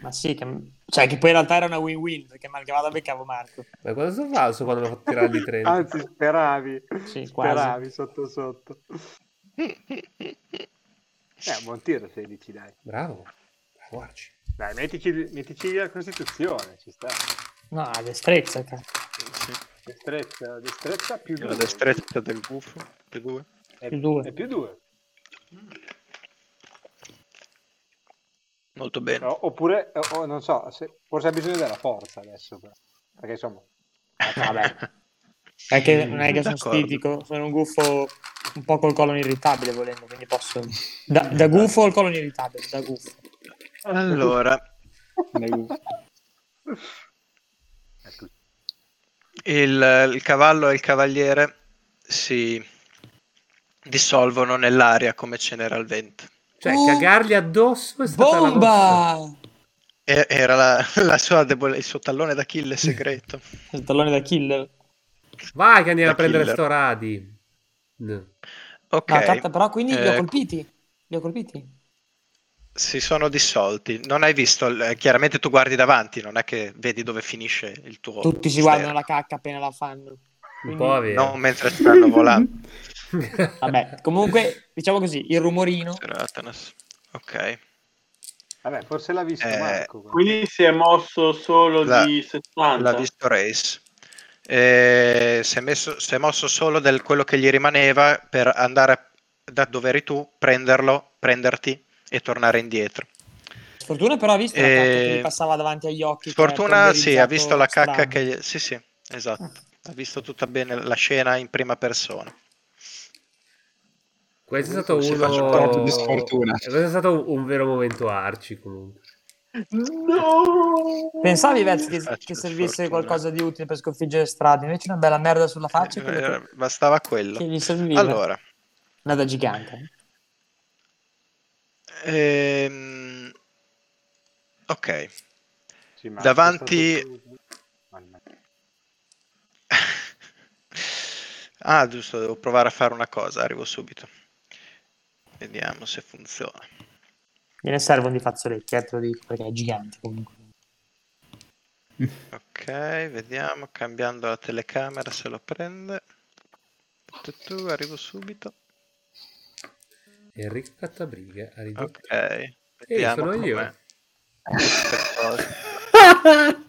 I: Ma sì, che... cioè che poi in realtà era una win-win, perché mal che vada beccavo Marco.
A: Ma cosa sono falso quando mi ha fatto tirare di 30?
F: Anzi, speravi.
I: Sì, quasi.
F: speravi sotto sotto. Eh, buon tiro 16, dai.
A: Bravo, bravo Arci.
F: Dai, mettici, mettici la Costituzione, ci sta.
I: No, ha destrezza, cazzo.
F: Destrezza, destrezza più 2.
B: La destrezza del gufo. più due.
F: È
I: Più due.
F: è più 2.
B: Molto bene.
F: oppure, eh, oh, non so, se- forse ha bisogno della forza adesso. però. Perché insomma... Vabbè.
I: È che non è che sono
B: Eh, D'accordo.
I: stitico, sono un gufo un po' col colon irritabile volendo, quindi posso... Da, da gufo al colon irritabile, da gufo.
B: Allora,
D: Dai, uff.
B: il, il cavallo e il cavaliere si dissolvono nell'aria come cenere al vento.
A: Cioè,
I: Oh!
A: cagargli addosso è stata la mossa.
I: Bomba!
B: E- era la, la sua debole- il suo tallone d'Achille segreto.
I: Il tallone da killer.
A: Vai che andiamo
B: Da
A: a prendere
B: killer.
A: sto Radi. No.
B: Ok,
I: No, catta, però quindi li ho
B: Eh,
I: colpiti. Li ho colpiti.
B: si sono dissolti. Non hai visto, il- eh, chiaramente tu guardi davanti, non è che vedi dove finisce il tuo...
I: Tutti si
B: mistero.
I: guardano la cacca appena la fanno.
A: Un
I: Quindi-
A: po' è vero.
B: Non mentre stanno volando.
I: Vabbè, comunque, diciamo così, il rumorino.
B: Ceratonas. Ok.
F: Vabbè, forse l'ha visto
B: Eh,
F: Marco.
G: Quindi si è mosso solo
B: La-
G: di 70.
B: l'ha visto Race. Eh, si, è messo- si è mosso solo del quello che gli rimaneva per andare da dove eri tu, prenderlo, prenderti e tornare indietro.
I: Sfortuna però ha visto la cacca che
B: Eh,
I: gli passava davanti agli occhi. cioè,
B: Sfortuna sì, ha visto la
I: polverizzato
B: cacca che
I: strano. Ah.
B: gli... Sì, sì, esatto. Ha visto tutta bene la scena in prima persona.
A: Questo è stato
B: Si
A: uno... Eh,
B: faccia un porto
D: di sfortuna.
A: Questo è stato un vero momento arci comunque.
G: No!
I: Pensavi, Vez, che,
B: Faccio
I: che servisse
B: Ah, sfortuna.
I: qualcosa di utile per sconfiggere strade, invece una bella merda sulla faccia quello
B: Eh,
I: che,
B: Bastava
I: Ah, che
B: quello.
I: gli serviva.
B: Allora,
I: Una da gigante.
B: ehm, ok.
F: Sì, Marco,
B: davanti-
F: è stato- Mannaggia.
B: Ah, giusto, devo provare a fare una cosa, arrivo subito. Vediamo se funziona.
I: Gliene servono di fazzoletti, eh, te lo dico, perché è gigante comunque.
B: Ok, vediamo, cambiando la telecamera se lo prende. Tu, tu, arrivo subito.
A: Enrico Cattabriga ha ridotto.
B: Ok,
A: Ehi,
B: vediamo
A: sono io.
B: com'è. Che cosa.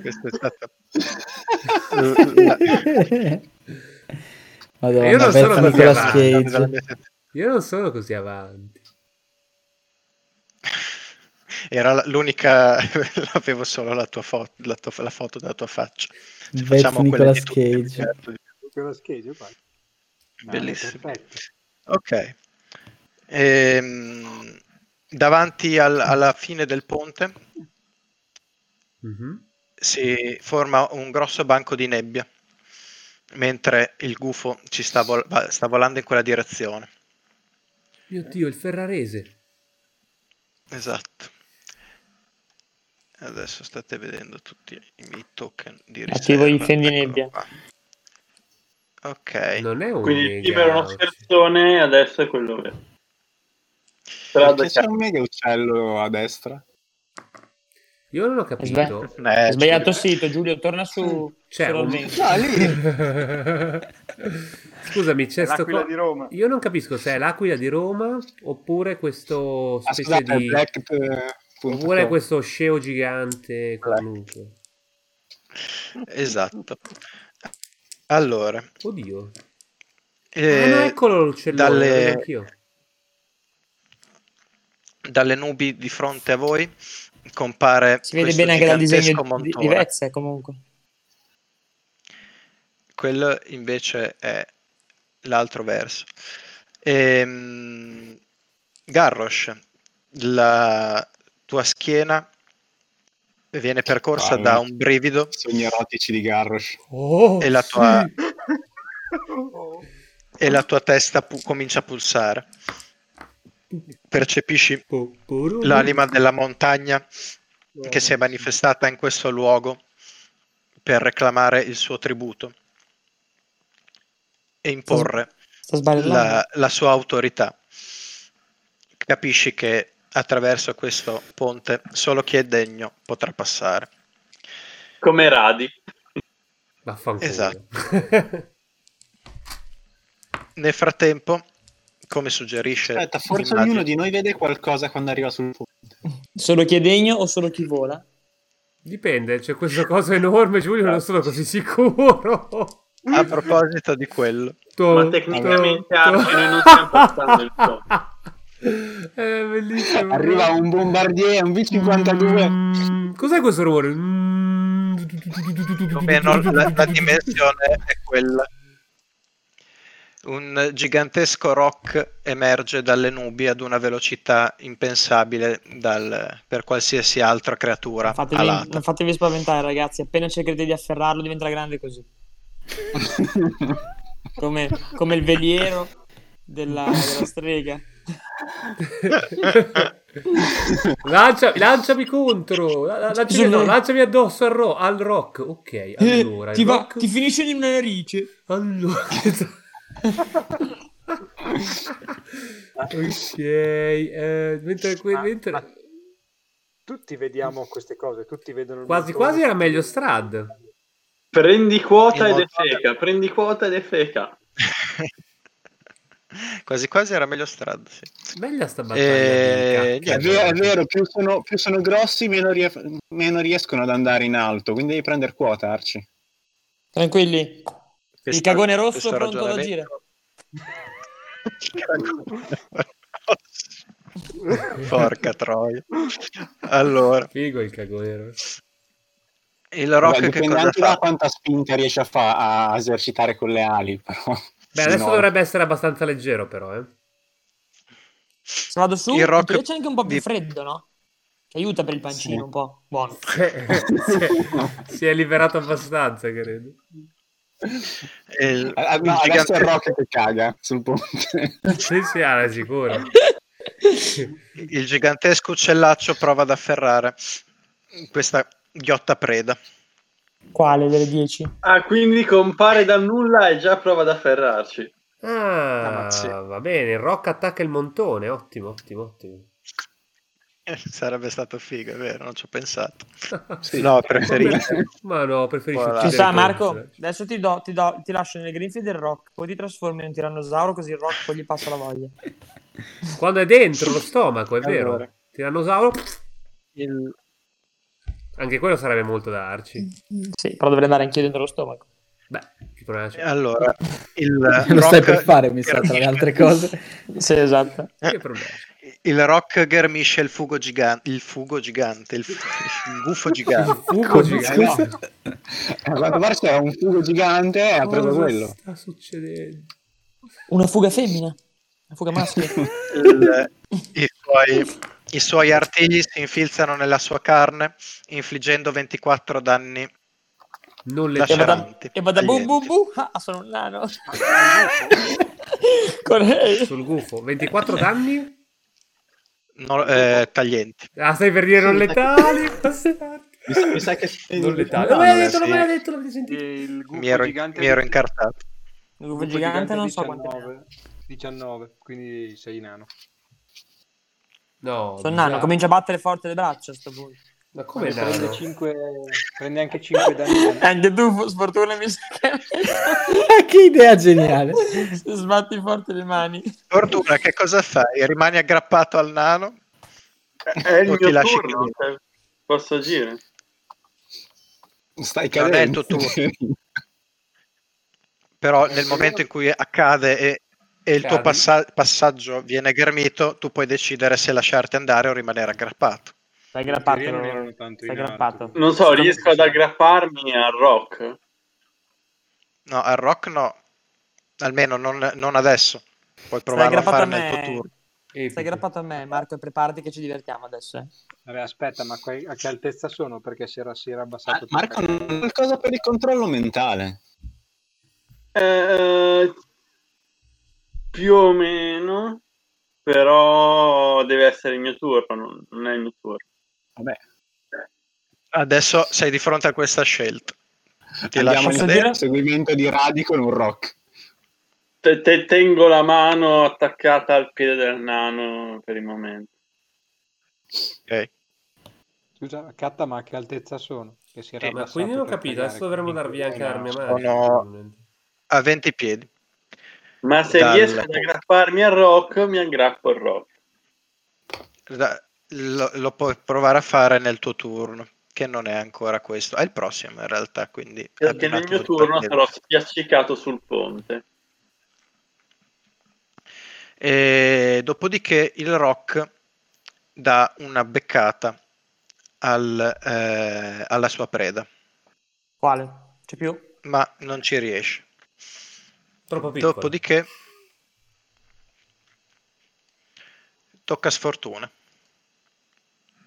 B: Questo è stato...
E: Madonna,
A: Io non sono
E: pensa a
A: così
E: Nicolas
A: avanti.
E: Cage.
A: Io non sono così avanti.
B: Era la- l'unica, avevo solo la tua foto, la, tua- la foto della tua faccia. Se
E: Bel
B: facciamo quella di
E: Nicolas
B: tutti, mi
E: Cage.
B: diverto di più.
F: Quello scheggio qua.
A: Ah,
F: No,
B: Bellissimo.
F: perfetto.
B: Ok. Ehm, davanti al- alla fine del ponte
A: Mhm.
B: si forma un grosso banco di nebbia, mentre il gufo ci sta, vol- va- sta volando in quella direzione.
A: Mio Dio, il ferrarese.
B: Esatto. Adesso state vedendo tutti i miei token di riserva.
I: Attivo i fendi
B: Eccolo
I: nebbia.
B: qua. Ok.
A: Non è un
G: Quindi il
A: mega
G: libero è uno
A: out.
G: scherzone, adesso è quello vero. Strada
D: Perché c'è un mega uccello a destra?
A: Io non ho
I: Sve-
A: capito.
B: Eh,
I: Ho sbagliato
B: ci-
I: sito, Giulio, torna su.
A: C'è
I: sulla
A: un...
I: mente.
A: Scusami, c'è sto
C: L'aquila
A: co-
C: di Roma.
A: Io non capisco se è l'aquila di Roma oppure questo
D: Ah,
A: specie
D: scusate,
A: di...
D: Black... eh, punto
A: oppure
D: com.
A: questo sceo gigante qualunque.
B: Esatto. Allora,
A: Oddio.
B: eh,
A: ah, no, eccolo l'uccellone,
B: dalle-
A: lo vedo anch'io.
B: dalle nubi di fronte a voi compare
I: Si vede
B: questo
I: bene anche dal disegno
B: gigantesco
I: di- di,
B: montone.
I: Vezze, comunque.
B: Quello invece è l'altro verso. Ehm, Garrosh, la tua schiena viene percorsa
D: Palle.
B: da un brivido
D: Sogni erotici di Garrosh. Oh!
B: e la tua, e la tua testa pu- comincia a pulsare. Percepisci l'anima della montagna che si è manifestata in questo luogo per reclamare il suo tributo e imporre
I: Sto sbagliando.
B: la, la sua autorità. Capisci che attraverso questo ponte solo chi è degno potrà passare.
G: come Radi.
A: Vaffanculo.
B: Esatto. Nel frattempo, come suggerisce...
D: Aspetta, forse
B: l'immagine-
D: ognuno di noi vede qualcosa quando arriva sul ponte.
I: Solo chi è degno o solo chi vola?
A: Dipende, c'è questo coso enorme, Giulio, non sono così sicuro.
B: A proposito di quello,
A: To-
G: Ma tecnicamente
A: to-
G: Arci,
A: to-
G: noi non stiamo passando il top.
A: È Eh, bellissimo.
D: Arriva un bombardier, un V-52.
A: Mm, Cos'è questo rumore? Mm,
B: più o meno la, la dimensione è quella. Un gigantesco rock emerge dalle nubi ad una velocità impensabile dal- per qualsiasi altra creatura
I: Fatevi-
B: alata.
I: non fatevi spaventare, ragazzi. Appena cercherete di afferrarlo, diventerà grande così.
A: Mm.
I: Come, come il veliero della, della strega.
A: Lancia- lanciami contro, la- la- lanciami,
D: eh.
A: no, lanciami addosso al, ro- al rock. Ok, allora.
I: Eh,
A: il
I: ti, va-
A: rock-
I: ti finisce in una narice.
A: Allora. ok, eh, mentre, que-
F: Ah,
A: mentre-
F: ma Tutti vediamo queste cose, tutti vedono il
A: quasi
F: bottone.
A: quasi era meglio Strad.
H: Prendi quota
B: In
H: ed è
B: modo-
H: feca, prendi quota ed è feca.
B: quasi quasi era meglio Strad. sì.
A: Bella sta battaglia.
B: Eh,
A: di
D: È
A: cacca.
D: vero, è vero, più sono, più sono grossi, meno, rie- meno riescono ad andare in alto, quindi devi prendere quota, Arci.
I: Tranquilli.
B: Questo-
I: cagone rosso
B: questo
I: è pronto ad
B: ragionamento- Porca troia. Allora,
A: Figo il cagone.
B: il
D: Vabbè,
B: rock che
D: dipende
B: cosa
D: anche
B: fa?
D: da quanta spinta riesci a, fa- a esercitare con le ali, però.
A: Beh,
D: Se
A: adesso
D: no-
A: dovrebbe essere abbastanza leggero, però. Eh.
I: Se vado su,
B: Il rock
I: perché c'è anche un po' più
B: di-
I: freddo, no? Che aiuta per il pancino
D: Sì.
I: un po'. Buono.
A: si, è, si è liberato abbastanza, credo.
B: Eh, Il,
D: Ah,
B: il
D: no, adesso è
B: gigante-
D: il rock che caga sul ponte.
A: Sì, sì, era sicuro.
B: il gigantesco uccellaccio prova ad afferrare questa ghiotta preda.
I: Quale delle 10?
H: Ah, quindi compare dal nulla e già prova ad afferrarci.
A: Ah,
B: Ammazzi.
A: va bene, il rock attacca il montone, ottimo, ottimo, ottimo.
B: Eh, Sarebbe stato figo, è vero, non ci ho pensato.
D: Sì.
B: No, preferivo.
A: Ma no, preferisci
B: Voilà.
I: Ci
A: uccidere
I: sta
A: con-
I: Marco, adesso ti, do, ti, do- ti lascio nelle grinfie del rock, poi ti trasformi in un tirannosauro così il rock poi gli passa la voglia.
A: Quando è dentro lo stomaco, è vero.
B: Allora.
A: Tirannosauro,
B: Il-
A: anche quello sarebbe molto da darci.
I: Sì, però dovrei andare anch'io dentro lo stomaco.
A: Beh, che problema c'è?
B: Allora, il
E: Lo stai
B: rock-
E: per fare, mi sa, tra le altre cose.
I: Sì, esatto.
A: Che problema c'è?
B: Il rock ghermisce il fugo gigante, il fugo gigante, il, fu- il gufo gigante.
A: Fugo gigante.
D: A quanto pare Eh, c'era un fugo gigante e ha preso
A: Cosa
D: quello.
A: sta succedendo?
I: Una fuga femmina, una fuga maschile.
B: Il- i, suoi, I suoi artigli si infilzano nella sua carne, infliggendo 24 danni.
A: Non le
I: e
B: Lascia-
I: vada,
B: Laceranti,
I: e vada bu bu bu, ah, sono un nano. Con lei.
A: sul gufo. 24 danni?
B: no- eh, taglienti.
A: Ah, stai per dire non letali? bastardo.
H: Mi sa, mi sa che
A: Non Ah, letali.
H: No,
A: Non me l'hai
H: non è
A: detto, non
H: vero.
A: me l'hai detto, non mi sentito.
F: Il gufo
B: Mi ero,
F: gigante
B: mi ero
F: di-
B: incartato.
I: Un
F: il
I: gufo
F: gufo
I: gigante, non so quanto.
F: 19, 19, quindi sei nano.
A: No,
I: Sono nano,
A: bisogna-
I: comincia a battere forte le braccia a sto punto.
A: Ma come
F: prende,
A: nano?
F: cinque- prende anche 5 danni.
I: Anche tu, sfortuna, mi sa che
E: che idea geniale.
I: Se sbatti forte le mani.
B: Fortuna, che cosa fai? Rimani aggrappato al nano?
H: È
B: O
H: il mio
B: ti lasci
H: turno,
B: cadere?
H: cioè, posso agire.
D: Stai
B: Non è
D: cadendo.
B: il tuo Però nel momento in cui accade e, e il tuo
A: Cadi.
B: passa- passaggio viene ghermito, tu puoi decidere se lasciarti andare o rimanere aggrappato.
I: Stai
F: In teoria
I: aggrappato.
F: non erano tanto
I: Stai
F: in
I: aggrappato.
F: alto.
H: Non so, riesco ad aggrapparmi al rock.
B: No, al rock no, almeno non, non adesso. Puoi
I: Stai
B: provare a
I: aggrappato a
B: fare nel tuo
I: me.
B: turno.
A: Epico.
I: Stai aggrappato a me, Marco, e preparati che ci divertiamo adesso. eh.
F: Vabbè, aspetta, ma qua- a che altezza sono? Perché si era, si era abbassato.
D: Ah, Marco, non- qualcosa per il controllo mentale.
H: Eh, più o meno, però deve essere il mio turno, non, non è il mio turno.
D: Vabbè,
B: Adesso sei di fronte a questa scelta. Ti
D: andiamo
B: lascio
D: in
I: posso
B: cadere.
I: dire?
D: seguimento di Radi con un rock.
H: Te, te- tengo la mano attaccata al piede del nano per il momento.
B: Ok.
F: Scusa, Catta, ma a che altezza sono? Che si era
B: Eh,
A: Ma
F: abbassato
A: quindi non ho
F: per
A: capito,
F: cagare,
A: adesso dovremmo
F: quindi-
A: darvi anche
F: Eh,
A: l'armia
F: no.
A: magica.
B: Sono-
A: probabilmente.
B: A 20 piedi.
H: Ma se
B: Dal-
H: riesco ad aggrapparmi al rock, mi aggrappo al rock.
B: Da- Lo, lo puoi provare a fare nel tuo turno, che non è ancora questo. È il prossimo in realtà, quindi... abbi
H: Perché
B: un
H: nel
B: attimo
H: mio
B: di
H: turno
B: pazienza.
H: sarò spiaccicato sul ponte.
B: E dopodiché il Rock dà una beccata al, eh, alla sua preda,
I: Quale? C'è più?
B: ma non ci riesce.
A: Troppo piccolo.
B: Dopodiché tocca sfortuna.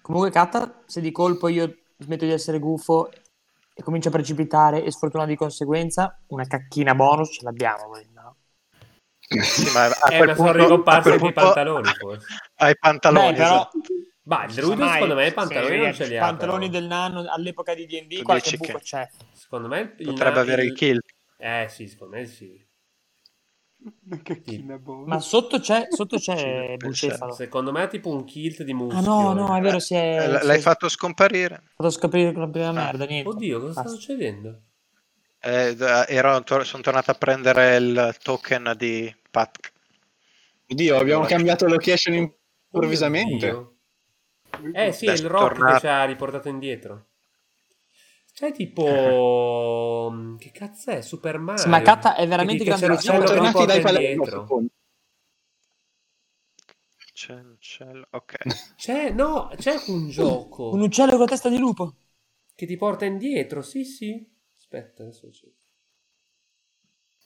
I: Comunque, Katta, se di colpo io smetto di essere gufo e comincio a precipitare e sfortuna di conseguenza, una cacchina bonus ce l'abbiamo. ma no.
B: Sì, ma a
A: Eh,
B: quel
A: ma sono
B: punto- a
A: ricomparsi
B: quel
A: i
B: punto
A: pantaloni, forse.
B: Ai pantaloni,
I: Beh, però-
B: esatto.
A: Ma il druido,
I: Mai,
A: secondo me, i pantaloni
I: se-
A: non ce li ha.
I: pantaloni
A: però.
I: del nano all'epoca di D&D,
B: Tu
I: qualche
B: dici
I: buco
B: che-
I: c'è.
A: Secondo me il
B: potrebbe
A: na-
B: avere il kill.
A: Eh sì, secondo me sì.
C: Una cacchina
F: boh.
C: buona.
I: Ma sotto c'è, sotto
B: Sì, devo
I: c'è
B: pensare.
I: Bucefalo.
A: Secondo me è tipo un kilt di muschio.
I: Ah no, no, è vero, si è,
B: Eh, l-
I: si
B: L'hai
I: è
B: fatto Ah. scomparire.
I: fatto scoprire la prima merda, niente.
A: Oddio, cosa sta
I: Basta.
A: succedendo?
B: Eh, d- ero- tor- sono tornato a prendere il token di Pat.
D: Oddio, abbiamo
B: Allora.
D: cambiato location improvvisamente.
A: Oddio. Oh, Eh sì, è
B: Beh,
A: il rock
B: torna-
A: che ci ha riportato indietro. C'è
B: Eh.
A: tipo... mm, Che cazzo è? Super Mario.
I: Sì, ma Katta è veramente
A: che dice,
I: grande
A: "C'è l'uccello
I: Siamo
A: che
I: tornati
A: riporta
I: dai
A: indietro.
B: C'è, c'è, ok.
A: C'è, no, c'è un gioco
I: Un uccello con testa di lupo.
A: che ti porta indietro, sì sì. Aspetta, adesso c'è.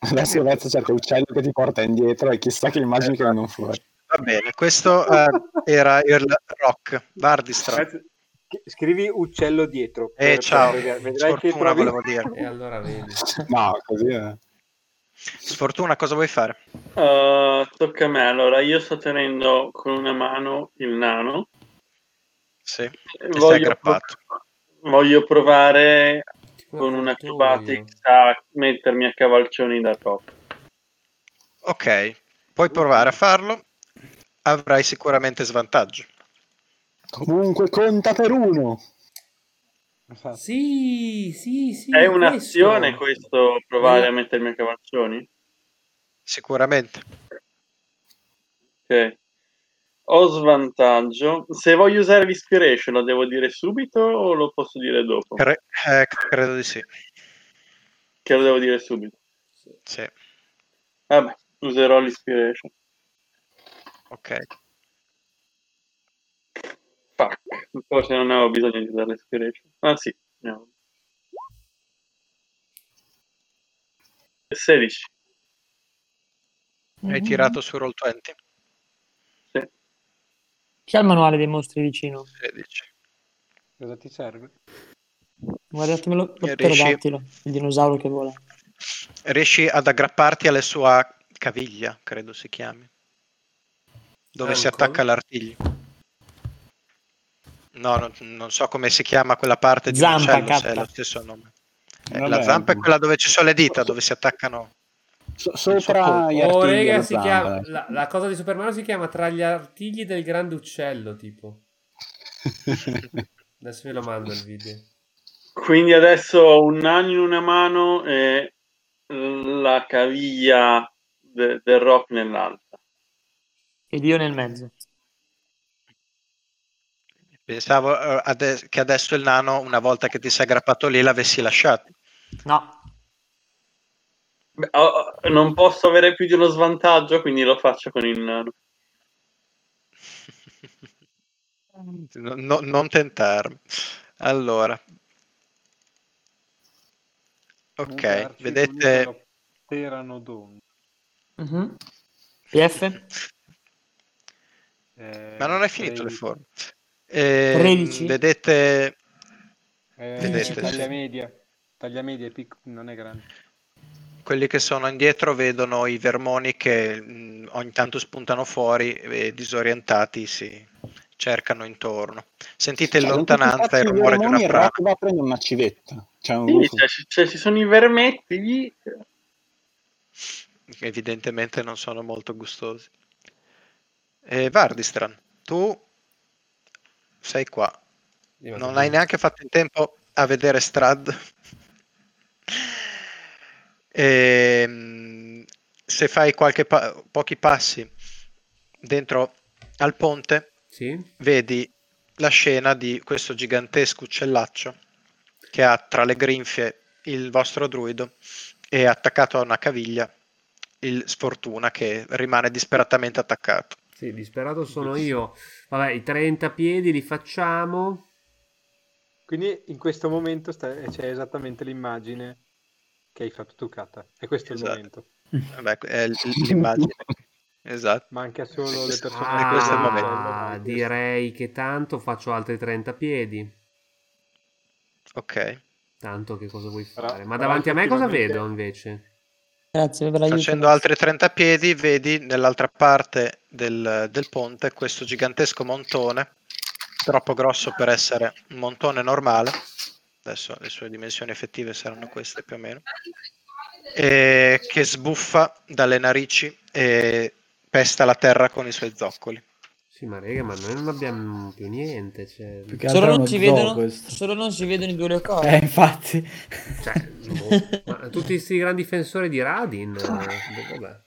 D: Adesso adesso cerca uccello che ti porta indietro e chissà che immagini che vengono fuori.
B: Va bene, questo eh, era il rock. Vardistra.
C: Ragazzi, chi- Scrivi uccello dietro.
B: Eh,
C: per-
B: ciao.
C: per vedere. certo, Vedrai che
B: Sfortuna
C: trovi.
B: volevo dire.
A: E allora vedi.
D: No, così è.
B: Sfortuna, cosa vuoi fare?
H: Uh, tocca a me. Allora, io sto tenendo con una mano il nano.
B: Sì,
H: e
B: sei
H: Voglio,
B: aggrappato.
H: voglio provare con
A: un
H: un acrobatics a mettermi a cavalcioni da top.
B: Ok, puoi provare a farlo. Avrai sicuramente svantaggio.
D: Comunque conta per uno.
C: Esatto.
A: Sì, sì, sì.
H: È
A: questo.
H: un'azione questo provare
A: Eh.
H: a mettermi a cavalcioni?
B: Sicuramente.
H: Ok. Ho svantaggio. Se voglio usare l'ispiration, lo devo dire subito o lo posso dire dopo?
B: Cre- eh, credo di sì.
H: Che lo devo dire subito.
B: Sì,
H: Vabbè, userò l'ispiration.
B: ok.
H: Fuck. Forse non avevo bisogno di usare l'ispiration. Ah sì, andiamo. 16.
I: Mm-hmm.
B: Hai tirato su Roll20.
H: Sì.
I: C'è il manuale dei mostri vicino.
B: 16.
F: Cosa ti serve?
I: Guardatemelo
B: Riesci-
I: pterodattilo, il dinosauro che vola.
B: Riesci ad aggrapparti alla sua caviglia, credo si chiami. Dove si
A: Ancora?
B: attacca l'artiglio. No, non, non so come si chiama quella parte di un
I: Zampa,
B: uccello, se è
I: catta.
B: lo stesso nome. Eh,
D: Vabbè.
B: la zampa è quella dove ci sono le dita, dove si attaccano.
D: So-
B: colpo.
D: sopra gli
A: Oh,
D: artigli
A: raga,
D: alla
A: si
D: zampa.
A: chiama, la, la cosa di Super Mario si chiama Tra gli artigli del grande uccello, tipo. Adesso ve lo mando il video.
H: Quindi adesso ho un nano in una mano e la caviglia de- del rock nell'altra.
I: Ed io nel mezzo.
B: Pensavo eh, ade- che adesso il nano, una volta che ti sei aggrappato lì, l'avessi lasciato.
I: No,
H: Beh, oh, oh, non posso avere più di uno svantaggio, quindi lo faccio con il nano.
B: No- no- non tentarmi. Allora. Ok,
F: Mutarci con
B: vedete...
F: un pteranodon.
I: Mhm. PF?
F: Eh,
B: Ma non hai finito le
F: sei-
B: forme. Eh,
I: 13?
B: Vedete...
F: Eh,
B: Vedete,
F: taglia
B: sì.
F: media. Taglia media è pic- non è grande.
B: Quelli che sono indietro vedono i vermoni che mh, ogni tanto spuntano fuori e disorientati si cercano intorno. Sentite in
D: Cioè, non tutti
B: lontananza
D: i
B: il
D: cazzo
B: rumore di una
D: vermoni, il
B: frana.
D: rock va a prendere una civetta. Cioè, un
H: Sì,
D: gufo.
H: cioè, ci- cioè, ci sono i vermetti lì.
B: Evidentemente non sono molto gustosi. Eh, Vardistran, tu sei qua.
A: Io
B: Non
A: vado
B: hai
A: bene.
B: neanche fatto in tempo a vedere Strad. Ehm, se fai qualche pa- pochi passi dentro al ponte,
A: Sì?
B: vedi la scena di questo gigantesco uccellaccio che ha tra le grinfie il vostro druido e attaccato a una caviglia il sfortuna che rimane disperatamente attaccato.
A: Sì, disperato sono io. Vabbè, i 30 piedi li facciamo.
F: Quindi in questo eh, momento sta- c'è esattamente l'immagine che hai fatto tu, Kata. E questo è il
B: Esatto.
F: momento.
B: Vabbè, è l- l'immagine. esatto.
F: Ma anche solo le persone
B: in questo momento.
A: Ah, direi che tanto faccio altri 30 piedi.
B: Ok.
A: Tanto che cosa vuoi
F: Però-
A: fare? Ma
F: però
A: davanti a me cosa
F: effettivamente-
A: vedo invece?
I: Grazie per l'aiuto.
B: Facendo altri 30 piedi, vedi nell'altra parte del, del ponte questo gigantesco montone, troppo grosso per essere un montone normale. Adesso le sue dimensioni effettive saranno queste più o meno. E eh, che sbuffa dalle narici e pesta la terra con i suoi zoccoli.
A: Sì, ma rega, ma noi non abbiamo più niente. Cioè,
E: Più che altro
I: Solo
E: è uno
I: non, ci
E: zoo
I: vedono,
E: questo.
I: solo non ci vedono i due leocordi.
E: Eh, infatti.
A: cioè, boh. Ma tutti questi gran difensori di Radin. eh, boh, vabbè.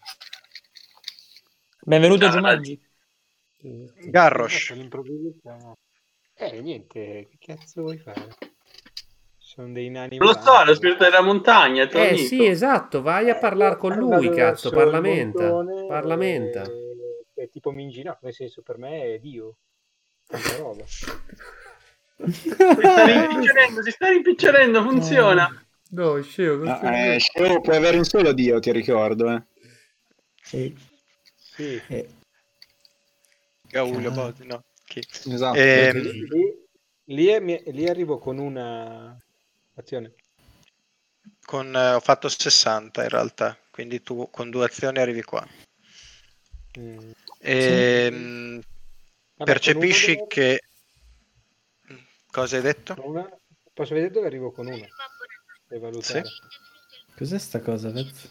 I: Benvenuto
H: Ah,
I: Giumaggi.
B: Garrosh,
F: All'improvviso. Eh, niente, che cazzo vuoi fare? Sono dei nani.
H: Lo so,
F: volanti.
H: lo spirito della montagna, te l'ho
A: Eh
H: detto.
A: sì, esatto, vai a parlare con lui, cazzo,
F: Vado verso il
A: parlamenta.
F: montone,
A: Parlamenta.
F: eh, È tipo Mingina, nel senso per me è Dio. Tanta roba.
H: Si sta
B: Eh.
H: rimpicciolendo, si sta rimpicciolendo, funziona.
A: No, scemo,
D: No, eh, Scemo puoi avere un solo Dio, ti ricordo. Eh.
E: Sì.
F: Sì.
E: Eh,
B: Gaulio, Bodi, no? Chi?
D: Esatto.
B: Ehm,
F: Lì, lì è- mi- lì arrivo con una azione.
B: con, eh, ho fatto 60 in realtà, quindi tu con due azioni arrivi qua.
F: Mm. Vabbè,
B: Ehm,
F: con
B: percepisci
F: una dove-
B: che cosa hai detto?
F: con una- Posso vedere dove arrivo con una? Per valutare.
B: Sì.
E: Cos'è sta cosa, Vez?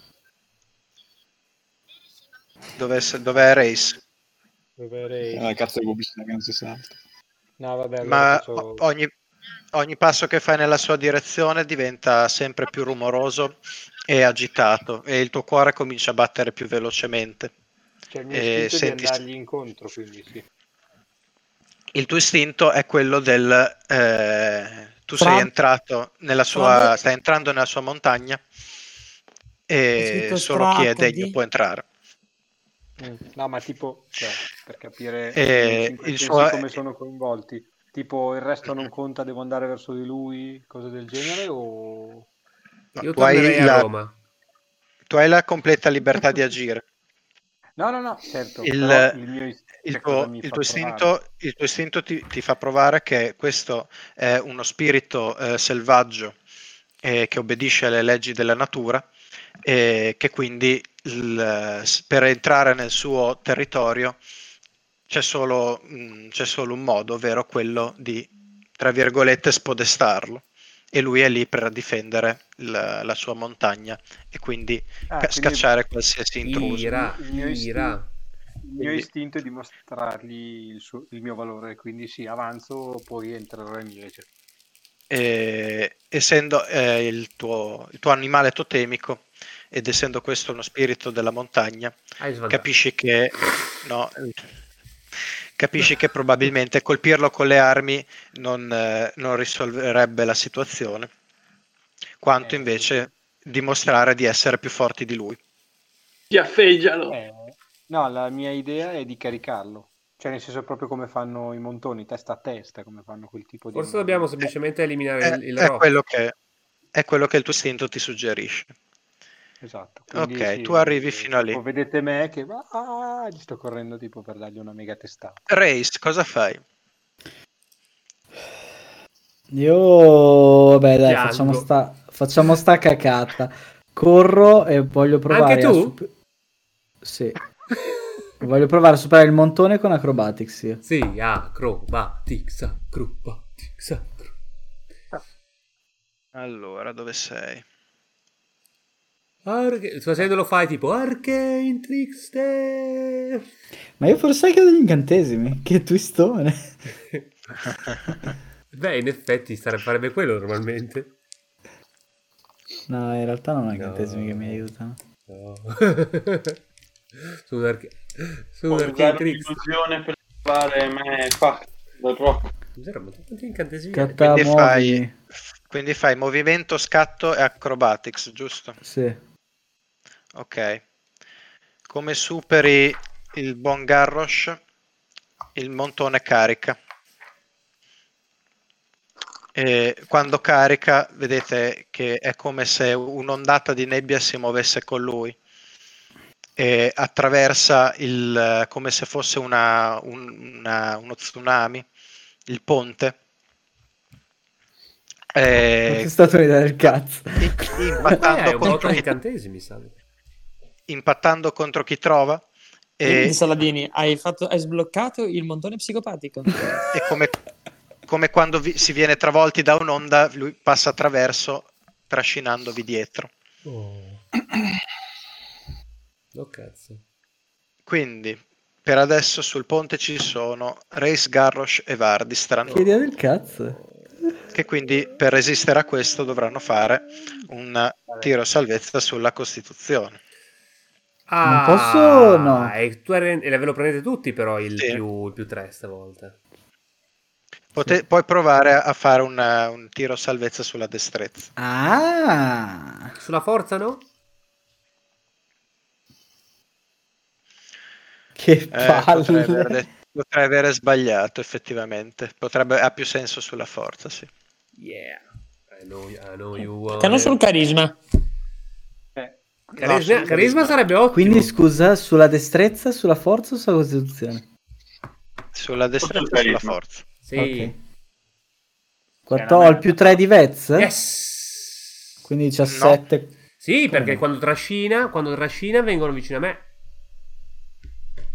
B: Dove è Race?
F: Dove ero-
D: Eh, cazzo di pubblicità che non si salta.
F: No, vabbè, allora
B: Ma
F: faccio-
B: o- ogni, ogni passo che fai nella sua direzione diventa sempre più rumoroso e agitato e il tuo cuore comincia a battere più velocemente.
F: cioè, il mio
B: eh,
F: istinto è
B: senti-
F: di andargli incontro, quindi sì.
B: Il tuo istinto è quello del eh, tu
I: Fra-
B: sei entrato nella
I: fra-
B: sua stai entrando nella sua montagna
I: È
B: e
I: scritto
B: solo chi è
I: fra-
B: degno
I: HD.
B: può entrare.
F: Mm. No, ma tipo, cioè, per capire
B: Eh,
F: i cinque
B: il
F: sensi
B: suo-
F: come sono coinvolti, tipo il resto non conta, devo andare verso di lui, cose del genere, o...
B: No,
A: Io
B: tu hai
A: tornerei
B: la-
A: a Roma.
B: tu hai la completa libertà di agire.
F: No, no, no, certo,
B: Il-
F: però il mio is-
B: il
F: cioè, cosa
B: tuo,
F: mi
B: il
F: fa
B: tuo
F: provare?
B: istinto, il tuo istinto ti, ti fa provare che questo è uno spirito eh, selvaggio eh, che obbedisce alle leggi della natura e che quindi il- s- per entrare nel suo territorio c'è solo, mh, c'è solo un modo, ovvero quello di, tra virgolette, spodestarlo. E lui è lì per difendere la, la sua montagna e quindi
F: Ah,
B: ca-
F: quindi
B: scacciare qualsiasi intruso.
A: Ira,
F: Il mio
A: Ira.
F: Il mio istinto è dimostrargli il, suo- il mio valore, quindi sì, avanzo, poi entrerò invece.
B: Eh, essendo eh, il, tuo, il tuo animale totemico ed essendo questo uno spirito della montagna,
A: Hai svantato.
B: capisci che, no, eh, capisci che probabilmente colpirlo con le armi non, eh, non risolverebbe la situazione, quanto
F: Eh.
B: invece dimostrare di essere più forti di lui.
H: Piaffeggialo.
F: Eh, no, la mia idea è di caricarlo, cioè nel senso proprio come fanno i montoni, testa a testa, come fanno quel tipo di...
A: Forse dobbiamo semplicemente eliminare
B: È,
A: il, il
B: è
A: rock.
B: Eh, quello che, è quello che il tuo istinto ti suggerisce.
F: Esatto.
B: Ok, tu arrivi
F: eh,
B: fino a lì.
F: tipo, Vedete me che ah, gli sto correndo tipo per dargli una mega testata.
B: Race, cosa fai?
E: Io, vabbè, dai,
A: Piango.
E: facciamo sta, facciamo sta cacata. Corro e voglio provare.
A: Anche
E: a
A: tu?
E: sup- Sì. voglio provare a superare il montone con acrobatics. io.
A: Sì, acrobatics, acrobatics, acro-
B: Allora, dove sei?
A: Arche... Sto facendo lo fai tipo Arcane Trickster.
E: Ma io forse anche degli incantesimi. Che twistone.
A: Beh, in effetti sare- farebbe quello normalmente.
E: No, in realtà non ho incantesimi
A: No.
E: che mi aiutano.
A: No. Sono un arche... Sono un Arcane Trickster.
H: Conclusione per fare me qua dal rock.
A: Cos'era? Ma quanti incantesimi? Eh,
E: Catta,
B: quindi
E: muovimi.
B: fai- Quindi fai movimento, scatto e acrobatics, giusto?
A: Eh,
E: Sì.
B: Ok. Come superi il buon Garrosh, il montone carica. E quando carica, vedete che è come se un'ondata di nebbia si muovesse con lui e attraversa il, eh, come se fosse una- un- una- uno tsunami, il ponte.
E: È
B: Eh,
E: stato un'idea del cazzo.
A: Eh, è
B: impattando,
A: un botto
B: contro
A: di
B: chi,
A: incantesimi, sa.
B: impattando contro chi trova
I: Quindi,
B: e,
I: Saladini, hai, fatto- hai sbloccato il montone psicopatico.
B: e come, come quando vi- si viene travolti da un'onda, lui passa attraverso trascinandovi dietro.
A: Oh. Oh, cazzo.
B: Quindi per adesso sul ponte ci sono Reis, Garrosh e Vardistran,
E: Che idea del cazzo.
B: che quindi per resistere a questo dovranno fare un tiro salvezza sulla Costituzione.
A: Ah,
E: posso- no.
A: E, tu eri- e ve lo prendete tutti però il
B: Sì.
A: più, il più tre stavolta.
B: Pote- puoi provare a fare un, un tiro salvezza sulla destrezza.
E: Ah,
A: Sulla forza no?
E: che
B: Eh,
E: palle.
B: potrei, aver detto- potrei avere sbagliato effettivamente. Potrebbe, ha più senso sulla forza, sì.
A: Yeah. I know, I know you
I: Che
B: eh.
I: non sul carisma.
A: Carisma,
B: No, sul
A: carisma sarebbe ottimo.
E: Quindi scusa, sulla destrezza, sulla forza o sulla costituzione?
B: Sulla destrezza e sulla
H: carisma.
B: forza.
A: Sì. Cioè,
E: Ok. 14 al più 3 di Vez?
A: Yes.
E: Quindi 17.
A: Sì, perché
E: no?
A: quando trascina, quando trascina vengono vicino a me.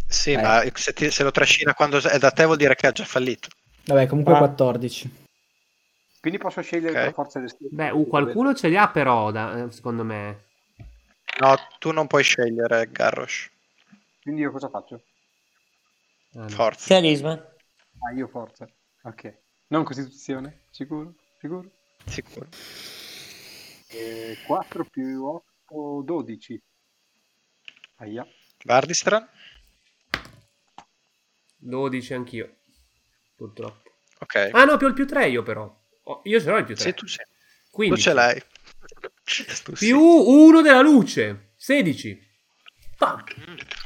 B: Sì,
E: Eh.
B: ma se, ti- se lo trascina quando è da te vuol dire che ha già fallito.
E: Vabbè, comunque
C: Ah.
E: 14.
C: Quindi posso scegliere
B: Ok.
C: per forza destino.
A: Beh, uh, qualcuno ce li ha però, da- secondo me.
B: No, tu non puoi scegliere Garrosh.
C: Quindi io cosa faccio?
A: Ah, no.
B: Forza.
I: Carisma.
C: Ah, io forza. Ok. Non Costituzione, sicuro? Sicuro?
B: Sicuro.
C: 4 più 8, 12. Aia.
B: Vardistran?
A: 12 anch'io. Purtroppo.
B: Ok.
A: Ah no, più il più 3 io però. Oh, io ce l'ho il più 3.
B: Sì, tu, sì. tu
A: 15.
B: ce l'hai. Tu sì.
A: Più 1 della luce. 16. Pam,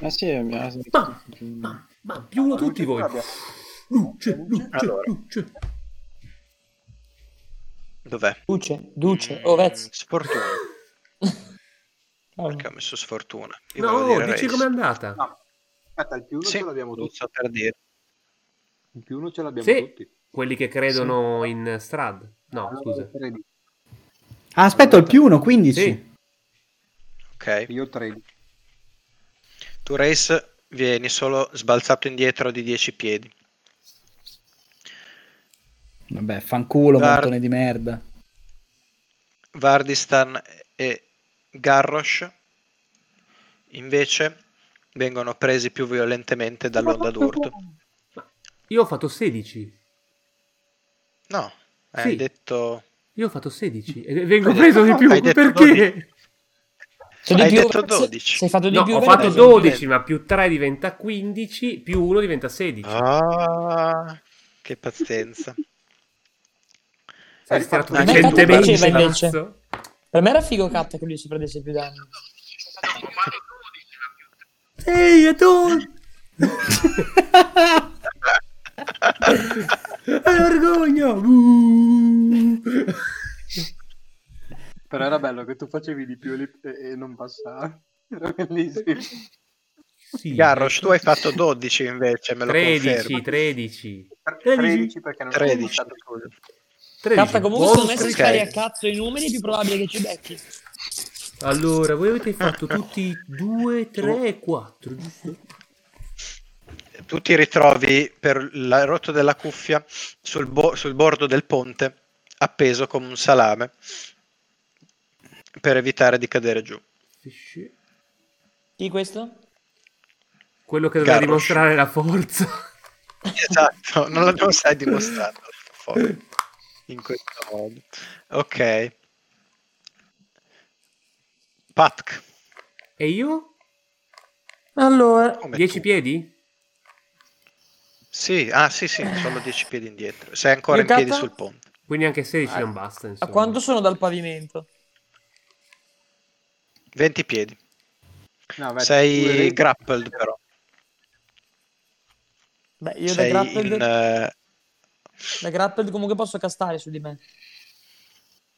D: Ma sì, mi ha-
A: pam, pam, pam. Più 1 tutti voi. Luce, luce,
B: Allora.
A: luce.
B: Dov'è?
I: Duce, duce,
B: Mm,
I: Ovez.
B: Sfortuna.
I: Oh.
B: Perché ho messo sfortuna. Io volevo
A: No,
B: dire
A: dici
B: Reis.
A: com'è andata.
C: No. Aspetta, il più 1
B: Sì,
C: ce l'abbiamo
B: lo
C: tutti.
B: sto per dire.
C: Il più 1 ce l'abbiamo
A: Sì.
C: tutti.
A: Quelli che credono in Strad. No,
C: Allora,
A: scusa.
C: 13.
E: Ah, aspetta, il più 1, 15.
A: Sì.
B: Ok.
C: Io 13.
B: Tu Reis vieni solo sbalzato indietro di 10 piedi.
E: Vabbè, fanculo,
B: Guarda.
E: montone di merda.
B: Vardistan e Garrosh invece vengono presi più violentemente dall'onda d'urto.
A: Io ho fatto 16.
B: No, hai
A: Sì.
B: detto
A: Io ho fatto 16 e vengo
B: Hai
A: preso di
B: detto-
A: più.
B: hai detto
A: Perché?
I: Se di
B: Hai
I: più,
B: detto
I: se-
B: 12.
I: Se hai fatto di
A: No,
I: più,
A: ho
I: bene,
A: fatto
I: bene.
A: 12, ma più 3 diventa 15, più 1 diventa 16.
B: Ah, che pazienza.
A: Sei tirato
B: Anche
A: decentemente,
B: tu faceva
A: cazzo.
I: invece. Per me era figo Kat che lui si prendesse più danni.
A: Ehi, è tu!
B: Ah,
A: Hai vergogna! Uh.
C: Però era bello che tu facevi di più lì e, e non passavi. Era bellissimo.
A: Sì,
B: Garrosh, tu hai fatto 12 invece, me lo
A: 13,
B: confermi.
A: 13.
C: 13 perché non
B: 13.
C: ho contato il
I: Kat
A: 13.
I: comunque secondo me se
B: Ok.
I: spari a cazzo i numeri è più probabile che ci becchi.
A: Allora, voi avete fatto tutti 2, 3 e 4, giusto?
B: Tu ti ritrovi per la rotto della cuffia sul, bo- sul bordo del ponte, appeso come un salame, per evitare di cadere giù.
A: Fisci.
I: Chi questo?
A: Quello che doveva
B: Garrosh.
A: dimostrare la forza.
B: Esatto, non lo non stai dimostrando fuori, in questo modo. Ok. Patk,
A: E io?
I: Allora,
B: come
A: 10
B: tu.
A: piedi?
B: Sì, ah sì sì, solo 10 piedi indietro. Sei ancora in
I: Giocata?
B: piedi sul ponte.
A: Quindi anche 16 non basta,
I: a
A: insomma.
I: quanto sono dal pavimento?
B: 20 piedi.
C: No, vabbè, due
B: Sei
C: reti.
B: grappled però.
I: Beh, io da
B: Sei
I: grappled,
B: in, eh,
I: da grappled comunque posso castare su di me.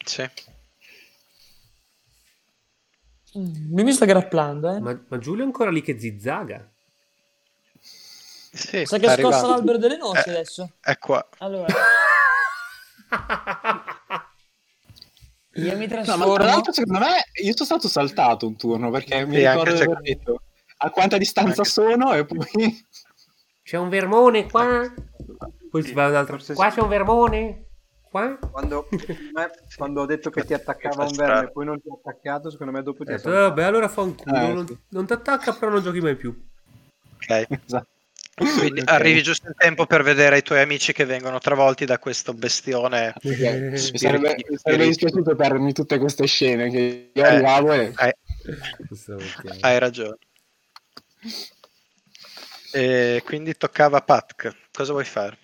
B: sì.
I: Lui mi sta grappando, eh.
A: Ma, ma Giulio è ancora lì che zizzaga.
B: Sì,
I: Sa
B: sta
I: che è scossa
B: arrivando.
I: l'albero delle noci
B: Eh,
I: adesso.
B: È qua.
I: Allora, io mi
D: No, ma tra
I: trasformo.
D: l'altro, secondo me, io sono stato saltato un turno perché mi
B: Sì, anche
D: ricordo di
B: c'è-
D: aver detto a quanta distanza
B: Anche-
D: sono e poi.
A: C'è un vermone qua? Poi si va ad altro-
C: forse
A: Qua
C: sì.
A: c'è un vermone? Qua?
C: Quando, secondo me, quando ho detto che ti attaccava un verme e poi non ti ha attaccato, secondo me dopo ti ha
A: Eh,
C: attaccato.
A: vabbè, allora fa un culo.
C: Ah,
D: Eh,
A: non,
C: ecco.
D: sì.
A: non ti attacca, però non giochi mai più.
B: Ok.
D: Esatto.
B: Quindi
D: Ok.
B: arrivi giusto in tempo per vedere i tuoi amici che vengono travolti da questo bestione.
D: Ok. Mi
A: Spiriti-
D: sarebbe, mi sarebbe dispiaciuto perdermi tutte queste scene che io arrivavo e
B: Eh, Hai,
A: Questo lo mettiamo.
B: hai ragione. E quindi toccava a Patk. Cosa vuoi fare?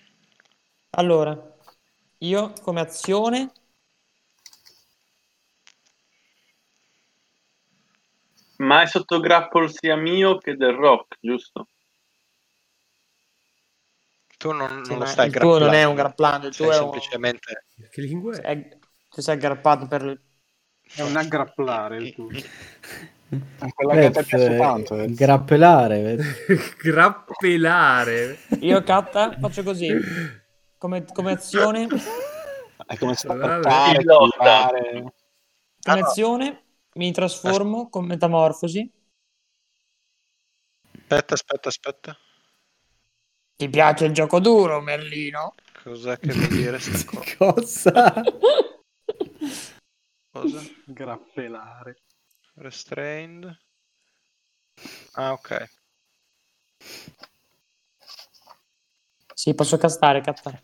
I: Allora, io come azione
H: Ma è sotto grapple sia mio che del rock, giusto?
B: Tu non,
I: Sì,
B: non lo
I: ma
B: stai
I: il tuo non è un grapplano, il
B: Sei
I: tuo è un-
B: semplicemente
A: Che lingua è?
I: è, eh, ti sei aggrappato per...
C: È un aggrappolare il tuo.
D: quella che ti è
E: Vez,
D: piaciuta tanto. eh.
E: grappelare, Vez.
A: Grappelare.
I: Io, Katta, faccio così. Come, come azione,
D: è come se
A: Vabbè.
D: toccare, tirare.
B: Ah,
I: come azione mi trasformo con metamorfosi.
B: Aspetta, aspetta, aspetta.
I: Ti piace il gioco duro, Merlino?
B: Cos'è che vuol dire sta co-
E: Cosa?
B: cosa?
C: Grappelare.
B: Restrained. Ah, ok.
I: Sì, posso castare, Katta.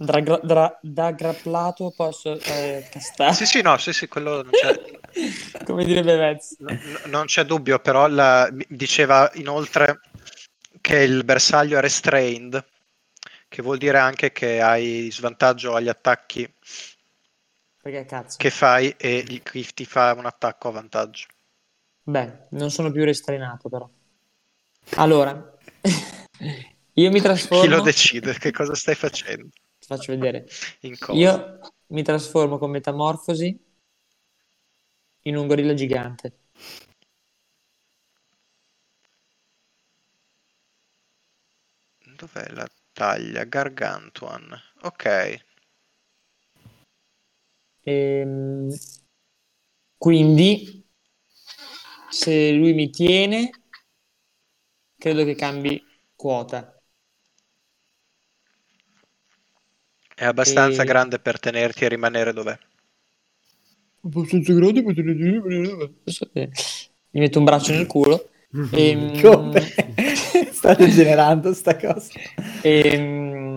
I: Da, gra- dra- da grapplato posso eh, castare.
B: Sì, sì, no, sì, sì, quello non c'è, Cioè,
I: Come direbbe Vez.
B: n- non c'è dubbio, però la- diceva inoltre che il bersaglio è restrained, che vuol dire anche che hai svantaggio agli attacchi
I: Perché cazzo.
B: che fai e il chi ti fa un attacco a vantaggio.
I: Beh, non sono più restrainato però. Allora, io mi trasformo...
B: Chi lo decide? Che cosa stai facendo?
I: Ti faccio vedere.
B: In cosa?
I: Io mi trasformo con metamorfosi in un gorilla gigante.
B: Dov'è la taglia? Gargantuan. Ok.
I: Ehm, quindi, se lui mi tiene, credo che cambi quota.
B: È abbastanza
I: E-
B: grande per tenerti e rimanere dov'è.
I: Abbastanza grande per tenere- Gli metto un braccio nel culo. Ehm,
E: Come? Sta degenerando sta cosa.
I: ehm,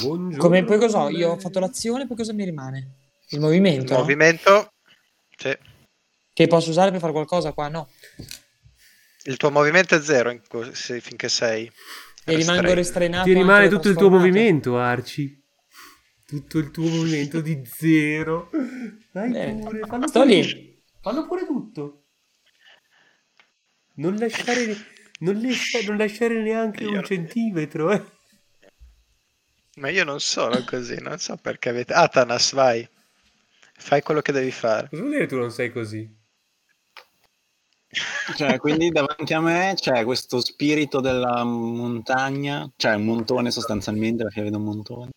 A: Buongiorno.
I: Come poi cosa ho? Io ho fatto l'azione, poi cosa mi rimane? Il movimento,
B: Il
I: no?
B: movimento. Sì.
I: che posso usare per fare qualcosa qua, no?
B: Il tuo movimento è zero in co- se- finché sei.
I: E rimango
B: restrained.
I: restrenato.
A: Ti rimane
I: anche
A: tutto il tuo
I: trasformato?
A: movimento, Arci. Tutto il tuo movimento di zero. Dai
I: Bene.
A: pure, fallo
I: Eh, Sto
A: pure
I: lì.
A: tutto. Fallo pure tutto. Non lasciare, non lascia- non lasciare neanche
B: Io
A: un
B: non-
A: centimetro, eh.
B: Ma io non sono così, non so perché avete. Atanas, vai. Fai quello che devi fare.
A: Cosa vuol dire tu non sei così?
D: Cioè, quindi davanti a me c'è questo spirito della montagna, cioè un montone sostanzialmente, perché vedo un montone.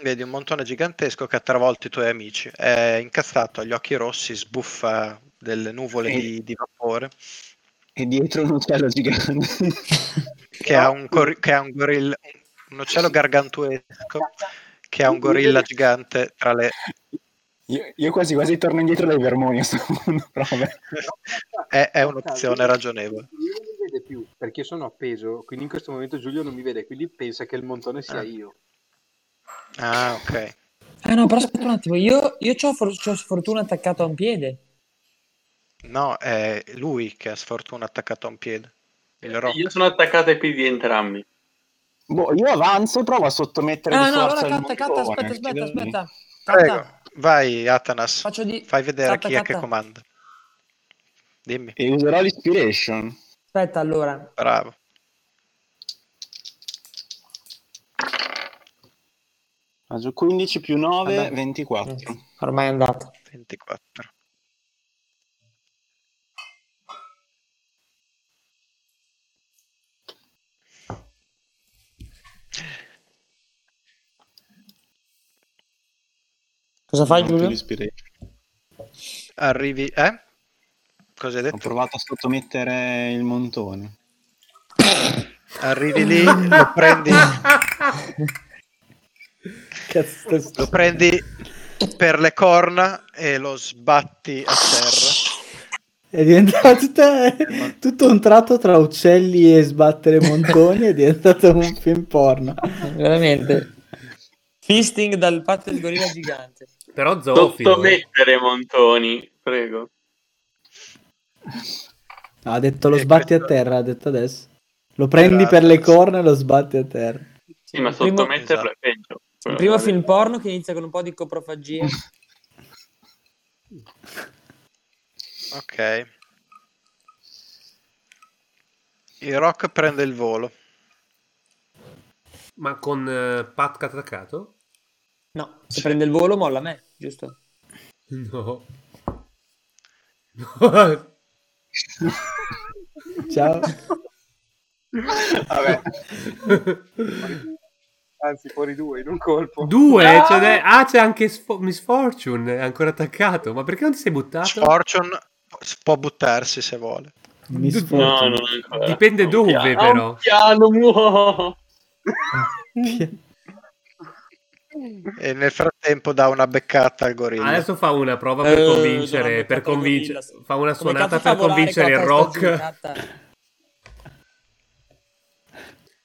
B: Vedi un montone gigantesco che ha travolto i tuoi amici. È incazzato, ha gli occhi rossi, sbuffa delle nuvole
D: Sì.
B: di, di vapore.
D: E dietro un uccello gigante.
B: Che ha un, gor- che ha un gorilla. Un uccello gargantuesco che ha un gorilla gigante tra le.
D: Io, io quasi quasi torno indietro dai vermoni a sto punto, però vabbè.
B: è, è un'opzione ragionevole.
C: Io non mi vede più perché io sono appeso, quindi in questo momento Giulio non mi vede, quindi pensa che il montone sia
B: Ah.
C: io.
B: Ah, ok.
I: Ah no, però aspetta un attimo, io, io c'ho, for- c'ho sfortuna attaccato a un piede.
B: No, è lui che ha sfortuna attaccato a un piede. Il rock.
H: Io sono attaccato ai piedi entrambi.
D: Boh, io avanzo e provo a sottomettere
I: Ah
D: di
I: no,
D: forza
I: allora
D: il eh,
I: catta, catta,
D: montone,
I: aspetta, aspetta,
D: chiedimi.
I: aspetta.
B: eh, Prego.
I: Catta,
B: Vai, Atanas.
I: faccio di...
B: Fai vedere
I: Catta,
B: chi è che
I: catta.
B: comanda. Dimmi,
D: E userò l'ispiration.
I: Aspetta, allora,
B: bravo.
D: Faccio 15 più 9,
I: Vabbè.
D: 24.
I: Ormai è andato.
B: 24.
I: Cosa fai,
D: Non ho più
I: Giulio?
D: l'inspiration.
B: Arrivi, eh? Cosa hai
D: Ho
B: detto?
D: provato a sottomettere il montone.
B: Arrivi lì, lo prendi, lo prendi per le corna e lo sbatti a terra.
E: È diventato tutta- tutto un tratto tra uccelli e sbattere montoni, è diventato un film porno.
I: Veramente. Fisting dal parte del gorilla gigante.
A: Però zoofilo. eh.
H: Sottomettere Montoni, prego.
E: No, ha detto lo
B: Eh,
E: sbatti a
B: questo-
E: terra, ha detto adesso. Lo prendi per le corna e lo sbatti a terra.
H: Sì, ma
I: Il primo-
H: sottometterlo è peggio.
I: Il
B: Cioè,
H: Quello
I: primo
H: vale.
I: film porno che inizia con un po' di
A: Mm.
I: coprofagia.
B: Ok. Il rock prende il volo.
A: Ma con eh, Pat catacato?
I: No, se prende il volo molla me, giusto?
A: No. No.
E: Ciao.
C: Vabbè, anzi, fuori due in un colpo.
A: Due, c'è de- ah c'è anche Sfo- Miss Fortune, è ancora attaccato. Ma perché non ti sei buttato?
I: Cioè,
B: Fortune può buttarsi se vuole.
E: Mi
A: Du-
E: sforzo.
H: No, non ancora.
A: Dipende
H: Un
A: dove,
H: piano.
A: però.
H: Un piano, muo.
B: E nel frattempo dà una beccata al gorilla.
A: Ah, Adesso fa una prova per
I: Eh,
A: convincere,
I: Giovanni,
A: per
I: cazzo,
A: convincere,
I: gorilla.
A: fa una
I: Come
A: suonata
I: cazzo fa
A: per
I: a volare
A: convincere il
I: con la
A: rock. Ah,
I: testa giù, catta?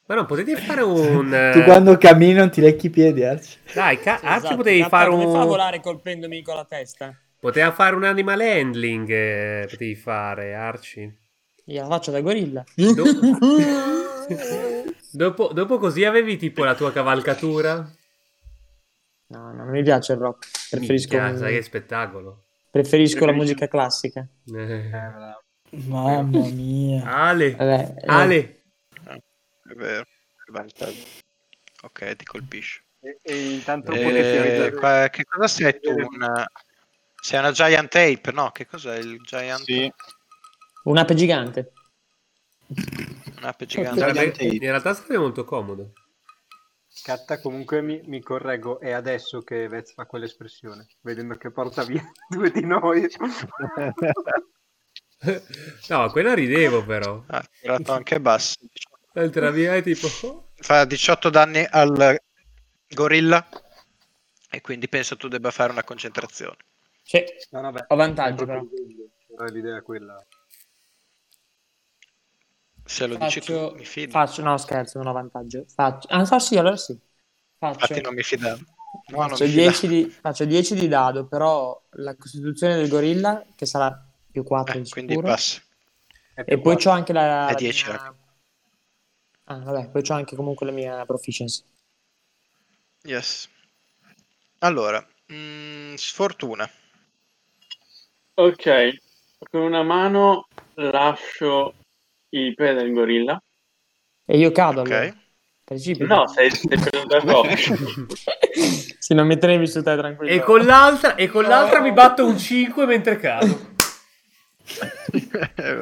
A: Ma non potete fare un... eh,
E: Tu quando cammini non ti lecchi i piedi, Arci.
A: Dai, ca-
I: Sì,
A: ah, ci
I: esatto,
A: potevi
I: catta,
A: fare
I: Come fa a
A: un...
I: volare colpendomi con la testa?
A: Poteva fare un animal handling, eh, potevi fare, Arci.
I: Gliela faccio da gorilla.
A: Dopo, dopo così avevi tipo la tua cavalcatura?
I: No, no, non mi piace il rock. Preferisco,
A: Minchia, sai che spettacolo.
I: preferisco la musica classica.
A: Eh.
E: Mamma mia.
A: Ale,
I: Vabbè, eh,
A: Ah. Ale,
B: È vero. è vantaggio. Ok, ti colpisce.
C: E, e intanto
B: Eh,
C: potete realizzare-
B: qua- che cosa sei tu? Una... Sei una giant ape? No, che cos'è il giant?
D: Sì.
I: un'ape gigante.
B: Un'ape gigante.
A: sarebbe-
D: Gigante.
A: in realtà sarebbe molto comodo.
F: Catta comunque mi, mi correggo, è adesso che Vez fa quell'espressione, vedendo che porta via due di noi.
A: No, quella ridevo però.
B: Ah, ha tirato anche basso.
A: L'altra via è tipo... oh,
B: Fa 18 danni al gorilla. E quindi penso tu debba fare una concentrazione.
I: Sì,
F: No, no, beh,
I: ho vantaggio però.
F: proprio era l'idea quella.
B: Se lo dici
I: Faccio,
B: tu, mi fido.
I: faccio- no scherzo, non ho vantaggio. Faccio, ah, so, sì, allora sì. Faccio,
B: Infatti non mi fidavo. No, non
I: faccio
B: mi Eh,
I: 10
B: fidavo.
I: di, faccio 10 di dado, però la costituzione del gorilla, che sarà più 4
B: Eh,
I: di
B: quindi
I: sicuro.
B: passa. Eh,
I: E poi c'ho anche la,
B: È
I: la
B: 10
I: mia-
B: raga.
I: Ah, vabbè, poi c'ho anche comunque la mia proficiency.
B: Yes. Allora, mm, sfortuna.
H: Ok, con una mano lascio i piedi del gorilla.
I: E io cado allora.
B: Ok.
I: Precipito.
H: No, sei, sei preso da coppia.
I: Se non mi tenevi su te tranquillo.
A: E con l'altra, e con l'altra mi batto un 5 mentre cado.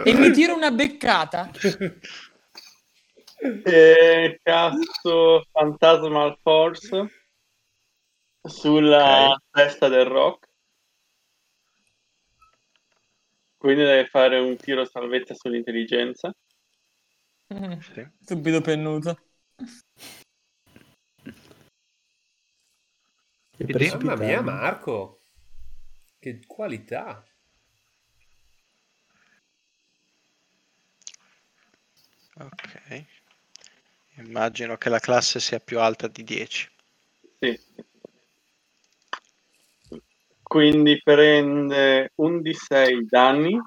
I: E mi tiro una beccata.
H: E cazzo Phantasmal Force sulla
B: Ok.
H: testa del rock. Quindi deve fare un tiro salvezza sull'intelligenza.
B: Sì.
I: Stupido pennuto.
E: Che
B: Mamma
A: Mamma
E: precipitare.
A: mia, Marco. Che qualità.
B: Ok. Immagino che la classe sia più alta di 10.
H: Sì. Quindi prende un di 6 danni.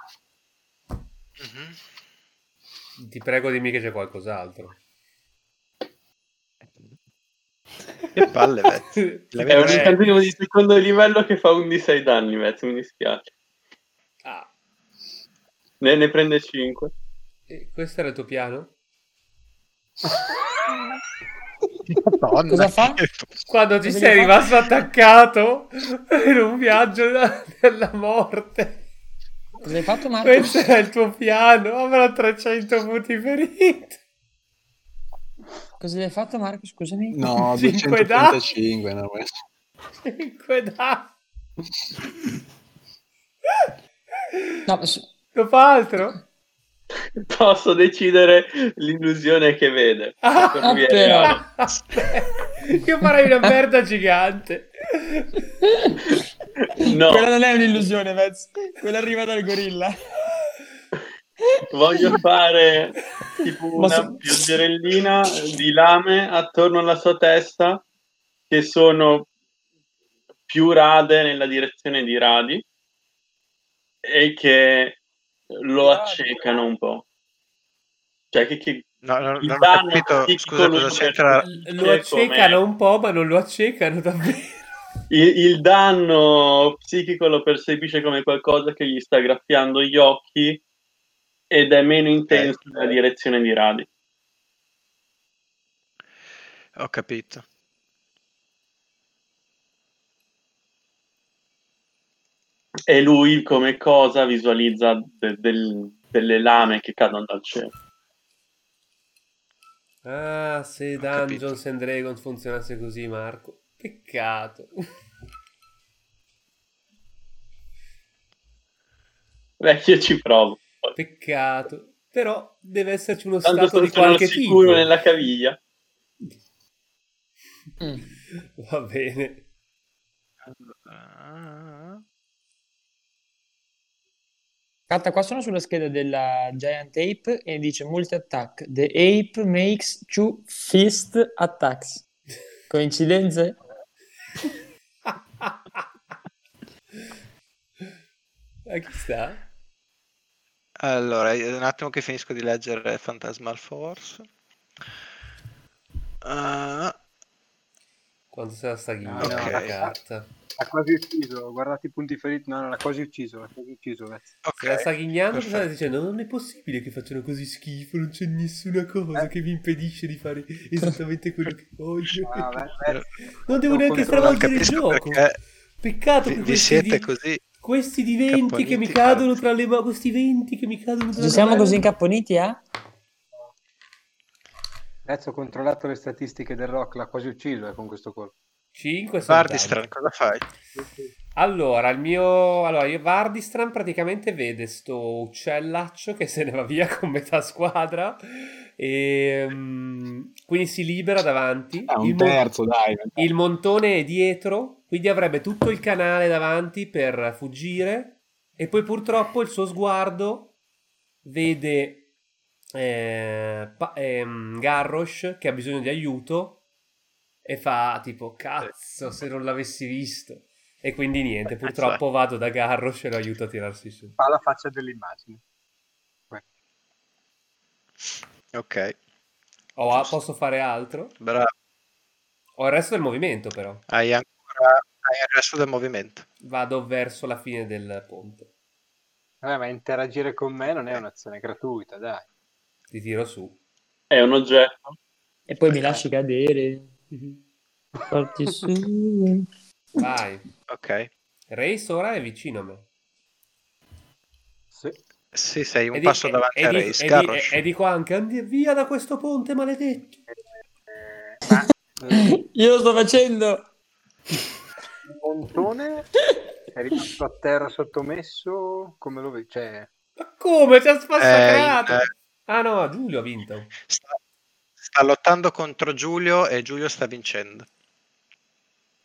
A: Ti prego dimmi che c'è qualcos'altro.
B: Che palle, Vez. La
H: È un
B: vedi?
H: incantesimo di secondo livello che fa un di 6 danni, Metz, mi dispiace.
A: Ah,
H: Ne, ne prende 5.
A: e questo era il tuo piano?
B: Madonna,
I: Cosa fa?
B: che-
A: Quando ci
I: Cosa gli
A: sei
I: fa?
A: rimasto attaccato in un viaggio da- della morte.
I: Cosa hai fatto, Marco?
A: Questo era il tuo piano, avrà 300 punti feriti.
I: Cosa gli hai fatto, Marco? Scusami.
D: No,
A: Cinque
D: 235. no, questo.
A: 5 da.
I: No, s-
A: Non fa altro?
H: Posso decidere l'illusione che vede.
A: Ah,
H: Via,
I: però.
A: Io farei una merda gigante.
H: No,
I: Quella non è un'illusione, Vez. Quella arriva dal gorilla.
H: voglio fare tipo
I: Ma
H: una
I: se-
H: pioggerellina di lame attorno alla sua testa che sono più rade nella direzione di radi e che lo accecano un po'. Cioè che, che
B: No, no,
H: Il
B: non ho
H: danno
B: capito.
H: piccolo
B: Scusa, cosa
H: per-
B: c'entra?
A: Lo
H: Eh, come-
A: accecano un po', ma non lo accecano davvero.
H: il, il danno psichico lo percepisce come qualcosa che gli sta graffiando gli occhi ed è meno intenso
A: Ecco.
B: Ok.
H: nella direzione di Radi.
B: Ho capito.
H: E lui come cosa visualizza de- del- delle lame che cadono dal cielo.
A: Ah, se
B: Ho capito.
A: Dungeons and Dragons funzionasse così, Marco. Peccato.
H: Beh, io ci provo.
A: Peccato. Però deve esserci uno
H: Tanto
A: stato
H: sono
A: di qualche tipo.
H: sicuro nella caviglia.
I: Mm.
A: Va bene.
B: Allora,
I: Carta qua sono sulla scheda della Giant Ape e dice multi attack. The ape makes two fist attacks. Coincidenze?
A: A chi sta?
B: Allora, eh, un attimo che finisco di leggere Phantasmal Force. Ah,
A: Quanto sarà sta ghigna
B: Ok.
A: la carta?
F: L'ha quasi ucciso, guardate i punti feriti. No, no, l'ha quasi ucciso, l'ha quasi ucciso. ragazzi.
A: Se la
B: ok.
A: sta ghignando
B: perfetto.
A: sta dicendo non è possibile che facciano così schifo, non c'è nessuna
B: Eh.
A: cosa che mi impedisce di fare esattamente quello che voglio.
F: Ah, beh, beh,
A: Non devo
F: non
A: neanche
F: controllo, non
A: stravolgere il
B: Eh, capisco
A: gioco.
B: perché
A: Peccato che
B: Vi, vi
A: questi
B: siete
A: di-
B: così.
A: Questi di venti che mi
B: Capponiti.
A: cadono tra le mani, questi venti che mi cadono tra le
I: Ci siamo
A: mani.
I: così incapponiti, eh?
F: Ragazzi, ho controllato le statistiche del rock, l'ha quasi ucciso eh, con questo colpo.
A: 5
B: Vardistran, cosa fai?
A: Allora, il mio. Allora, io Vardistran praticamente vede sto uccellaccio che se ne va via con metà squadra. E, mm, quindi si libera davanti.
D: Ah,
A: il,
D: un
A: mo-
D: terzo, dai.
A: il montone è dietro, quindi avrebbe tutto il canale davanti per fuggire. E poi purtroppo il suo sguardo vede eh, pa- ehm, Garrosh che ha bisogno di aiuto e fa tipo cazzo se non l'avessi visto. E quindi niente, purtroppo vado da Garrosh e lo aiuto a tirarsi su.
F: Fa la faccia dell'immagine.
B: Ok,
A: Oh, ah, posso fare altro?
B: bravo.
A: Ho il resto del movimento però.
B: Hai ancora hai il resto del movimento.
A: Vado verso la fine del ponte.
F: Vabbè, ma interagire con me non è un'azione gratuita, dai.
A: Ti tiro su.
H: È un oggetto.
I: E poi mi lasci cadere. Porti su.
A: Vai.
B: Ok.
A: Race ora è vicino a me.
F: Sì.
B: Sì, sei un
A: E di-
B: passo
A: e-
B: davanti
A: e
B: a
A: di-
B: Reis.
A: e di-
B: Garrosh.
A: E, e dico anche, andi via da questo ponte maledetto.
I: Io lo sto facendo.
F: Il montone è rimasto a terra sottomesso, come lo vedi? Cioè,
A: Ma come? Ci ha
B: Eh,
A: sfassacrato.
B: eh,
A: Ah no, Giulio ha vinto.
B: sta, sta lottando contro Giulio e Giulio sta vincendo.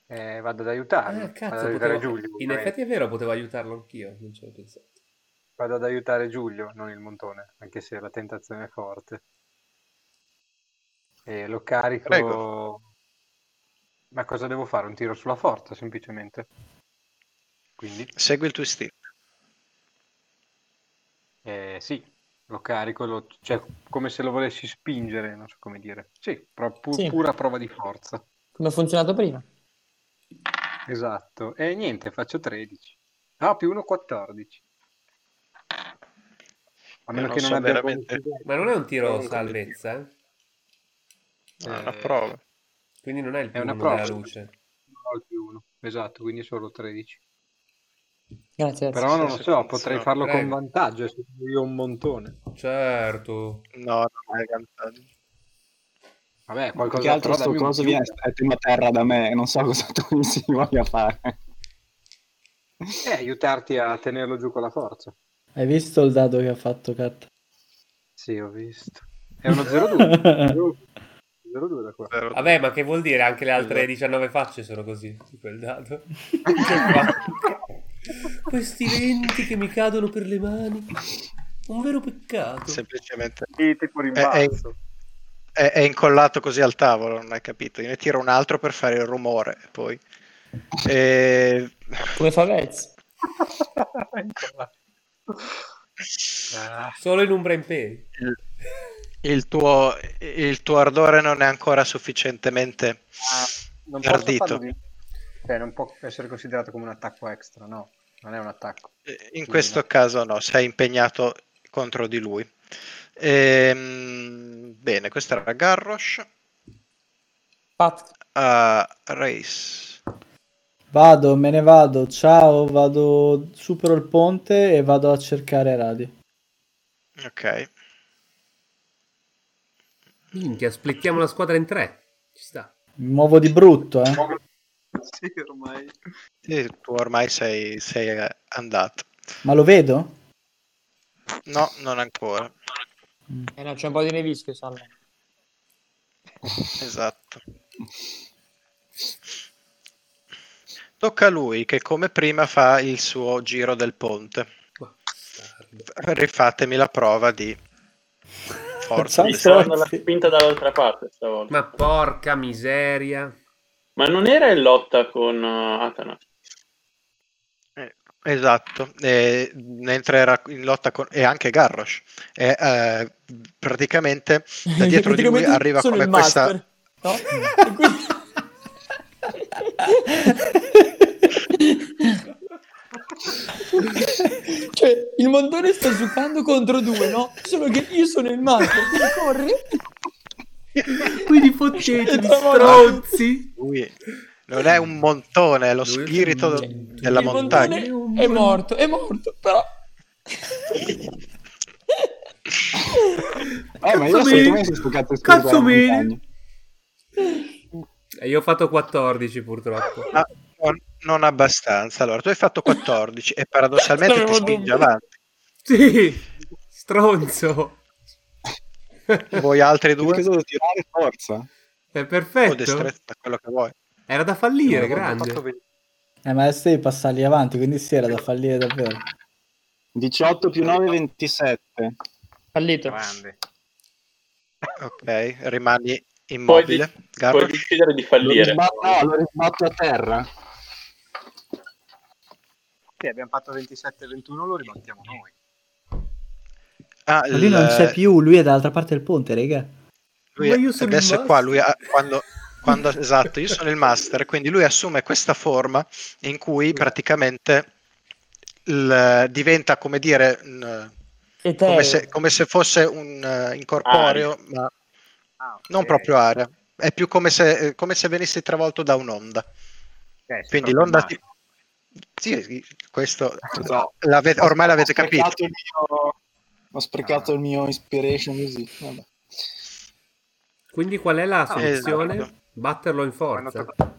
F: eh, vado ad aiutarlo,
A: Ah,
F: vado ad
A: cazzo, potevo-
F: aiutare eh, Giulio.
A: in
F: ovviamente.
A: effetti è vero, potevo aiutarlo anch'io, non ci ho pensato.
F: Vado ad aiutare Giulio, non il montone, anche se la tentazione è forte. E lo carico.
B: Prego.
F: Ma cosa devo fare? Un tiro sulla forza, semplicemente. Quindi,
B: Segui il tuo stile.
F: eh, sì, lo carico, lo- cioè, come se lo volessi spingere, non so come dire. Sì, pro- pu-
I: Sì.
F: pura prova di forza.
I: Come ha funzionato prima?
F: Esatto. E niente, faccio 13. No, più 1, 14.
B: Io
F: A meno
B: non
F: che non
B: so
F: abbia
B: veramente-
F: bonus di-
A: Ma non è un tiro
F: Eh,
A: salvezza, eh?
B: No, una
F: Eh,
B: prova.
A: Quindi non è il
F: È una
A: primo, non è la
F: prova.
A: luce.
F: Ho più uno. Esatto, quindi solo 13.
I: Grazie. grazie.
F: Però non lo so,
B: sì,
F: potrei
B: sì,
F: farlo
A: prego.
F: con vantaggio, se io ho un montone.
A: Certo.
B: No, non è vantaggio.
F: Vabbè,
D: Più
F: qualcosa
D: che altro
F: però
D: sto
F: dammi un
D: coso
F: più.
D: viene è tema terra da me, non so cosa tu si voglia fare.
F: Eh, aiutarti a tenerlo giù con la forza.
E: Hai visto il dado che ha fatto Kat?
F: Sì, ho visto. È uno 0-2. 0-2 da qua.
B: Però-
A: Vabbè, ma che vuol dire? Anche le altre
F: Allora.
A: 19 facce sono così, su quel dado. Anche qua. Questi venti che mi cadono per le mani. Un vero peccato.
B: semplicemente
C: E tipo
B: è, è-
C: rimbalzo.
B: è- è incollato così al tavolo, non hai capito. Io ne tiro un altro per fare il rumore, poi. E-
I: Come fa Vez?
F: Ah,
A: Solo in Umbra Imperi.
B: il, il tuo, il tuo ardore non è ancora sufficientemente
F: Non posso farlo
B: ardito.
F: di- Cioè, non può essere considerato come un attacco extra, no. Non è un attacco.
B: Eh, In questo caso no, sei impegnato contro di lui. Ehm, bene, questo era Garrosh
I: Pat.
B: a Race.
E: Vado, me ne vado, ciao, vado, supero il ponte e vado a cercare Radi.
B: Ok.
A: Minchia, splittiamo la squadra in tre. Ci sta.
E: Mi muovo di brutto, eh.
C: Sì, ormai.
B: Sì, tu ormai sei, sei eh, andato.
E: Ma lo vedo?
B: No, non ancora.
I: Eh no, c'è un po' di nevischio, Salvo.
B: Esatto. Tocca a lui che come prima fa il suo giro del ponte.
A: Bastardo.
B: Rifatemi la prova di forza.
E: Ciao.
H: Mi stavano la spinta dall'altra parte stavolta.
A: Ma porca miseria.
H: Ma non era in lotta con eh, Athanas?
B: Eh, Esatto, e, mentre era in lotta con, e anche Garrosh. E, eh, praticamente da dietro di lui
I: Praticamente
B: arriva
I: sono
B: come
I: il
B: questa...
I: master, no? E quindi- cioè, il montone sta giocando contro due, no? Solo che io sono il master, tu corri.
A: Quindi
I: Cioè,
A: fottetevi,
I: stronzi.
B: Lui non è un montone, è lo
A: Lui è
B: spirito
A: un-
B: d- della
I: il
B: montagna.
I: montone è morto, è morto, però...
D: Eh, ma io
A: Cazzo
D: sento
A: me-
D: me si sto cazzo di
A: cazzo
D: scuola
A: me-
D: montagna.
A: E io ho fatto 14 purtroppo.
B: Ma non, non abbastanza. Allora, tu hai fatto 14 e paradossalmente ti
I: Avevo
B: spingi
I: dubbi.
B: avanti.
A: Sì, stronzo. Eh,
B: Voi altri
D: Due
B: due
D: cosa devo tirare forza?
A: È
B: o
A: perfetto.
B: destrezza, quello che vuoi.
A: Era da fallire,
F: Ho fatto
A: grande.
F: ben-
E: Eh, ma adesso devi passarli avanti, quindi sì, era da fallire davvero.
D: 18 più 9 27.
I: Fallito.
F: Grande.
B: Ok, rimani
H: Puoi, de-
B: immobile.
H: puoi
B: Garrosh,
H: decidere di
D: Lo
H: fallire.
D: risba- no, lo risbatto a terra.
C: Sì, abbiamo fatto 27 e 21, lo ribattiamo noi.
B: ah,
E: Ma lui non
B: il-
E: c'è più, lui è dall'altra parte del ponte, raga.
B: Lui
A: Ma io sono il
B: adesso è qua,
A: master.
B: lui ha- quando, quando- esatto, io sono il master, quindi lui assume questa forma in cui praticamente il- diventa, come dire, un-
I: Etereo.
B: come se, come se fosse un eh, incorporeo, ma Ah, non proprio aria. È più come se, eh, come se venissi travolto da un'onda. Quindi l'onda ti... Sì, sì, questo
A: Esatto.
D: No.
B: l'ave- ormai l'avete
D: Ho
B: capito.
D: sprecato il mio- Ho sprecato il mio inspiration così. Vabbè.
A: Quindi qual è la
B: esatto.
A: soluzione? Batterlo in
C: Quando
A: forza.
C: tocca-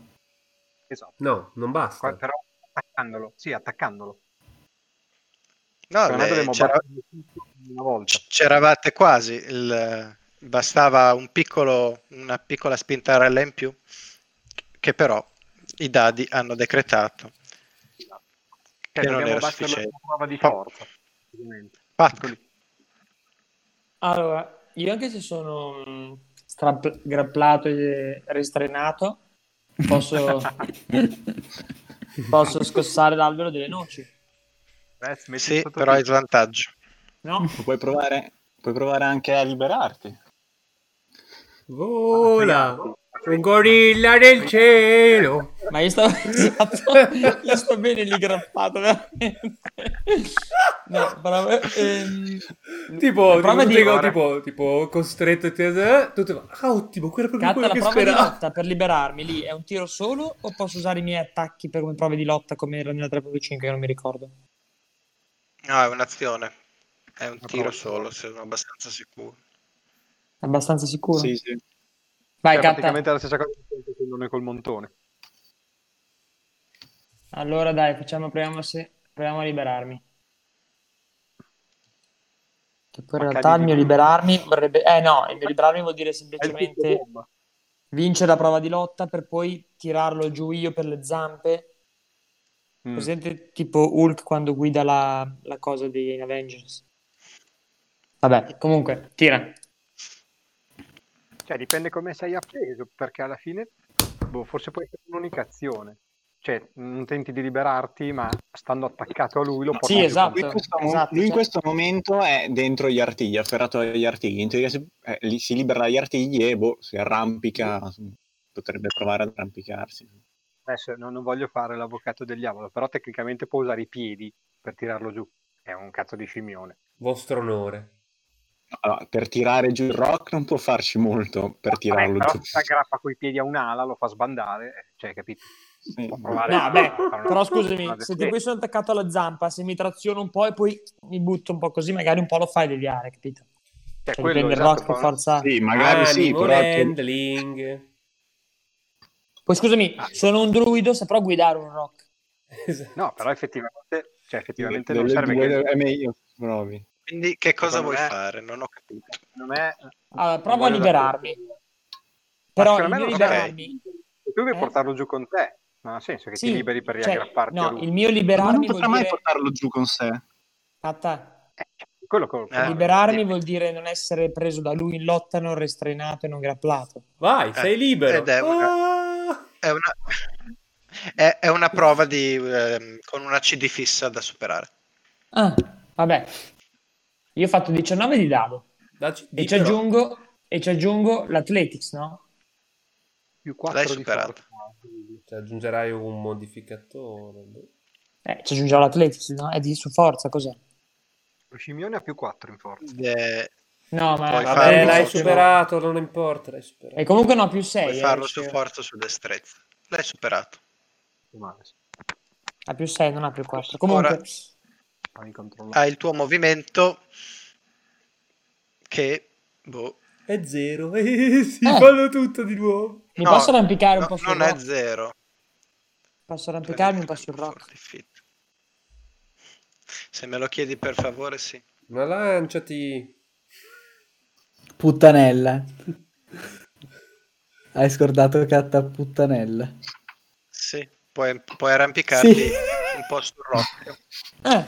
C: Esatto.
A: No, non
C: Qua-
A: basta.
C: Però attaccandolo. Sì, attaccandolo.
B: No, eh, cioè, le-
F: Però Cioè, noi Cioè, dovremmo
B: c'era-
F: battere tutto una volta.
B: C- C'eravate quasi, il- bastava un piccolo, una piccola spintarella in più, che però i dadi hanno decretato.
C: Cioè,
B: Che non
C: dobbiamo
B: era
C: batterlo
B: sufficiente.
C: con una prova di
B: Pa-
C: forza. ovviamente.
B: Pat,
I: Allora, io anche se sono mh, strap- grapplato e restrenato, posso, posso scossare l'albero delle noci,
C: Beh, smetti
B: sì,
C: sotto
F: cioè,
B: però hai
C: tiro.
B: svantaggio.
I: no?
D: Puoi provare, puoi provare anche a liberarti.
A: Vola! Un gorilla nel cielo!
I: Ma io stavo, esatto, io sto bene lì grappato, veramente. No, bravo. ehm,
A: tipo,
I: la prova
A: tipo,
I: di
A: dico,
I: ora.
A: tipo, tipo, costretto, e te- tutto fa, ah, ottimo, quello è proprio
I: Catta,
A: quello
I: la
A: che
I: prova di
A: speravo.
I: lotta per liberarmi lì è un tiro solo o posso usare i miei attacchi per come prove di lotta come era nella 3.5 che non mi ricordo?
B: No, è un'azione. È un tiro
F: prova.
B: solo, sono abbastanza sicuro.
I: Abbastanza sicuro?
D: Sì, sì.
I: Vai,
F: Cioè,
I: Catta.
F: praticamente è la stessa cosa che il nome col montone.
I: Allora dai, facciamo, proviamo, se... proviamo a liberarmi. Che poi in
F: Ma
I: realtà il
F: cadi di-
I: mio liberarmi vorrebbe... Eh no, il mio liberarmi vuol dire
F: È il punto
I: semplicemente
F: bomba.
I: vincere la prova di lotta per poi tirarlo giù io per le zampe.
F: Mm.
I: Presente tipo Hulk quando guida la, la cosa di Avengers. Vabbè, comunque, tira.
F: Cioè, dipende come sei appeso, perché alla fine, boh, forse può essere un'unicazione. Cioè, non tenti di liberarti, ma stando attaccato a lui lo porti
I: Sì,
F: giù.
I: esatto.
D: Lui in questo, mo-
I: esatto,
D: lui in
I: cioè-
D: questo momento è dentro gli artigli, afferrato agli artigli. In teoria si, eh, li- si libera dagli artigli e boh, si arrampica. Potrebbe provare ad arrampicarsi.
F: Adesso no- non voglio fare l'avvocato del diavolo, però tecnicamente può usare i piedi per tirarlo giù. È un cazzo di scimmione.
A: Vostro onore.
D: Allora, per tirare giù il rock non può farci molto per tirarlo
F: Vabbè,
D: giù.
F: però si aggrappa coi piedi a un'ala, lo fa sbandare, eh, cioè, capito?
D: Sì.
F: Può provare.
I: No, beh,
F: a fare una-
I: però scusami,
F: una-
I: se di qui sono attaccato alla zampa, se mi traziono un po' e poi mi butto un po' così, magari un po' lo fai deviare, capito?
F: Cioè,
I: Cioè,
F: quello,
I: dipende
F: esatto,
I: il rock,
F: fa una-
I: forza.
D: Sì, magari sì,
A: Animo
D: però
A: handling.
I: Poi scusami,
F: Ah.
I: sono un druido, saprò guidare un rock.
A: Esatto.
F: No, però effettivamente, cioè, effettivamente non
D: delle
F: serve
D: due
F: che...
D: è meglio. Provi.
B: Quindi che cosa
F: Secondo
B: vuoi
F: me-
B: fare? Non ho capito.
F: Secondo me... eh,
I: Allora,
F: non
I: provo a
F: voglio dare-
I: liberarmi. Però il
F: secondo me
I: mio
F: non-
I: liberarmi...
F: E tu devi
I: Eh?
F: portarlo giù con te. Non ha senso che
I: Sì,
F: ti liberi per
I: cioè,
F: riaggrapparti a
I: no,
F: lui.
I: il mio
D: Ma non
I: liberarmi vuol
D: potrà mai
I: dire...
D: portarlo giù con sé.
I: Catta,
F: Quello che-
B: Eh.
I: Liberarmi
F: Sì.
I: vuol dire non essere preso da lui in lotta, non restrainato e non grapplato.
A: Vai, sei libero.
B: ed è una-
A: Ah!
B: È una, è, è una prova di, ehm, con una CD fissa da superare.
I: Ah, vabbè. Io ho fatto 19 di dado
A: Dacci-
I: e
A: di
I: ci,
A: però.
I: aggiungo, e ci aggiungo l'athletics, no?
F: Più 4
B: L'hai
F: di
B: superato.
F: forza.
A: Ci Cioè, aggiungerai un modificatore.
I: Eh, ci aggiungo l'athletics, no? È di su forza, cos'è?
F: Lo scimmione ha più 4 in forza.
B: Eh,
I: No,
B: Puoi
I: ma vabbè,
B: farlo.
A: Vabbè,
I: non
A: Eh, l'hai
I: so se-
A: superato, non importa, l'hai superato.
I: E comunque no, più eh, 6.
B: puoi farlo su forza o su destrezza. L'hai superato.
F: Male, sì.
I: Ha più 6, non ha più 4. Comunque,
B: Ora-
F: Fammi controllare.
B: Hai il tuo movimento che... Boh,
A: È zero. Eh, sì,
I: Eh.
A: fanno tutto di nuovo.
I: mi
B: no,
I: posso arrampicare un
B: no,
I: po' sul
B: non è
I: rock?
B: zero.
I: Posso arrampicarmi un po' sul rock?
B: Fortifit. Se me lo chiedi per favore, sì.
A: Ma lanciati.
E: Puttanella. Hai scordato Catta puttanella.
B: Sì, puoi, puoi arrampicarti
E: Sì.
B: un po' sul rock.
I: Eh,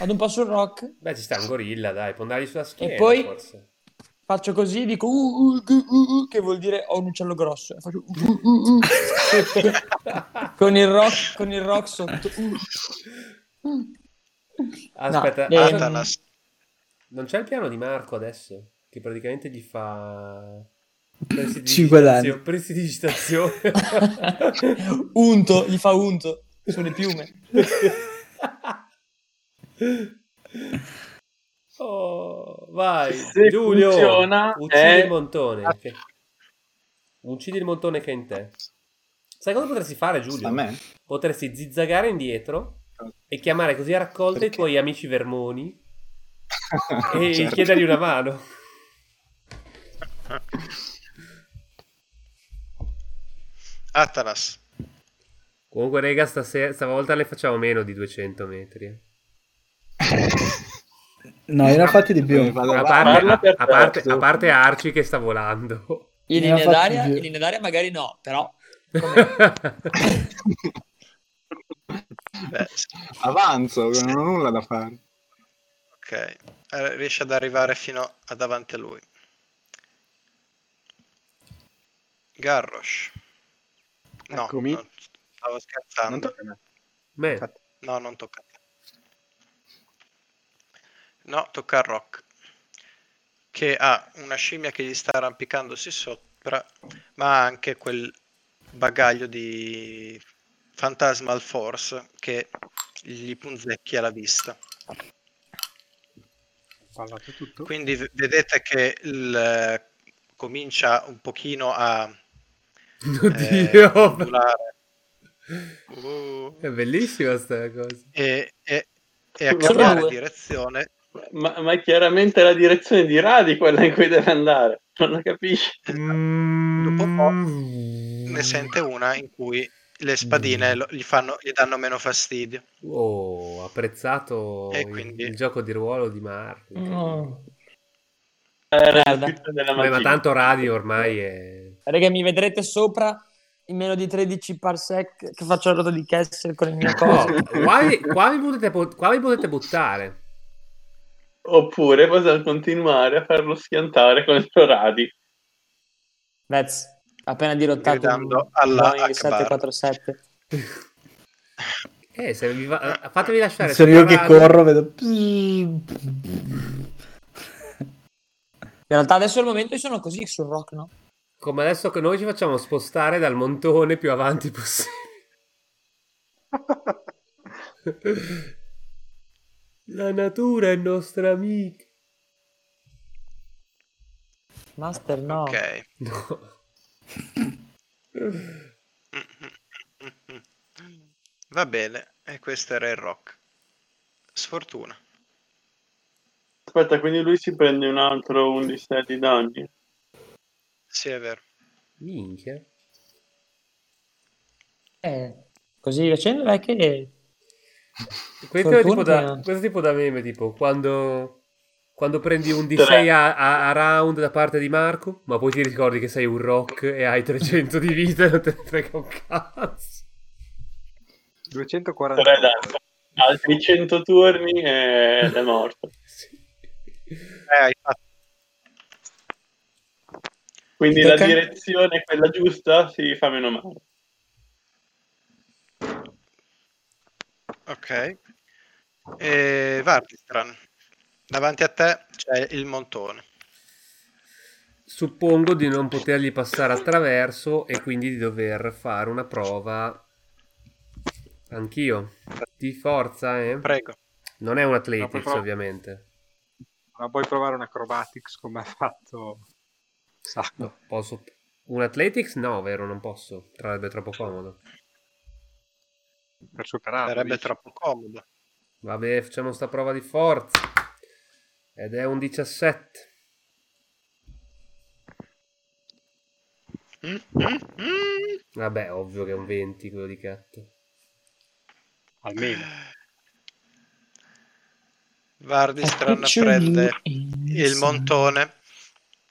I: vado un po' sul rock,
A: Beh, ci sta un gorilla, dai, può andare sulla schiena.
I: E poi-
A: forse.
I: faccio così e dico "Uh, uh, uh, uh, uh", che vuol dire ho un uccello grosso E faccio, "Uh, uh, uh, uh". con il rock con il rock sotto Uh.
A: Aspetta,
I: No,
A: aspetta,
I: ehm,
B: Atanas,
A: non c'è il piano di Marco adesso? Che praticamente gli fa.
E: Cinque danni.
A: Prestidigitazione.
I: unto gli fa unto sulle piume
A: oh, vai,
H: Se
A: Giulio.
H: funziona, eh.
A: uccidi
H: è-
A: il montone. che- Uccidi il montone che è in te. Sai cosa potresti fare, Giulio?
D: A me?
A: Potresti zizzagare indietro e chiamare così a raccolta i
D: Perché?
A: tuoi amici vermoni e
D: Certo.
A: chiedergli una mano.
B: Atanas,
A: Comunque, rega, stase- stavolta le facciamo meno di 200 metri. eh.
E: No, era fatti di più.
A: A parte,
H: Parla
A: a,
H: per
A: a parte,
H: terzo.
A: a parte Arci che sta volando.
I: in
E: Ne ha
I: linea,
E: fatti
I: d'aria,
E: due.
I: in linea d'aria magari no però
B: beh, sì,
D: Avanzo, non ho nulla da fare.
B: ok. Eh, Riesci ad arrivare fino a davanti a lui. Garrosh. No,
F: Eccomi.
B: no, stavo
F: Non
B: scherzando.
F: tocca a me.
A: Beh,
F: Infatti.
B: No, non tocca a te. No, tocca a Rock. Che ha una scimmia che gli sta arrampicandosi sopra, ma ha anche quel bagaglio di Phantasmal Force che gli punzecchia la vista.
F: Parla tu tutto.
B: Quindi v- vedete che il- comincia un pochino a eh,
A: Oddio.
B: ondulare. Uh,
A: È bellissima sta cosa.
B: e, e- e a
H: Sono
B: cambiare
I: due.
B: direzione.
H: Ma, ma è chiaramente la direzione di Radi quella in cui deve andare, non la capisci?
B: Dopo un po'
A: Mm.
B: ne sente una in cui le spadine lo- gli, fanno, gli danno meno fastidio.
A: Oh, ho apprezzato
B: E
A: il-
B: quindi?
A: il, gioco di ruolo di Marco.
I: Mm. No.
H: Era il della
A: Vabbè, ma
H: mattina.
A: tanto radio ormai è...
I: Raga, mi vedrete sopra in meno di 13 parsec che faccio la ruota di Kessel con il mio
A: Oh,
I: coso.
A: qua, vi, qua vi potete, bu- qua vi potete buttare.
H: Oppure poter continuare a farlo schiantare contro Radi.
I: Vez, appena dirottato
B: Gridando
I: un
B: alla
I: Boeing
B: Akbar.
I: 747.
A: Eh, se vi va- fatevi lasciare.
E: Sono io che
A: separare-
E: corro, vedo.
I: In realtà adesso al momento io sono così sul rock, no?
A: Come adesso che noi ci facciamo spostare dal montone più avanti possibile. La natura è nostra amica.
I: Master no.
B: Ok.
A: No.
B: Mm-hmm. Va bene, e questo era il rock. Sfortuna.
H: Aspetta, quindi lui si prende un altro 11 di danni.
B: Sì, è vero.
A: Minchia.
I: Eh, così facendo è che...
A: Questo è tipo
I: Fortuna
A: da,
I: che-
A: questo è tipo da meme, tipo quando, quando prendi un D6 a, a- a round da parte di Marco, ma poi ti ricordi che sei un rock e hai 300 di vita e non te ne frega un cazzo.
F: 240.
H: Tre danni. Altri 100 turni e- ed è morto.
A: Sì.
B: Eh, hai fatto-
H: Quindi la
I: Tocca-
H: direzione, quella giusta, si fa meno male.
B: Ok. E Vardistran, davanti a te c'è il montone.
A: Suppongo di non potergli passare attraverso e quindi di dover fare una prova anch'io. Di forza, eh?
B: Prego.
A: Non è un athletics,
F: prova-
A: ovviamente.
F: Ma puoi provare un acrobatics come ha fatto Sacco.
A: No, posso... Un athletics? No, vero, non posso. Sarebbe troppo comodo.
F: per superarlo.
B: Sarebbe
F: Ah, dici.
B: troppo comodo.
A: Vabbè, facciamo sta prova di forza. Ed è un 17.
B: Mm, mm, mm.
A: Vabbè, ovvio che è un 20 quello di Cat.
F: Almeno.
B: Vardistran prende il montone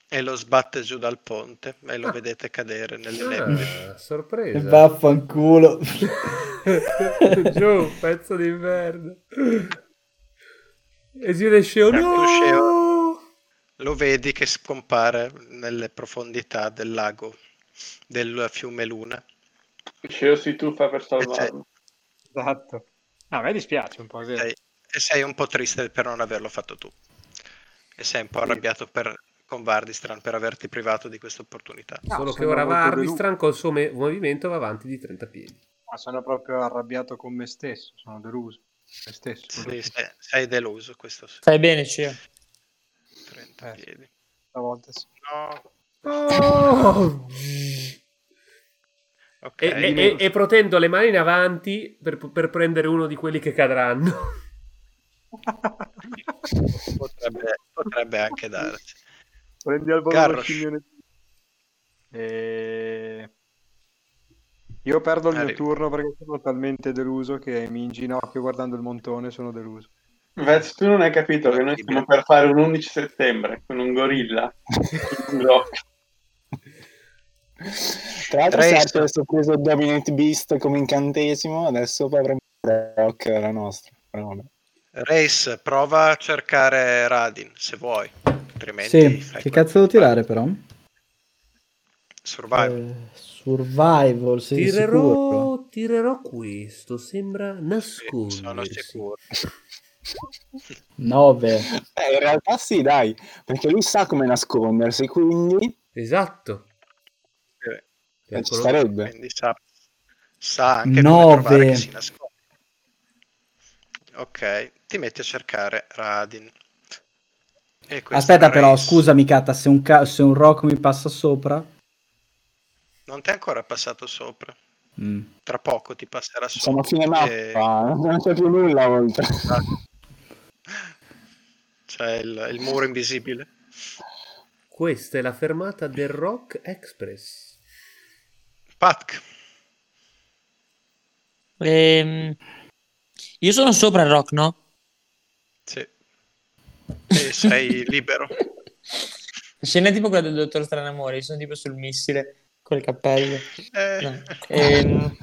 B: e lo sbatte giù dal ponte e lo vedete cadere nelle nebbie.
A: Ah,
B: Esatto.
A: sorpresa.
E: Vaffanculo.
A: Giù, pezzo di merda. E si esce un
B: Ecco,
A: oh, no!
B: scemo. Lo vedi che scompare nelle profondità del lago, del fiume Luna.
H: Sceo si tuffa
A: Eh,
H: per
A: certo.
H: salvarlo.
F: Esatto. No, a me dispiace un po', è vero.
B: Sei- e sei un po' triste per non averlo fatto tu. E sei un po' arrabbiato per- con Vardistran per averti privato di questa opportunità.
F: No,
A: Solo che
F: sono
A: ora
F: molto
A: Vardistran col suo me- movimento va avanti di 30 piedi.
F: deluso. Ah, sono proprio arrabbiato con me stesso, sono deluso. Me stesso.
B: Sì, sei, sei deluso questo sì.
I: Stai bene, Cio.
B: 30
F: Eh.
B: piedi.
F: Stavolta sì.
B: No. Ok.
A: E, e- e- e protendo le mani in avanti per, per prendere uno di quelli che cadranno.
B: potrebbe, potrebbe anche darsi.
F: Prendi al volo
B: Garrosh.
F: lo scimmione. E... Io perdo il mio
B: Arrivi.
F: turno perché sono talmente deluso che mi inginocchio guardando il montone sono deluso.
H: Vez, tu non hai capito che noi stiamo per fare un 11 settembre con un gorilla. in un rock.
D: Tra l'altro
B: Trace.
D: Sarto adesso ha preso Dominate Beast come incantesimo, adesso poi avremo Rock la nostra. Però vabbè.
B: Race, prova a cercare Radin se vuoi. Altrimenti
E: Sì,
B: fai
E: che
B: quello
E: cazzo devo
B: fai.
E: tirare però?
B: Survival.
E: Eh, survival, sì, sicuro.
A: Tirerò, tirerò questo, sembra
B: Sì,
A: nascondersi.
B: sono sicuro.
E: 9.
D: Eh, in realtà sì, dai, perché lui sa come nascondersi, quindi
A: Esatto.
B: Eh,
D: eh, ci
A: Eccolo.
D: starebbe.
B: Quindi sa, sa anche come
E: Nove.
B: trovare chi si nasconde. Ok, ti metti a cercare Radin. E questo è
E: Aspetta,
B: un
E: però,
B: race.
E: scusami, Katta, se un, ca- se un rock mi passa sopra.
B: Non ti è ancora passato sopra.
E: Mm.
B: Tra poco ti passerà sopra.
D: Siamo a fine mappa,
B: E-
D: non c'è più nulla oltre.
B: C'è il, il muro invisibile.
A: Questa è la fermata del Rock Express.
B: Patk.
I: Ehm, io sono sopra il rock, no?
B: Sì. E sei libero.
I: Scena tipo quella del dottor Stranamore, io sono tipo sul missile col cappello.
B: Eh,
I: No. Ehm,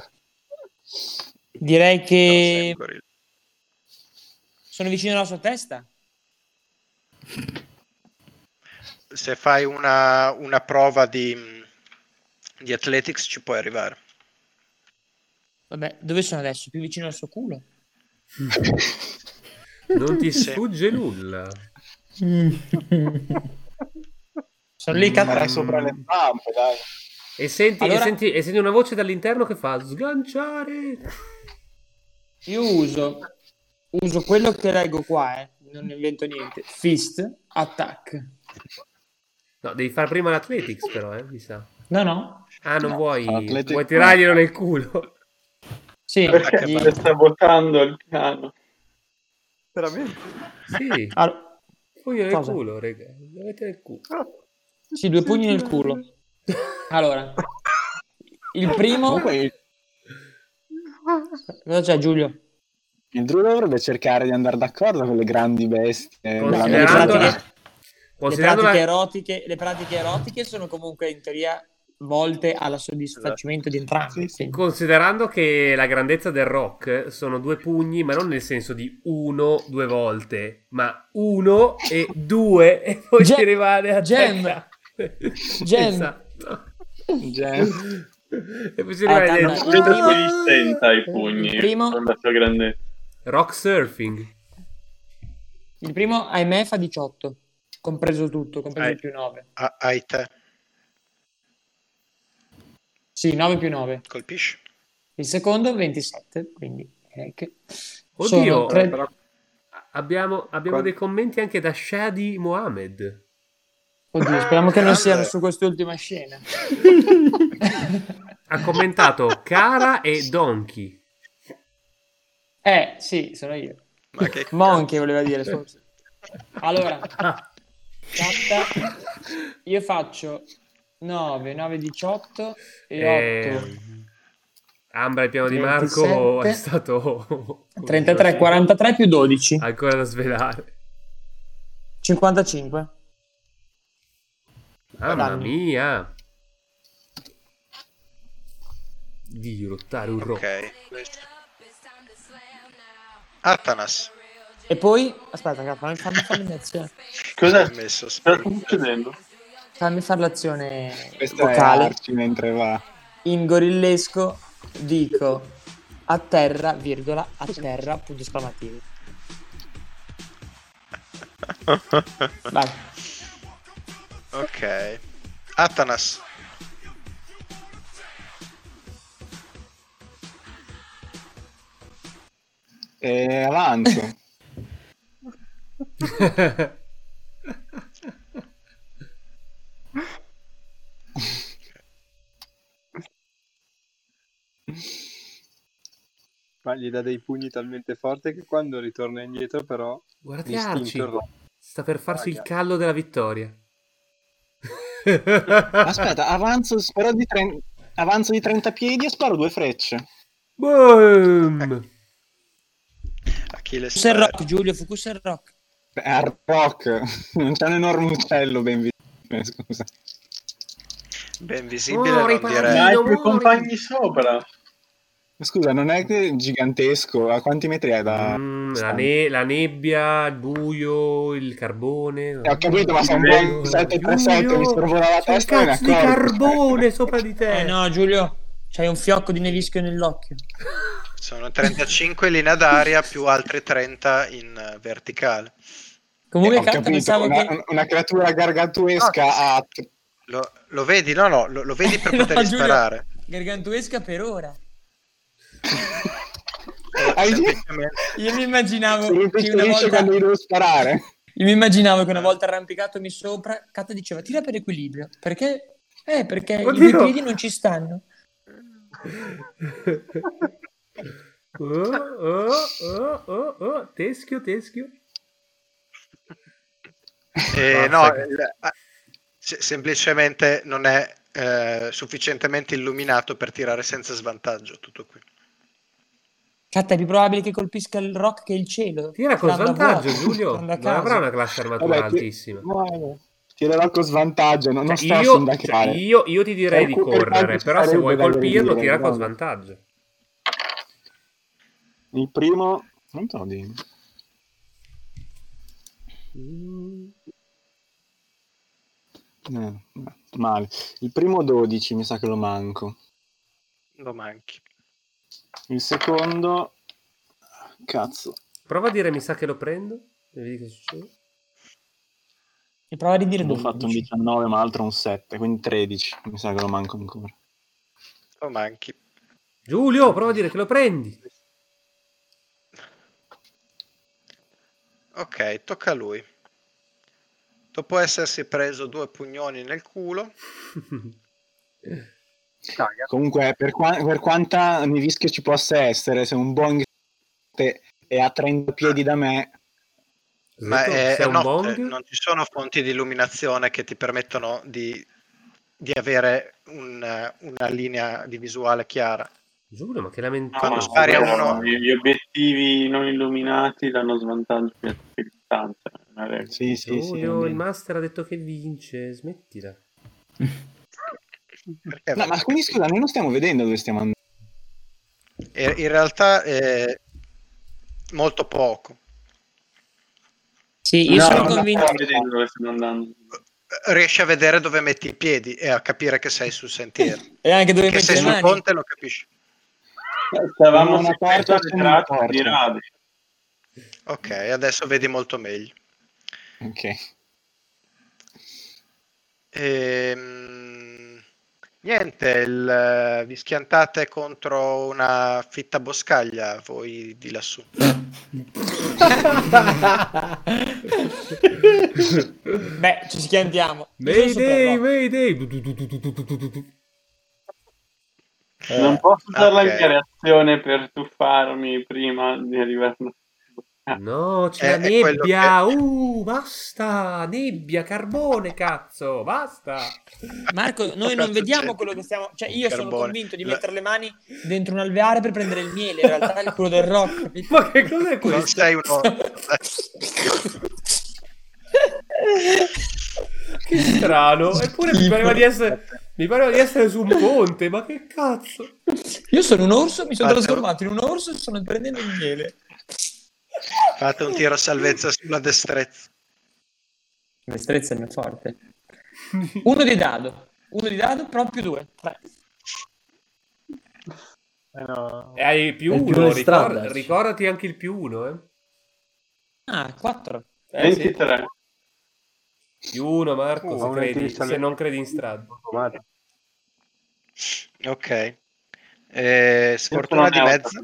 I: direi
B: non sei
I: che
B: un gorilla.
I: sono vicino alla sua testa.
B: Se fai una, una prova di, di athletics ci puoi arrivare.
I: Vabbè, dove sono adesso? Più vicino al suo culo.
A: Non ti
B: Sì.
A: sfugge nulla.
I: Sono lì,
D: Era
I: cazzo.
D: sopra le zampe, dai.
A: E senti,
I: Allora-
A: e senti- e senti una voce dall'interno che fa sganciare.
I: Io uso, uso quello che leggo qua, eh. non invento niente. Fist, attack.
A: No, devi fare prima l'athletics però, eh, mi sa.
I: No, no.
A: Ah, non
D: No,
A: vuoi...
D: Athletic-
A: Vuoi tirarglielo nel culo.
I: Sì,
B: Perché
I: gli-
B: parla?
H: sabotando il piano.
C: Veramente?
A: Sì,
I: Allo-
A: pugno nel
I: Cosa?
A: culo, raga. Lo mette nel culo.
I: sì, due pugni nel culo. Allora, il primo...
D: Comunque il,
I: Cosa c'è Giulio?
D: il druido dovrebbe cercare di andare d'accordo con le grandi bestie.
I: Considerando-
D: le grandi-
A: Considerando, la,
I: pratiche- Le
A: considerando
I: pratiche,
A: la-
I: erotiche, le pratiche erotiche sono comunque in teoria volte al soddisfacimento di entrambi.
D: Sì, sì.
I: quindi-
A: considerando che la grandezza del rock sono due pugni, ma non nel senso di uno due volte, ma uno e due, e poi
I: Gem-
A: ci rimane a
I: gem.
A: testa.
I: Gem.
A: Esatto.
D: Gem.
A: E poi ci rimane
I: Ah,
A: dentro. Ah!
I: calma. primo-
H: Credo che li senta i pugni
I: il primo-
H: con la sua grandezza.
A: Rock surfing.
I: Il primo, ahimè, fa 18, compreso tutto, compreso
B: Eh.
I: il più 9.
B: Ah, hai te.
I: Sì, 9 più 9.
B: Colpisci?
I: Il secondo 27, quindi direi che...
A: Oddio,
F: eh,
I: sono tre-
A: però- abbiamo, abbiamo
F: Quando-
A: dei commenti anche da Shadi Mohamed.
I: Oddio, speriamo che non
B: Grande.
I: siano su quest'ultima scena.
A: Ha commentato Cara e Donkey.
I: Eh, sì, sono io.
B: Ma che
I: Monkey voleva dire, forse. Allora, Catta, io faccio 9, 9, 18 e 8.
A: Eh, Ambra, il piano di Marco
I: 27.
A: è stato
I: 33, 43 più 12.
A: Ancora da svelare.
I: 55.
A: Mamma
I: Danni.
A: mia. Dirottare un rock.
B: Ok. Atanas.
I: E poi, aspetta, ca- fammi, fammi fare l'azione.
H: Cos'è?
B: Ho messo
H: Cosa
B: spell.
H: sta succedendo?
I: Fammi fare l'azione
D: Questo è
I: vocale.
D: Arci mentre va.
I: In gorillesco dico a terra, virgola, a terra, punto esclamativo. Vai.
B: ok. Atanas.
D: E avanzo.
C: Ma gli dà dei pugni talmente forte che quando ritorna indietro però
A: Guardate Arci.
C: l'istinto ro-
A: Sta per farsi il
C: Raga.
A: callo della vittoria.
D: Aspetta, avanzo, spero di tren- avanzo di 30 piedi e sparo due frecce.
A: Boom.
B: Achille
I: Focus and
B: Star.
I: rock, Giulio, focus and rock.
D: Beh, Hard rock. Non c'è un enorme uccello ben visibile, scusa.
B: Ben
I: Oh,
B: visibile,
A: Muori, Eh,
B: non
H: Ma
B: direi.
H: hai
A: non
H: tuoi
A: muori.
H: compagni sopra.
D: Scusa, non è che è gigantesco, a quanti metri è da... Eh,
A: Mm, la, ne- la nebbia, il buio, il carbone.
D: Eh, ho capito, ma sono
H: Giulio,
D: buon 737, mi
A: Giulio,
D: sorvola la
A: c'è un
D: testa e me ne
A: cazzo di
D: accorgo.
A: carbone sopra di te.
I: Eh no, Giulio, c'hai un fiocco di nevischio nell'occhio.
B: Sono 35 in linea d'aria più altri 30 in eh, verticale.
I: Comunque,
D: Ho
I: cazzo,
D: capito,
I: pensavo
D: una,
I: che...
D: una creatura
A: Ah.
D: gargantuesca a...
B: Lo, lo vedi? No, no, lo, lo vedi per
I: No,
B: potergli
I: Giulio,
B: sparare.
I: Gargantuesca per ora.
B: E
D: Hai
B: semplicemente.
I: Io mi immaginavo
D: Mi
I: che una
D: costruisce
I: volta...
D: quando io devo sparare.
I: Io mi immaginavo
A: Eh.
I: che una volta arrampicatomi sopra, Kata diceva tira per equilibrio, perché? Eh, perché i
A: Oddio.
I: miei piedi non ci stanno.
A: Oh, oh, oh, oh, oh, teschio, teschio.
B: Eh, no,
A: Basta che-
B: il- ah, se- semplicemente non è eh, sufficientemente illuminato per tirare senza svantaggio. Tutto qui.
I: Kata è più probabile che colpisca il rock che il cielo.
A: Tira con
I: Tornando a
A: svantaggio,
I: vuoto,
A: Giulio.
I: tornando a
A: Non
I: casa.
A: avrà una classe armatura
D: Vabbè, ti-
A: altissima.
D: Vai. Tirerò con svantaggio, non, non
A: Cioè,
D: sta a
A: io,
D: sindacare.
A: cioè, io- io ti direi
D: Eh,
A: di
D: qui per
A: correre,
D: tanto ci
A: però se
D: sarebbe
A: vuoi
D: da
A: colpirlo,
D: dire,
A: tira con
D: bravo.
A: svantaggio.
D: Il primo... Non so di... Eh, male. Il primo 12 mi sa che lo manco.
B: Lo manchi.
D: Il secondo... Cazzo.
A: Prova a dire mi sa che lo prendo. E vedi che succede.
I: E prova a ridire
D: Ho
I: dove.
D: fatto un 19 ma altro un 7, quindi 13. Mi sa che lo manco ancora.
B: Lo manchi.
A: Giulio, prova a dire che lo prendi.
B: Ok, tocca a lui. Dopo essersi preso due pugnoni nel culo,
C: Caga.
D: Comunque, per, qua- per quanta mi rischio ci possa essere, se un Boeing te- è a 30 piedi da me,
B: ma
A: Esatto,
B: è-
A: sei un
B: no,
A: bong?
B: eh, non ci sono fonti di illuminazione che ti permettono di, di avere un, eh, una linea di visuale chiara.
A: Giulio, ma che lamentare.
B: Quando spari a
H: però
B: Ah, uno-
H: Gli obiettivi non illuminati danno svantaggio per distanza. è eh, una regola.
D: sì, sì, sì.
A: Giulio, il
D: almeno.
A: master ha detto che vince. Smettila.
B: Perché
D: No, ma quindi scusa, noi non stiamo vedendo dove stiamo andando.
B: E- in realtà eh, molto poco.
I: Sì, io
H: No,
I: sono
H: non
I: convinto.
H: stavo vedendo dove stiamo andando.
B: Riesci a vedere dove metti i piedi e a capire che sei sul sentiero.
I: E anche Eh, dove
B: che
I: mettere
B: sei
I: le
B: sul
I: mani.
B: ponte lo capisci.
H: Stavamo
D: Una porta
H: seguendo
D: su
H: le
D: una
H: tracce
D: porta.
H: di Rade.
B: Ok, adesso vedi molto meglio.
D: Ok.
B: Ehm, niente, il, eh, vi schiantate contro una fitta boscaglia voi di lassù.
I: Beh, ci schiantiamo. Io sono
A: Mayday,
I: super
A: Mayday. Du- du- du- du- du- du- du- du- du.
H: Eh, Non posso usare
B: ok.
H: la mia reazione per tuffarmi prima di arrivare.
A: No, c'è
B: Eh,
A: la
B: è quello
A: nebbia.
B: che-
A: Uh, basta. Nebbia, carbone, cazzo. Basta.
I: rock. Marco, noi non
B: Cazzo,
I: vediamo
B: gente.
I: quello che stiamo. Cioè, io sono
B: Carbone.
I: convinto di
B: La-
I: mettere le mani dentro un alveare per prendere il miele. In realtà è il culo del rock. capito?
A: Ma che cos'è
B: Non
A: questo?
B: sei uno...
A: Che strano. Eppure mi pareva di essere. Mi pareva di essere su un ponte. Ma che cazzo.
I: Io sono un orso, mi sono
B: Guarda.
I: trasformato in un orso e sto prendendo il miele.
B: Fate un tiro a salvezza sulla destrezza.
I: Destrezza è il mio forte. Uno di dado. Uno di dado, proprio due. Tre.
F: Eh no.
A: E hai il più
E: È il più
A: uno.
E: del
A: ricorda-
E: standard.
A: ricordati anche il più uno. Eh.
I: Ah, quattro.
H: 23.
A: Più uno, Marco.
F: Oh,
A: se,
F: un
A: credi,
F: autista
A: se
F: le-
A: non credi in strada.
F: Guarda.
B: Ok. Eh, sfortuna di mezzo.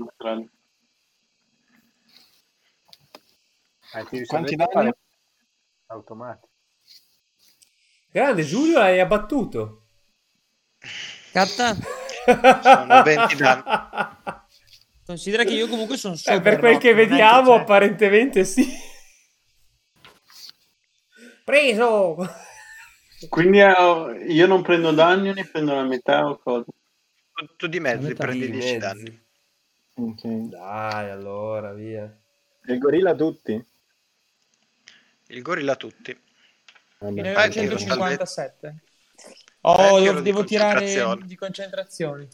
F: Ah, ti
D: Quanti
F: risolvi a
D: danni?
F: fare Automatico.
A: Grande, Giulio, hai abbattuto.
I: Catta,
B: Sono 20 danni.
I: considera che io comunque sono sopra.
A: Eh, per quel
I: no?
A: che
I: Non è
A: vediamo,
I: c'è-
A: apparentemente sì. Preso!
H: Quindi eh, io non prendo danni, ne prendo la metà o cosa?
B: Tu- Tu di mezzi prendi 10 danni.
D: Ok.
A: Dai, allora, via.
D: Il gorilla tutti?
B: Il gorilla tutti.
I: Ne
B: Vai,
I: avevo
B: Eh, tiro,
I: 157.
B: Vai,
I: Eh, Oh,
B: tiro
I: devo,
B: di
I: devo tirare
B: concentrazione.
I: di concentrazione.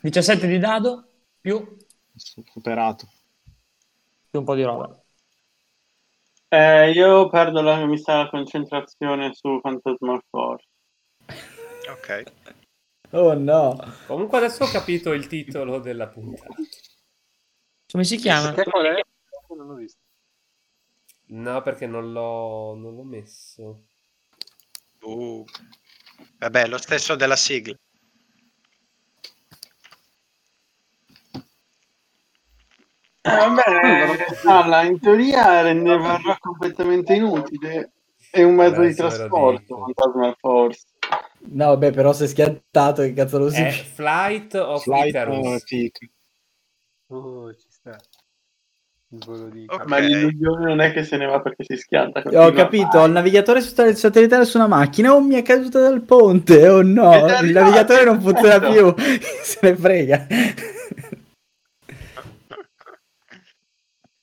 I: 17 di dado più,
D: Superato.
I: più un po' di roba.
H: Eh, io perdo la, mi sa la concentrazione su Phantasmaghoria.
B: Ok.
E: Oh no.
A: Comunque adesso ho capito il titolo della puntata.
I: Come si chiama?
F: Che qual è? Non l'ho visto.
A: No, perché non l'ho, non l'ho messo.
B: Uh. Vabbè, lo stesso della sigla.
D: Eh,
H: vabbè, farla Eh, in teoria rendeva il rock
I: Eh,
H: completamente inutile. È un mezzo di
A: Adesso ve lo
H: trasporto,
A: dico.
H: Fantasmal Force.
E: No, vabbè, però se è schiantato, che cazzo lo si...
A: È Flight of
D: Flight
A: Icarus.
D: Peak.
F: Oh, ci sta. Il volo di
B: Ok.
H: Ma l'illusione non è che se ne va perché si
I: Eh,
H: schianta.
E: Ho
H: continua.
E: capito, il navigatore su il satellitare su una macchina, oh mi è caduta dal ponte, oh no,
H: Ed è arrivato,
E: il navigatore non funziona più,
H: certo.
E: se ne frega.
B: E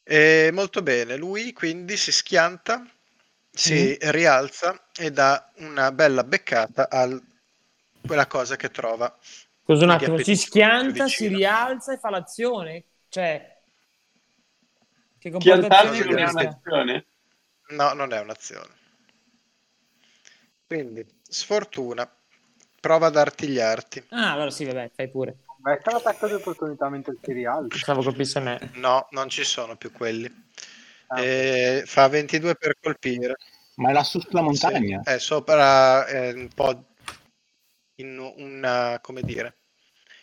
B: Eh, molto bene, lui quindi si schianta, si rialza e dà una bella beccata a quella cosa che trova.
I: Scusa un
B: Di
I: attimo, si
B: appetito,
I: schianta,
B: più
I: si
B: vicino.
I: rialza e fa l'azione? Cioè, che comportazione
B: Portazione
H: Schiantarsi non è
I: è questa?
H: un'azione.
B: No, non è un'azione. Quindi, sfortuna, prova ad artigliarti.
I: Ah, allora sì, vabbè, fai pure.
F: Beh, stava l'attacco di opportunità mentre ti rialzi.
I: Pensavo colpisse me.
B: No, non ci sono più quelli.
F: Ah.
B: E fa 22 per colpire.
D: Ma è lassù sulla
B: Sì,
D: montagna.
B: è sopra eh, un po' in un eh, come dire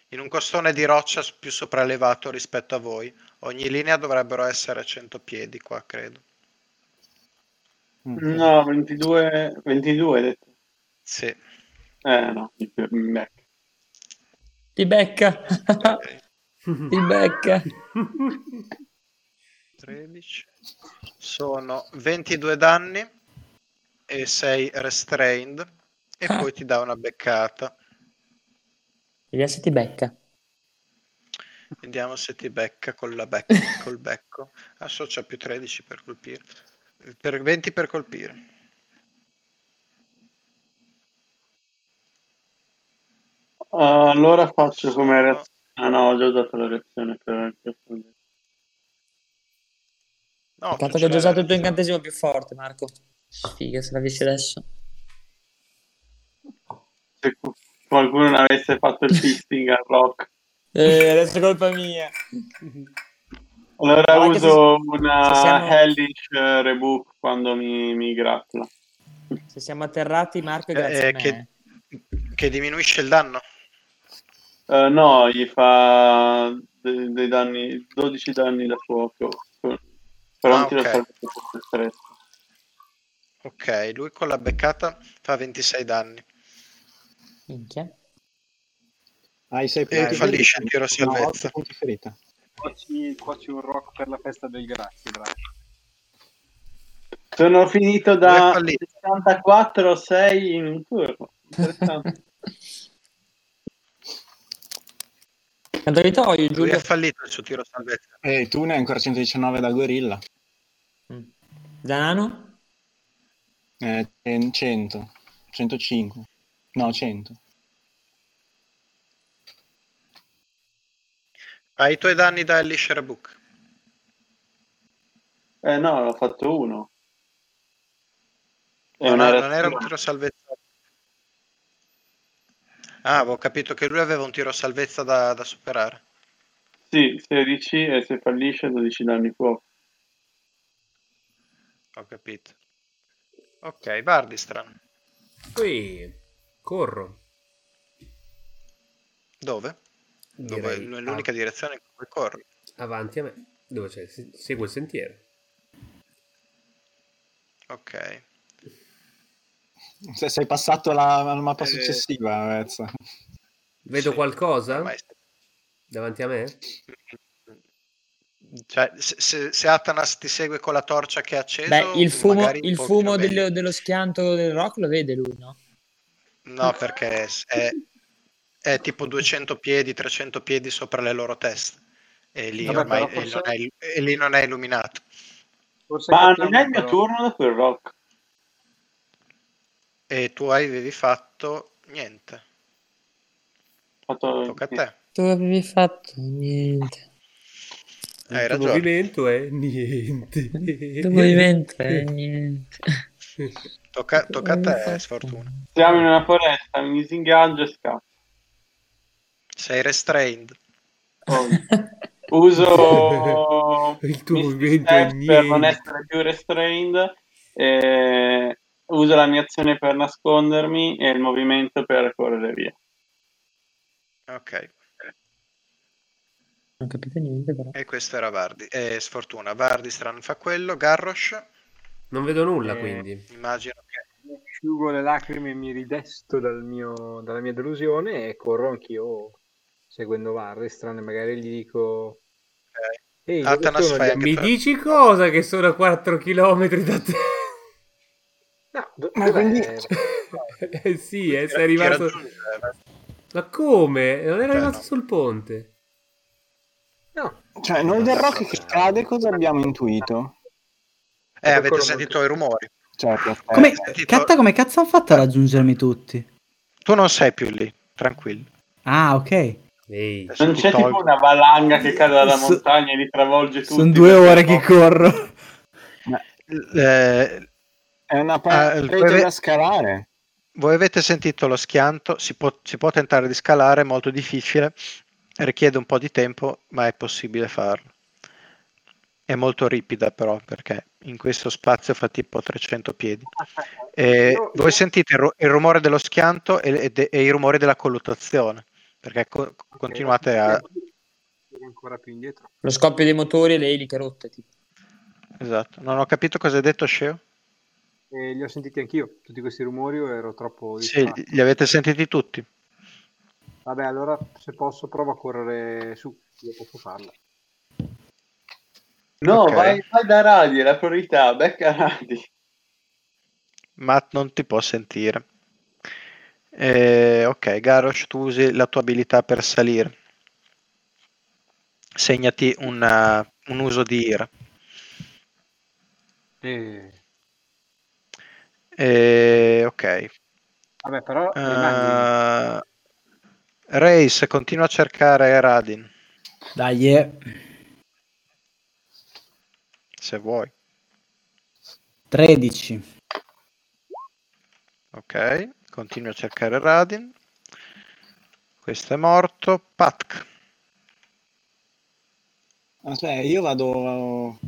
B: in un costone di roccia s- più sopraelevato rispetto a voi. Ogni linea dovrebbero essere a 100 piedi qua, credo.
D: Mm.
H: No, 22, 22 hai detto.
B: Sì.
H: Eh no, di più, ecco. meh.
I: Ti becca.
B: ok. Mm.
I: Ti becca.
B: 13. Sono 22 danni e sei restrained e
I: Ah.
B: poi ti dà una beccata.
I: Vediamo se ti becca.
B: Vediamo se ti becca con la becca, col becco. Associa più 13 per colpire. Per 20 per colpire.
H: Allora faccio come
B: Sono-
H: reazione. Ah no, ho già usato la reazione per
B: No, cioè, eh,
I: Peccato
B: non
I: che
B: ce
I: ho già usato il
B: l'aveva.
I: tuo incantesimo più forte, Marco. Sfiga, se l'avessi adesso.
H: se qualcuno non avesse fatto il fisting al rock.
I: Eh, adesso è colpa mia.
H: Allora
I: Ma anche
H: uso
I: se
H: una
I: siamo-
H: hellish eh, rebook quando mi, mi grappla.
I: Se siamo atterrati, Marco, è grazie
B: Eh,
I: a me.
B: che, che diminuisce il danno.
H: Eh, no, gli fa de- dei danni, 12 danni da fuoco. Però
B: Ah,
H: non ti lo
B: ok.
H: serve per stress.
B: Ok, lui con la beccata fa 26 danni.
I: Minchia.
D: Hai 6
B: E fallisce il tiro salvezza.
D: punti ferita.
F: Cuoci, cuoci un rock per la festa del grazie, grazie.
H: Sono finito
B: Due
H: da
B: falliti.
H: 64 a 6 in un turno. Interessante.
I: Quanto vi togli,
B: Lui
I: Giulio?
B: ha fallito il suo tiro salvezza.
D: E tu ne hai ancora 119 da gorilla.
I: Mm. Zanano?
D: Eh, cen- 100. 105. No, 100.
B: Hai i tuoi danni da Elish Book.
H: Eh no, l'ho fatto uno. È
B: Ah, Non,
H: una
B: era- non era un
H: reazione.
B: tiro salvezza. Ah, avevo capito che lui aveva un tiro salvezza da, da superare.
H: Sì, 16 e se fallisce 12 danni fuoco.
B: Ho capito. Ok, Bardistran.
A: Poi corro.
B: Dove? Dove?
A: Direi
B: È l'unica direzione in cui corri.
A: av- avanti a me. Dove c'è? Se- Seguo il sentiero.
B: Ok.
D: Se- sei passato alla, alla mappa
B: Eh.
D: successiva, Vezza.
A: Vedo
B: Sì,
A: qualcosa
B: Ormai
A: davanti a me?
B: Cioè, se, se, se Atanas ti segue con la torcia che ha acceso,
I: Beh, il fumo,
B: magari un
I: il
B: pochino
I: fumo
B: meglio.
I: dello, dello schianto del rock lo vede lui, no?
B: No, perché è, è tipo 200 piedi, 300 piedi sopra le loro teste. E lì,
F: Vabbè,
B: ormai,
F: però
B: e
F: forse-
B: non è, e lì non è illuminato.
F: Forse
H: Ma
F: capiamo,
H: non è il mio
F: però.
H: turno dopo il rock.
B: E tu avevi fatto niente.
H: Ho fatto-
B: Tocca a te.
I: Tu avevi fatto niente.
B: Hai
I: Eh,
A: Il tuo
B: ragione.
A: movimento è niente.
I: Il movimento è niente.
B: Tocca, tocca a te, eh,
I: Avevi
B: sfortuna.
I: fatto-
H: Siamo in una foresta, mi disingaggio e scappo.
B: Sei restrained.
H: Poi uso
A: Oh. Il tuo
H: Misty
A: movimento
H: Step
A: è
H: per non
A: niente.
H: essere più restrained. e uso la mia azione per nascondermi e il movimento per correre via.
B: Ok.
I: Non capite niente, però.
B: E questo era Vardi. Eh, sfortuna. Vardi strano fa quello. Garrosh.
A: Non vedo nulla
F: Eh,
A: quindi.
B: Immagino che
F: Mi asciugo le lacrime e mi ridesto dal mio- dalla mia delusione e corro anch'io seguendo Varri, strano, magari gli dico...
B: Ok.
F: Ehi, dove
B: Atanas
F: sono
B: fai
F: gli
B: anche
A: Mi
B: tra-
A: dici cosa che sono a 4 km da te?
F: No, do-
I: Ma
F: dov'è?
I: quindi-
A: eh sì, eh, sei
B: Ti- ti
A: arrivato...
B: raggiunge, eh,
A: Ma come? Non era
B: Beh,
A: rimasto
B: Cioè, no.
A: sul ponte.
F: No,
D: Cioè, noi del rock che cade cosa abbiamo intuito?
B: Eh, avete
F: ancora
B: sentito
F: molto-
B: i rumori.
D: Cioè, che-
E: Come,
B: Eh, senti,
E: Catta,
B: to-
E: come cazzo hanno fatto a raggiungermi tutti?
B: Tu non sei più lì, tranquillo.
E: Ah, ok.
A: Ehi.
B: Adesso
H: Non
B: ti
H: c'è tipo
B: tolgo.
H: una valanga che cade dalla
E: So-
H: montagna e li travolge tutti.
E: Sono due
H: perché
E: ore
H: no?
E: che corro.
B: Eh,
D: è una
B: Ah, il
D: parete
B: peve-
D: da scalare.
B: voi avete sentito lo schianto, si può, si può tentare di scalare, è molto difficile, richiede un po' di tempo, ma è possibile farlo. È molto ripida però, perché in questo spazio fa tipo 300 piedi.
H: Ah,
B: Eh,
F: Io-
B: voi sentite il, ru- il rumore dello schianto e, e de- e i rumori della colluttazione, perché co- continuate a...
F: Sono ancora più indietro.
I: Lo scoppio dei motori e le eliche rotte. Tipo.
B: Esatto, non ho capito cosa hai detto, Sceo.
F: E Eh, li ho sentiti anch'io, tutti questi rumori, io ero troppo...
B: Sì,
F: distratto.
B: li avete sentiti tutti.
F: Vabbè, allora se posso provo a correre su, io posso farlo.
H: No,
B: Ok.
H: vai, vai da Radi, è la priorità, becca Radi.
B: Matt non ti può sentire. Eh, ok, Garrosh, tu usi la tua abilità per salire. Segnati una- un uso di ira.
F: Eh,
B: Eh, ok.
F: Vabbè, però...
B: Eh,
F: rimani-
B: Reis, continua a cercare Radin,
E: Dai, eh.
B: se vuoi.
E: 13.
B: Ok, continua a cercare Radin. Questo è morto. Patk.
D: Aspetta, Ah, io vado...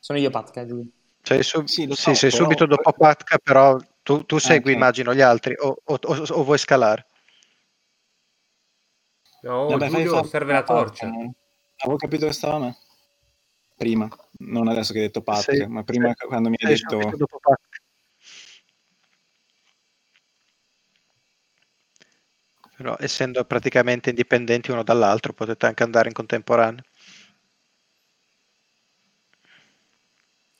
I: Sono io, Patka, giù.
B: Sei, sub-
D: Sì, lo
B: Cioè, sì, sei
D: so, però- Ah,
B: subito dopo Patka, però tu, tu segui,
D: ok.
B: immagino, gli altri o- o- o- o vuoi scalare.
A: No,
D: Vabbè, fai
A: Giulio
D: fare-
A: serve la torcia.
D: Non Ah, eh, Avevo capito che stava a me. Prima, non adesso che hai detto Pat,
B: Sei-
D: ma prima
B: sei-
D: quando mi hai
B: sei
D: detto...
B: subito dopo Patrick. Però essendo praticamente indipendenti uno dall'altro potete anche andare in contemporanea.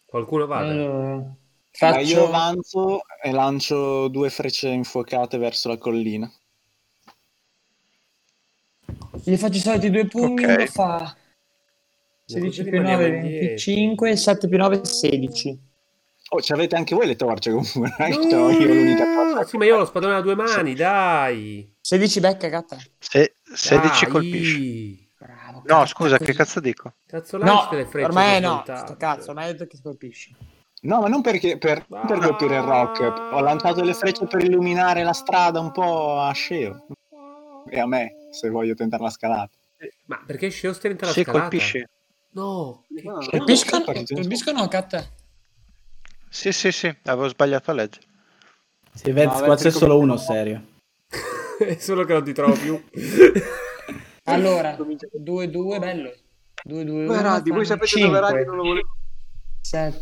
A: Qualcuno vada.
I: Allora,
D: Ma io
I: faccio...
D: avanzo e lancio due frecce infuocate verso la collina.
I: Gli faccio i soliti due pugni,
B: Ok.
I: uno fa... 16 più 9,
A: rimaniamo indietro.
I: 25, 7 più 9, 16.
D: Oh, ci avete anche voi le torce comunque. non è che
A: No,
D: c'ho io l'unica torcia.
A: Mm, sì, ma io ho lo spadone a due mani, dai.
I: 16 becca, gatta.
B: Se 16
A: Dai.
B: colpisci.
I: Bravo,
B: No,
I: gatta,
B: scusa, che
I: così.
B: cazzo dico?
A: Cazzo
I: No,
A: lanci le frecce
I: ormai
A: con
I: no,
A: contatto.
I: sto cazzo, ormai ho detto che colpisci.
D: No, ma non perché, per, non per colpire il rock. Ho lanciato le frecce per illuminare la strada un po' a Sceo. E a me, se voglio tentare la scalata.
A: Ma perché Sceo stenta la
B: Se
A: scalata?
B: colpisci.
A: No,
F: No, no,
I: Colpiscono,
D: no, perché-
I: colpiscono, gatta.
B: Sì, sì, sì, avevo sbagliato a leggere.
E: Sì, Vez,
F: No,
E: qua
F: Vez,
E: c'è
F: dico-
E: solo uno, serio.
A: è solo che non ti trovo più.
I: Allora, 2-2, bello. 2-2.
F: Dove Radi? Voi sapete dove Radi non lo volevo...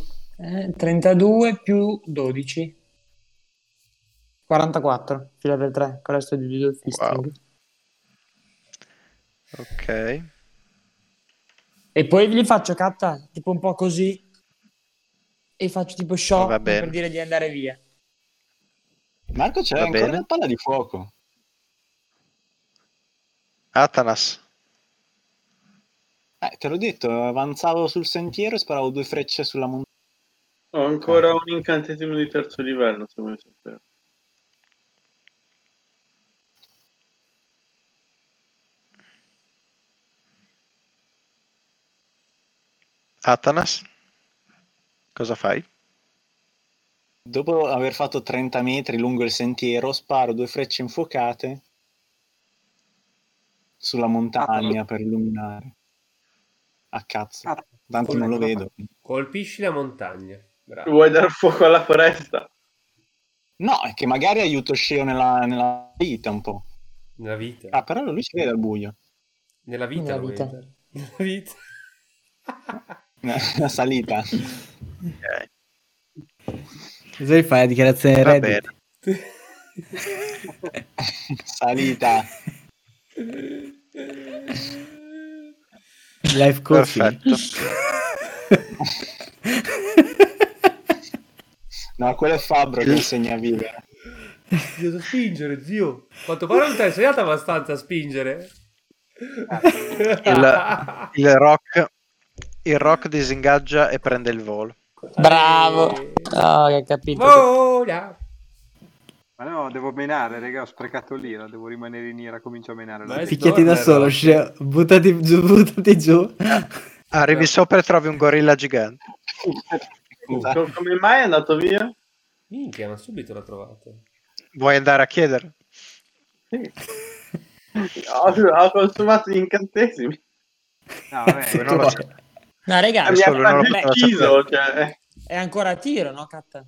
I: 32 più 12. 44, fila per 3, con il resto di due fisting.
B: Wow. Ok.
I: E poi gli faccio catta, tipo un po' così. E faccio tipo shock
B: Va bene.
I: per dire di andare via.
D: Marco, c'è
B: Va
D: ancora
B: bene.
D: la palla di fuoco.
B: Atanas.
D: Eh, te l'ho detto, avanzavo sul sentiero e sparavo due frecce sulla montagna.
H: Ho ancora un incantesimo di terzo livello, se vuoi sapere.
B: Atanas. Cosa fai?
D: Dopo aver fatto 30 metri lungo il sentiero, sparo due frecce infuocate sulla montagna per illuminare. A cazzo,
F: Ah,
D: tanto non lo vedo.
A: Colpisci la montagna. Bravo.
H: Vuoi dar fuoco alla foresta?
D: No, è che magari aiuto Sceo nella, nella vita un po'.
A: Nella vita.
D: Ah, però lui ci vede al buio.
A: Nella vita.
I: Nella
A: lo
I: vita.
A: vedi.
I: nella vita.
D: Eh, La salita.
B: Ok,
E: Così fai la dichiarazione
B: va
E: redditi.
B: bene.
D: salita.
E: Life coaching.
B: Perfetto.
D: No, quello è Fabbro che insegna a vivere.
A: Devo spingere, zio. Quanto pare non ti hai insegnato abbastanza a spingere.
B: Il- Il rock, il rock disingaggia e prende il volo.
I: Bravo. Ah, che hai capito.
A: Vola.
C: Ma no, devo menare, raga, ho sprecato l'ira, devo rimanere in ira, comincio a menare.
B: Eh,
A: Ma è-
E: Picchiati da solo, scemo. buttati giù, buttati giù.
B: Arrivi
I: Certo.
B: sopra e trovi un gorilla gigante.
A: Uh.
H: Co- Come mai è andato via?
A: Minchia, ma subito l'ho trovato.
B: Vuoi andare a chiedere?
H: Ho, ho consumato gli incantesimi.
C: No, vabbè,
B: Non lo so.
I: No,
A: Ah,
I: raga,
B: Eh,
H: Mi ha
B: solo loro
H: quasi
B: potevano
H: ucciso. Cioè.
I: è ancora a tiro, no, Kat?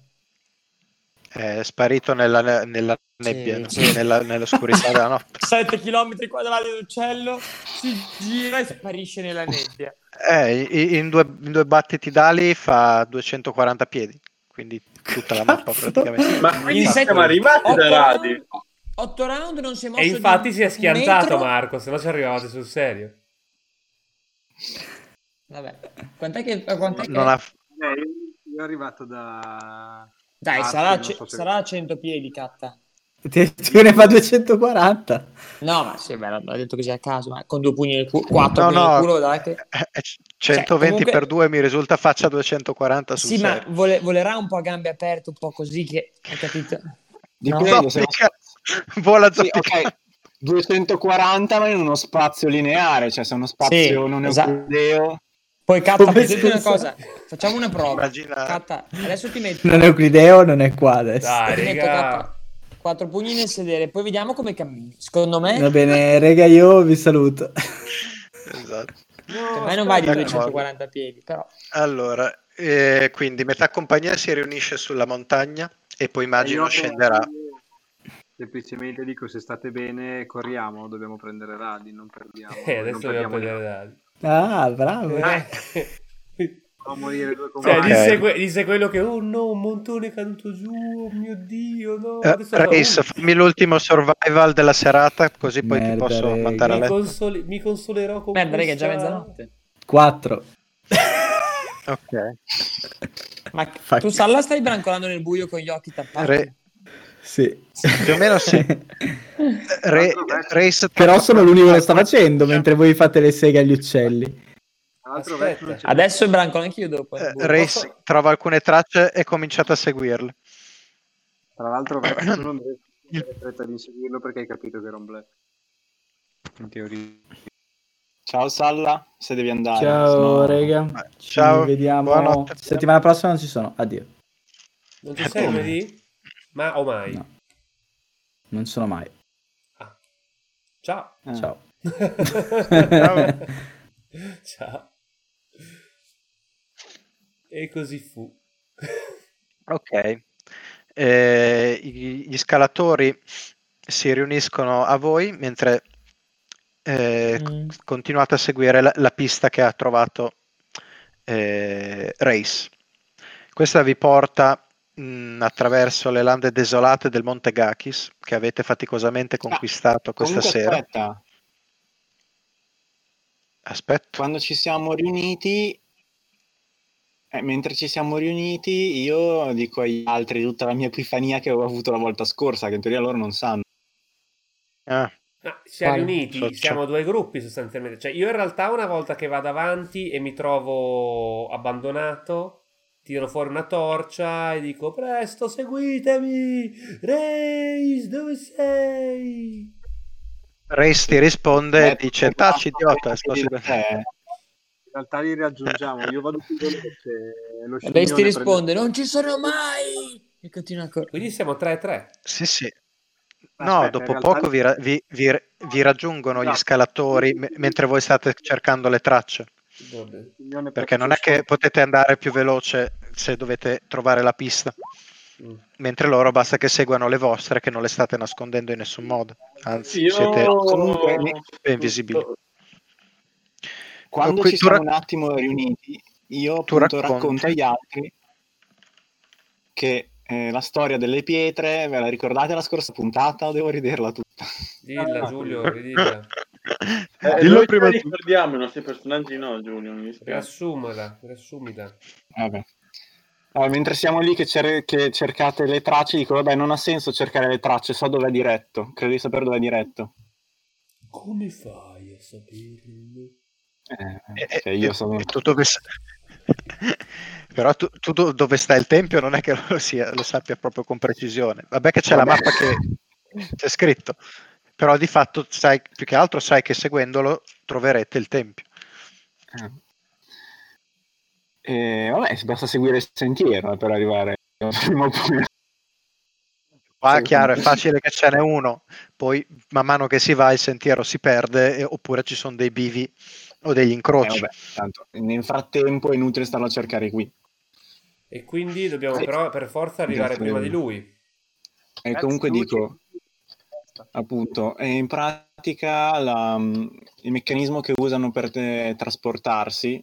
B: È sparito nella, ne- nella nebbia, no?
I: sì.
B: Nella- nell'oscurità della notte.
I: 7 km quadrati d'uccello, si gira e sparisce nella nebbia.
B: Eh, i- in, due, in due battiti d'ali fa 240 piedi, quindi tutta la mappa
E: Cazzo.
B: praticamente.
H: Ma quindi
I: Infatti-
H: siamo arrivati da
I: Otto
H: Radi.
I: round, otto round non si è mosso
A: E infatti
I: di
A: si è
I: un
A: schiantato
I: metro.
A: Marco, se no ci arrivavate sul serio.
I: Vabbè, quant'è che... quant'è che-
B: Non ha,
C: eh, io sono arrivato da...
I: Dai,
C: Ah,
I: sarà,
C: sì,
I: ce-
C: non so se-
I: sarà a 100 piedi, Catta.
E: Te, te ne fa 240.
I: No, ma sì, beh, l'ha detto così a caso, ma con due pugni nel culo, quattro
B: No,
I: pugni nel
B: no.
I: culo, dai che... Cioè,
B: eh, eh, 120
I: comunque-
B: per 2 mi risulta faccia 240 sul
I: Sì, ma
B: serio.
I: vole- volerà un po' a gambe aperte, un po' così che... Hai capito?
D: Dipende
B: No,
D: se-
B: picca- Vola
D: Sì,
B: zoppica.
D: ok. 240 ma in uno spazio lineare, cioè se è uno spazio
I: Sì,
D: non
I: esatto.
D: euclideo,
I: Poi Catta,
E: Come
I: posso dire una
E: scusa?
I: cosa? Facciamo una prova.
B: Immagina-
I: Catta, adesso ti metto...
E: Non è Euclideo, non è qua adesso.
A: Dai,
I: ti metto
A: Ah, raga.
I: Catta, quattro pugni nel sedere, poi vediamo come cammini. Secondo me...
E: Va bene, rega, io vi saluto.
B: Esatto.
F: Eh,
I: Per me non vai di
B: D'accordo.
I: 240 piedi, però.
B: Allora, eh, quindi metà compagnia si riunisce sulla montagna e poi
C: Eh,
B: immagino
C: io-
B: scenderà.
C: Semplicemente dico, se state bene, corriamo, dobbiamo prendere Radi, non perdiamo.
A: E
C: non
A: Eh, adesso dobbiamo
C: perdiamo
A: prendere dati.
E: Ah, bravo.
C: Facciamo morire due
A: Eh. Cioè,
C: compagni.
B: Ok.
A: disse, que- disse quello che, oh no, un montone è caduto giù, oh mio Dio, no.
B: Eh,
A: Adesso fa-
B: Reis,
A: uh,
B: fammi l'ultimo survival della serata, così poi ti
E: Merda,
B: posso
E: Reis.
B: mandare a
A: mi,
B: letto.
A: console- mi consolerò con
I: Merda, raga, è già
A: questa-
I: mezzanotte.
E: 4.
B: Ok.
I: Ma
E: Fuck.
I: tu Salla stai brancolando nel buio con gli occhi tappati?
B: Re-
E: Sì.
B: più o meno sì. Re- Reis-
E: Però sono l'unico che lo sta facendo mentre voi fate le seghe agli uccelli.
C: Tra
H: cioè.
C: l'altro,
A: Aspetta.
C: Vespa non c'è.
I: Adesso brancolo anch'io dopo.
B: Eh,
I: nel buio.
B: Reis trova alcune tracce e cominciate a seguirle.
C: Tra l'altro, Vespa tu non dovresti avere fretta di inseguirlo perché hai capito che era un black. In teoria.
D: ciao Salla, se devi andare.
E: Ciao,
D: sennò-
E: rega.
B: Beh,
E: Ci
B: ciao,
E: vediamo.
B: buonanotte.
E: Settimana prossima non ci sono. Addio.
A: Non ci sei lunedì? Ma o mai?
E: No. Non ci sono mai.
A: Ah. Ciao.
F: Ah.
D: Eh.
E: Ciao.
A: Ciao. E così fu.
B: Ok. Eh, i- gli scalatori si riuniscono a voi mentre eh,
I: Mm.
B: c- continuate a seguire la, la pista che ha trovato eh, Race. Questa vi porta mh, attraverso le lande desolate del Monte Gakis che avete
C: Ah,
B: faticosamente conquistato questa
D: Comunque,
B: sera.
D: aspetta,
B: Aspetta.
D: quando ci siamo riuniti, eh, mentre ci siamo riuniti, io dico agli altri tutta la mia epifania che avevo avuto la volta scorsa, che in teoria loro non sanno.
B: Ah,
A: No, ci siamo
I: Quale?
A: riuniti,
B: So-
A: siamo due gruppi sostanzialmente. Cioè, io in realtà una volta che vado avanti e mi trovo abbandonato, tiro fuori una torcia e dico presto, seguitemi! Reis, dove sei?
B: Race ti risponde e
D: Eh,
B: dice taci idiota, sto seguendo".
D: Eh,
C: In realtà li raggiungiamo. Io vado più veloce. Lo
I: Vabbè, ti
C: scimmione
I: risponde, non ci sono mai! E continua a correre.
A: Quindi siamo 3-3.
B: Sì, sì.
C: Aspetta,
B: No,
C: in
B: dopo
C: realtà-
B: poco vi, ra- vi- vi- vi raggiungono gli
C: No.
B: scalatori me- mentre voi state cercando le tracce,
A: Vabbè.
C: prende il scimmione per-
B: perché non è che potete andare più veloce se dovete trovare la pista,
A: Mm.
B: mentre loro basta che seguano le vostre che non le state nascondendo in nessun modo, anzi
H: Io eh,
B: siete Eh,
D: comunque,
B: ben visibili.
D: Quando
B: Qui
D: ci
B: tu
D: siamo
B: ra-
D: un attimo riuniti, io
B: Tu
D: appunto
B: racconti.
D: racconto agli altri che eh, la storia delle pietre, ve la ricordate la scorsa puntata o devo rivederla tutta?
A: Dilla Giulio, ridilla.
H: Eh,
B: Dillo
H: noi ce
B: prima
H: la
B: tu.
H: ricordiamo i nostri personaggi, no, Giulio. Mi dispiace.
A: Riassumila, riassumila.
D: Vabbè. Allora, mentre siamo lì che, cer- che cercate le tracce, dico, vabbè, non ha senso cercare le tracce, so dove è diretto, credo di sapere dove è diretto.
A: Come fai a saperlo?
D: Eh,
B: E- e-
D: cioè, io
B: e-
D: sono...
B: e eh, tu dove s- Però tu, tu do- dove sta il tempio non è che lo, sia- lo sappia proprio con precisione. Vabbè che c'è la
D: Vabbè.
B: mappa che c'è scritto, però di fatto sai, più che altro sai che seguendolo troverete il tempio.
D: Eh, vabbè, basta seguire il sentiero eh, per arrivare prima o poi.
B: Qua
D: Sì.
B: chiaro, è facile che ce n'è uno, poi man mano che si va il sentiero si perde e- oppure ci sono dei bivi o degli
D: Eh,
B: incroci.
D: vabbè, tanto, nel frattempo è inutile starlo a cercare qui.
A: E quindi dobbiamo
D: Sì.
A: però per forza arrivare
D: Grazie.
A: prima di lui.
D: E comunque dico, appunto, eh, in pratica la- il meccanismo che usano per eh, trasportarsi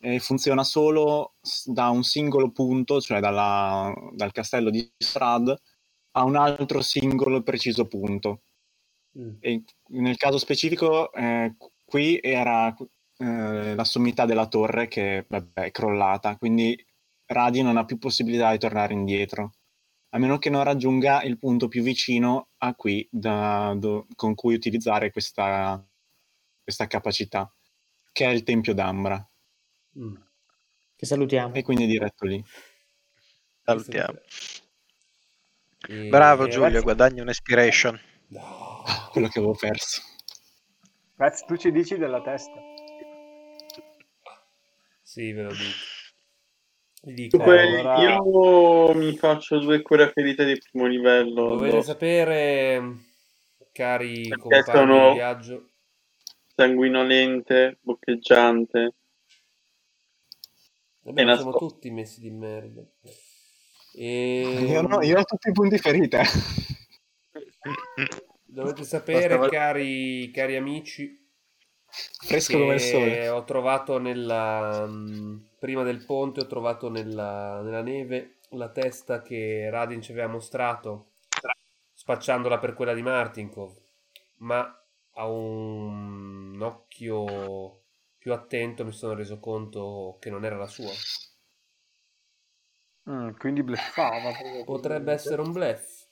D: eh, funziona solo s- da un singolo punto, cioè dalla- dal castello di Strad, a un altro singolo e preciso punto.
A: Mm.
D: E nel caso specifico, eh, qui era eh, la sommità della torre che vabbè, è crollata, quindi Radi non ha più possibilità di tornare indietro, a meno che non raggiunga il punto più vicino a qui da- do- con cui utilizzare questa, questa capacità, che è il Tempio d'Ambra,
A: Mm.
I: Che salutiamo.
D: e quindi è diretto lì.
B: Salutiamo.
A: E-
B: Bravo
A: e
B: Giulio,
A: adesso-
B: guadagni un'inspiration.
A: No.
D: Quello che avevo perso.
F: Pezzi, tu ci dici della testa.
A: Sì, ve lo dico. Vi dico,
H: Dunque,
F: allora-
H: io mi faccio due cure a ferite di primo livello.
A: dovete
H: dopo.
A: sapere, cari
H: Boh. Perché
A: compagni
H: sono-
A: di viaggio,
H: sanguinolente, boccheggiante.
A: Vabbè,
H: E
A: ma siamo
H: nascosto.
A: tutti messi di merda. Ehm, E...
D: Io, no- io ho tutti i punti ferite.
A: Dovete sapere,
H: Basta-
A: cari, cari amici,
D: Fresco
A: che
D: come il sole.
A: ho trovato nella mh, prima del ponte ho trovato nella, nella neve la testa che Radin ci aveva mostrato spacciandola per quella di Martinkov ma a un occhio più attento mi sono reso conto che non era la sua
F: Mm, quindi
H: Ah,
F: bleffava.
A: potrebbe essere un blef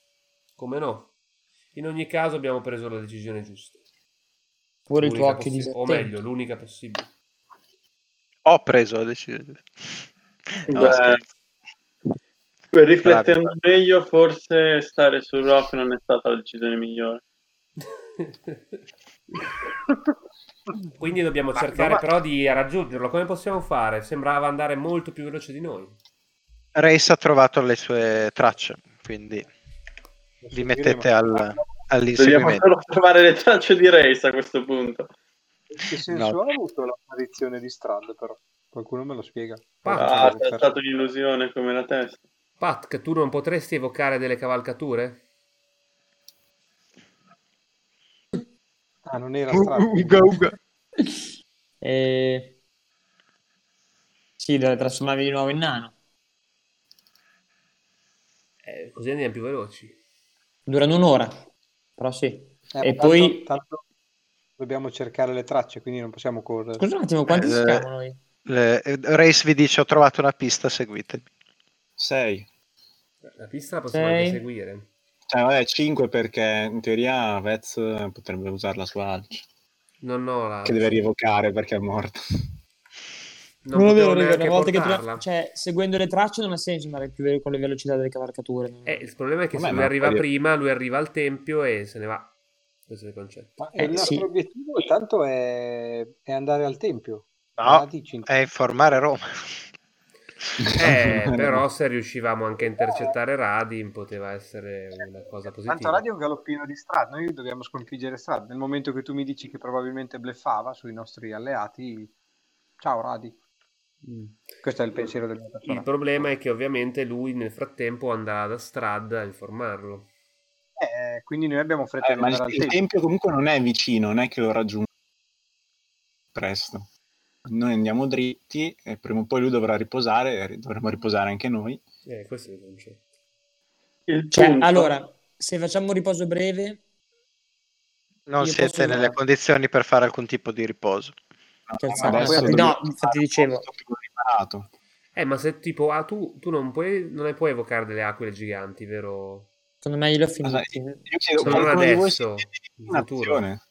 A: come no in ogni caso abbiamo preso la decisione giusta
I: Pure il tuo
A: L'unica
I: occhio
A: possi- o
I: disattento.
A: meglio l'unica possibile
B: Ho preso la decisione. No,
H: Beh,
B: scherzo.
H: per riflettendo meglio, forse stare sul rock non è stata la decisione migliore.
A: Quindi dobbiamo cercare però di raggiungerlo. Come possiamo fare? Sembrava andare molto più veloce di noi.
B: Race ha trovato le sue tracce, quindi vi mettete
F: Ah,
B: al-
H: Dobbiamo
B: all'inseguimento.
H: solo trovare le tracce di Race a questo punto.
F: Che senso
B: No.
F: ha avuto l'apparizione di Strad, però? Qualcuno me lo spiega.
A: Ah,
H: Ah,
A: sì,
H: è stata un'illusione come la testa.
A: Pat, che tu non potresti evocare delle cavalcature?
F: Ah, non era
B: U-
F: Strad.
B: u- uga, uga.
I: E... Sì, deve trasformarmi di nuovo in nano.
A: Eh, così andiamo più veloci.
I: Durano un'ora, però sì.
F: Eh,
I: e
F: tanto-
I: poi-
F: tanto dobbiamo cercare le tracce, quindi non possiamo correre.
I: Scusa un attimo, quanti
B: Eh,
I: siamo noi?
B: Le- eh, Race vi dice ho trovato una pista, seguitemi.
D: Sei.
A: La pista la possiamo
I: Ok.
A: anche seguire.
D: Cioè, vabbè, 5 perché in teoria Vez potrebbe usare la sua alce,
A: Non ho la...
D: che deve rievocare perché è morta.
A: Non,
I: è
A: potevo
I: vero, raga,
A: neanche
I: una volta che
A: portarla.
I: tu- cioè, seguendo le tracce non ha senso andare più ve- con le velocità delle cavalcature.
A: Eh, il problema è che
D: Vabbè,
A: se
D: ma
A: lui arriva
D: voglio-
A: prima, lui arriva al tempio e se ne va. Questo è il concetto.
F: Ma
I: Eh,
F: il nostro
I: sì.
F: obiettivo tanto è, è andare al tempio.
B: No,
F: Ah, dici,
B: è informare Roma.
A: Eh, però se riuscivamo anche a intercettare Radin poteva essere una cosa positiva.
F: Tanto Radio è un galoppino di Strad, noi dobbiamo sconfiggere Strad. Nel momento che tu mi dici che probabilmente bleffava sui nostri alleati, ciao Radi.
A: Mm.
F: Questo è il pensiero del mio
A: Il
F: personaggio.
A: problema è che ovviamente lui nel frattempo andrà da Strad a informarlo.
F: Eh, quindi noi abbiamo fretta
D: Eh,
F: di
D: ma
F: andare
D: il,
F: al
D: il
F: tempio.
D: tempio comunque non è vicino, non è che lo raggiunge presto. Noi andiamo dritti e prima o poi lui dovrà riposare, e ri- dovremo riposare anche noi.
A: Eh, questo è il concetto.
H: Il
I: Cioè,
H: punto-
I: allora, se facciamo un riposo breve,
B: Non
I: Io
B: siete
I: posso-
B: nelle condizioni per fare alcun tipo di riposo.
I: Scherzavo.
D: Adesso
I: No,
D: dobbiamo
I: infatti
D: fare un
I: dicevo.
D: posto più riparato.
A: Eh, ma se tipo, ah, tu, tu non, puoi, non ne puoi evocare delle aquile giganti, vero?
I: secondo me gliel'ho
D: Allora,
I: finiti.
D: io io chiedo,
A: Sono
D: qualcuno di, voi si
A: adesso,
D: intende di
A: in futuro.
D: divinazione?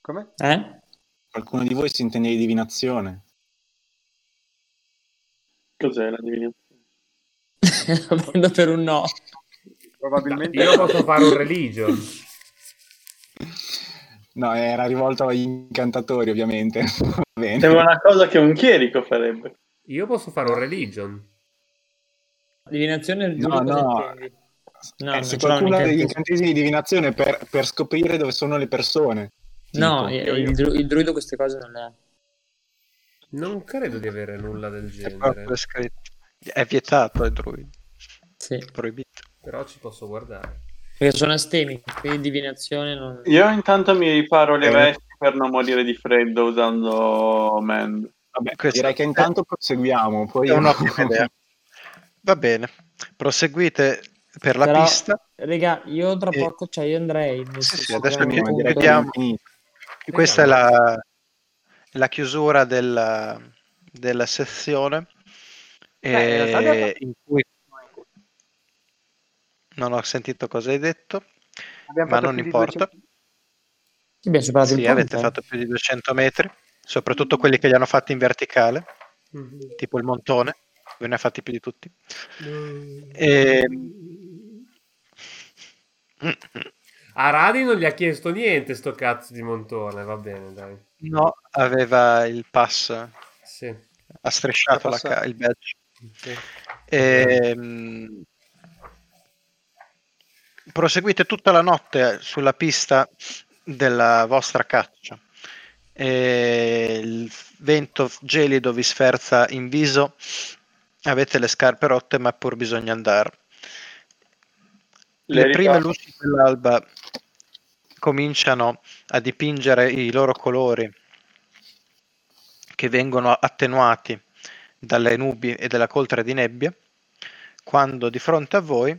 C: Come?
I: Eh?
D: qualcuno di voi si intende di divinazione?
H: Cos'è la divinazione?
I: Lo prendo per un no.
C: Probabilmente
A: Io posso fare un religion.
D: No, era rivolto agli incantatori, ovviamente. Va bene.
H: Sembra una cosa che un chierico farebbe.
A: Io posso fare un religion.
I: Divinazione
D: No,
I: Giulio, cosa
D: no.
I: intendi?
D: Eh,
I: No,
D: se
I: no, però
D: qualcuno ha
I: non
D: degli
I: intendo.
D: incantesimi di divinazione per, per scoprire dove sono le persone.
I: No, eh,
D: Tipo,
I: il, il dru- il druido queste cose non le ha.
A: Non credo di avere nulla del
B: È proprio
A: genere,
B: scritto. È vietato ai druidi,
I: Sì.
B: proibito.
A: però ci posso guardare.
I: Perché sono astemi, quindi divinazione non...
H: Io intanto mi riparo le
D: Eh.
H: vesti per non morire di freddo usando Mend.
D: Vabbè,
B: Questo-
D: direi che intanto proseguiamo. Poi
B: È un'ottima idea. Va bene, proseguite per la
I: Però,
B: pista.
I: Raga, io tra
B: E-
I: poco, cioè io andrei. nel
B: Eh. Sì, sì,
I: senso,
B: adesso
I: abbiamo
B: chi-
I: un punto-
B: chiudiamo.
D: Quindi,
B: Questa è la, la chiusura della, della sessione
G: Beh, in
B: eh,
G: realtà abbiamo-
B: in cui non ho sentito cosa hai detto,
C: abbiamo
B: ma
C: fatto
B: non
C: più di
B: importa.
C: 200
I: Abbiamo superato il
B: Sì, avete
I: punto. eh.
B: fatto più di 200 metri, soprattutto quelli che li hanno fatti in verticale,
A: Mhm.
B: tipo il montone, ve ne ha fatti più di tutti. Mm-hmm. Ehm. E...
A: A Radi non gli ha chiesto niente sto cazzo di montone, va bene, dai.
B: No, aveva il pass, ha
A: Sì.
B: strisciato
D: Il
B: la
D: pass-
B: ca- il badge.
A: sì.
B: Ehm, proseguite tutta la notte sulla pista della vostra caccia. E il vento gelido vi sferza in viso, avete le scarpe rotte, ma pur bisogna andare. Le,
H: Le
B: prime
H: riparo.
B: luci dell'alba cominciano a dipingere i loro colori che vengono attenuati dalle nubi e dalla coltre di nebbia, quando di fronte a voi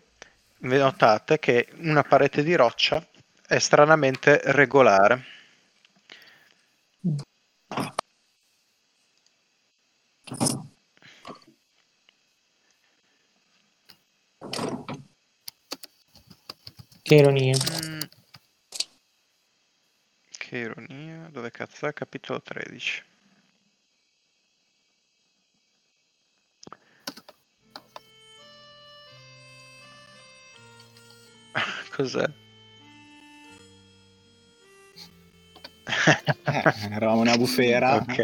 B: vi notate che una parete di roccia è stranamente regolare.
I: Che ironia.
B: Mm. Che ironia, dove cazzo è? Capitolo 13. Cos'è?
D: eh, eravamo una bufera.
B: Ok.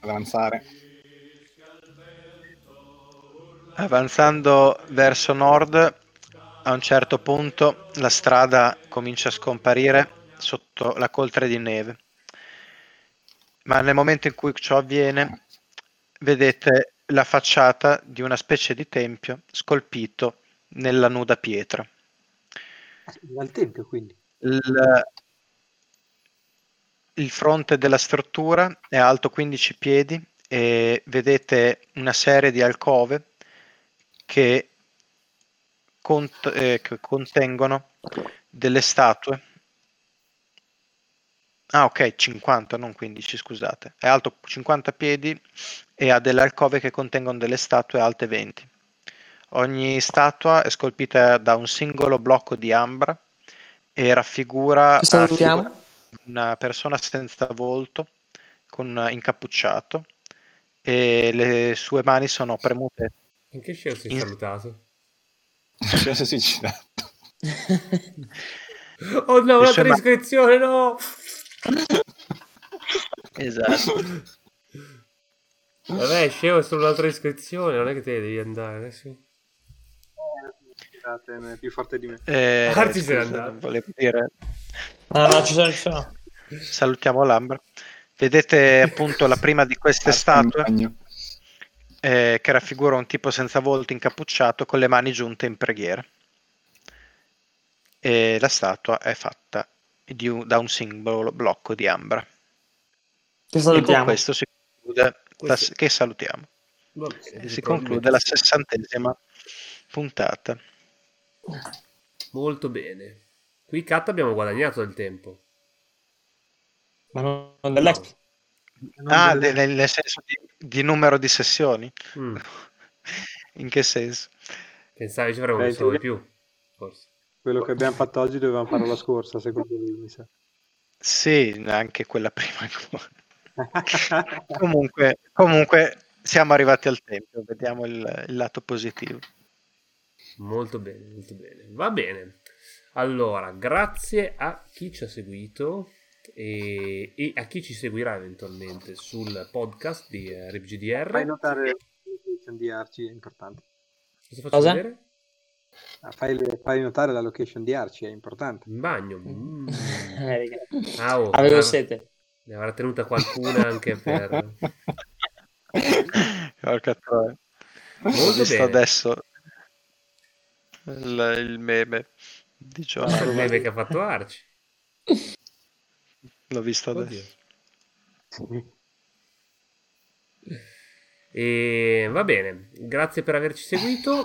D: Avanzare.
B: Avanzando verso nord, a un certo punto la strada comincia a scomparire sotto la coltre di neve. Ma nel momento in cui ciò avviene, vedete la facciata di una specie di tempio scolpito nella nuda pietra.
F: Al tempio, quindi.
B: Il, il fronte della struttura è alto 15 piedi e vedete una serie di alcove che, cont- eh, che contengono delle statue. Ah, ok, 50, non 15, scusate. È alto 50 piedi e ha delle alcove che contengono delle statue alte 20. Ogni statua è scolpita da un singolo blocco di ambra e raffigura
I: Cosa
B: raffigura
I: votiamo?
B: una persona senza volto, con eh, incappucciato, e le sue mani sono premute.
A: In che scel sei
B: In-
A: salutato?
D: Cioè, se si ci dà.
A: Oh no,
B: Le
A: una
B: sue ma-
A: trascrizione, no!
B: Esatto.
A: Vabbè, scemo, è solo un'altra iscrizione, non è che te ne devi andare. eh, adesso.
C: scusate, non è più forte di me.
B: Eh,
A: Arti se n'è
B: scusa,
A: andato.
B: volevo dire,
I: No, no, ci sono, ci sono.
B: salutiamo l'ambra. Vedete appunto la prima di queste statue
D: Bagno.
B: eh, che raffigura un tipo senza volto incappucciato con le mani giunte in preghiera. E la statua è fatta di un- da un singolo blocco di ambra.
I: Che
B: E con
I: salutiamo.
B: questo si conclude la-
J: Questo-
B: che salutiamo.
J: Vabbè,
B: E Eh, si
A: probabilmente
B: conclude la
A: sì.
B: sessantesima puntata.
A: Molto bene. Qui Kat abbiamo guadagnato del tempo.
I: Ma non, non dell'ex.
B: ah, de- nel, nel senso di, di numero di sessioni?
A: Mm.
B: In che senso?
A: Pensavi ci
B: Eh,
A: avremmo
F: Beh,
A: messo di
F: Giulia-
A: più. Forse.
F: Quello che abbiamo fatto oggi dovevamo fare la scorsa, secondo me. Mi sa.
B: Sì, anche quella prima. ancora. comunque, comunque siamo arrivati al tempo, vediamo il, il lato positivo.
A: Molto bene, molto bene. Va bene. Allora, grazie a chi ci ha seguito e, e a chi ci seguirà eventualmente sul podcast di eh, RipGDR.
F: Fai notare location di Arci, è importante.
A: Cosa faccio
I: Cosa?
A: vedere?
F: Ah, Fai, le- fai notare la location di Arci, è importante.
A: In bagno. Mm.
I: Eh, raga.
A: Ah, oh,
I: Avevo
A: ah,
I: sete.
A: Ne avrà tenuta qualcuna anche per...
B: Porca troia. Ho
A: Molto
B: visto
A: bene.
B: adesso il, il meme di
A: il
B: Giovanni.
A: meme che ha fatto Arci.
B: L'ho visto
A: Oddio.
B: adesso.
A: E va bene, grazie per averci seguito.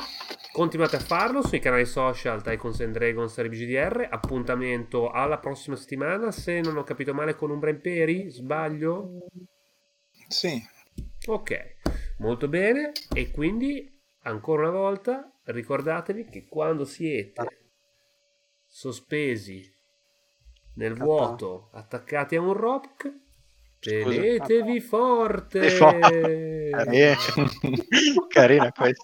A: Continuate a farlo sui canali social Tycoons and Dragons RBGDR. Appuntamento alla prossima settimana. Se non ho capito male, con Umbra Imperi. Sbaglio?
D: Sì,
A: Ok, molto bene. E quindi, ancora una volta, ricordatevi che quando siete sospesi nel vuoto, attaccati a un rock, tenetevi forte.
B: Eh, Carina questa.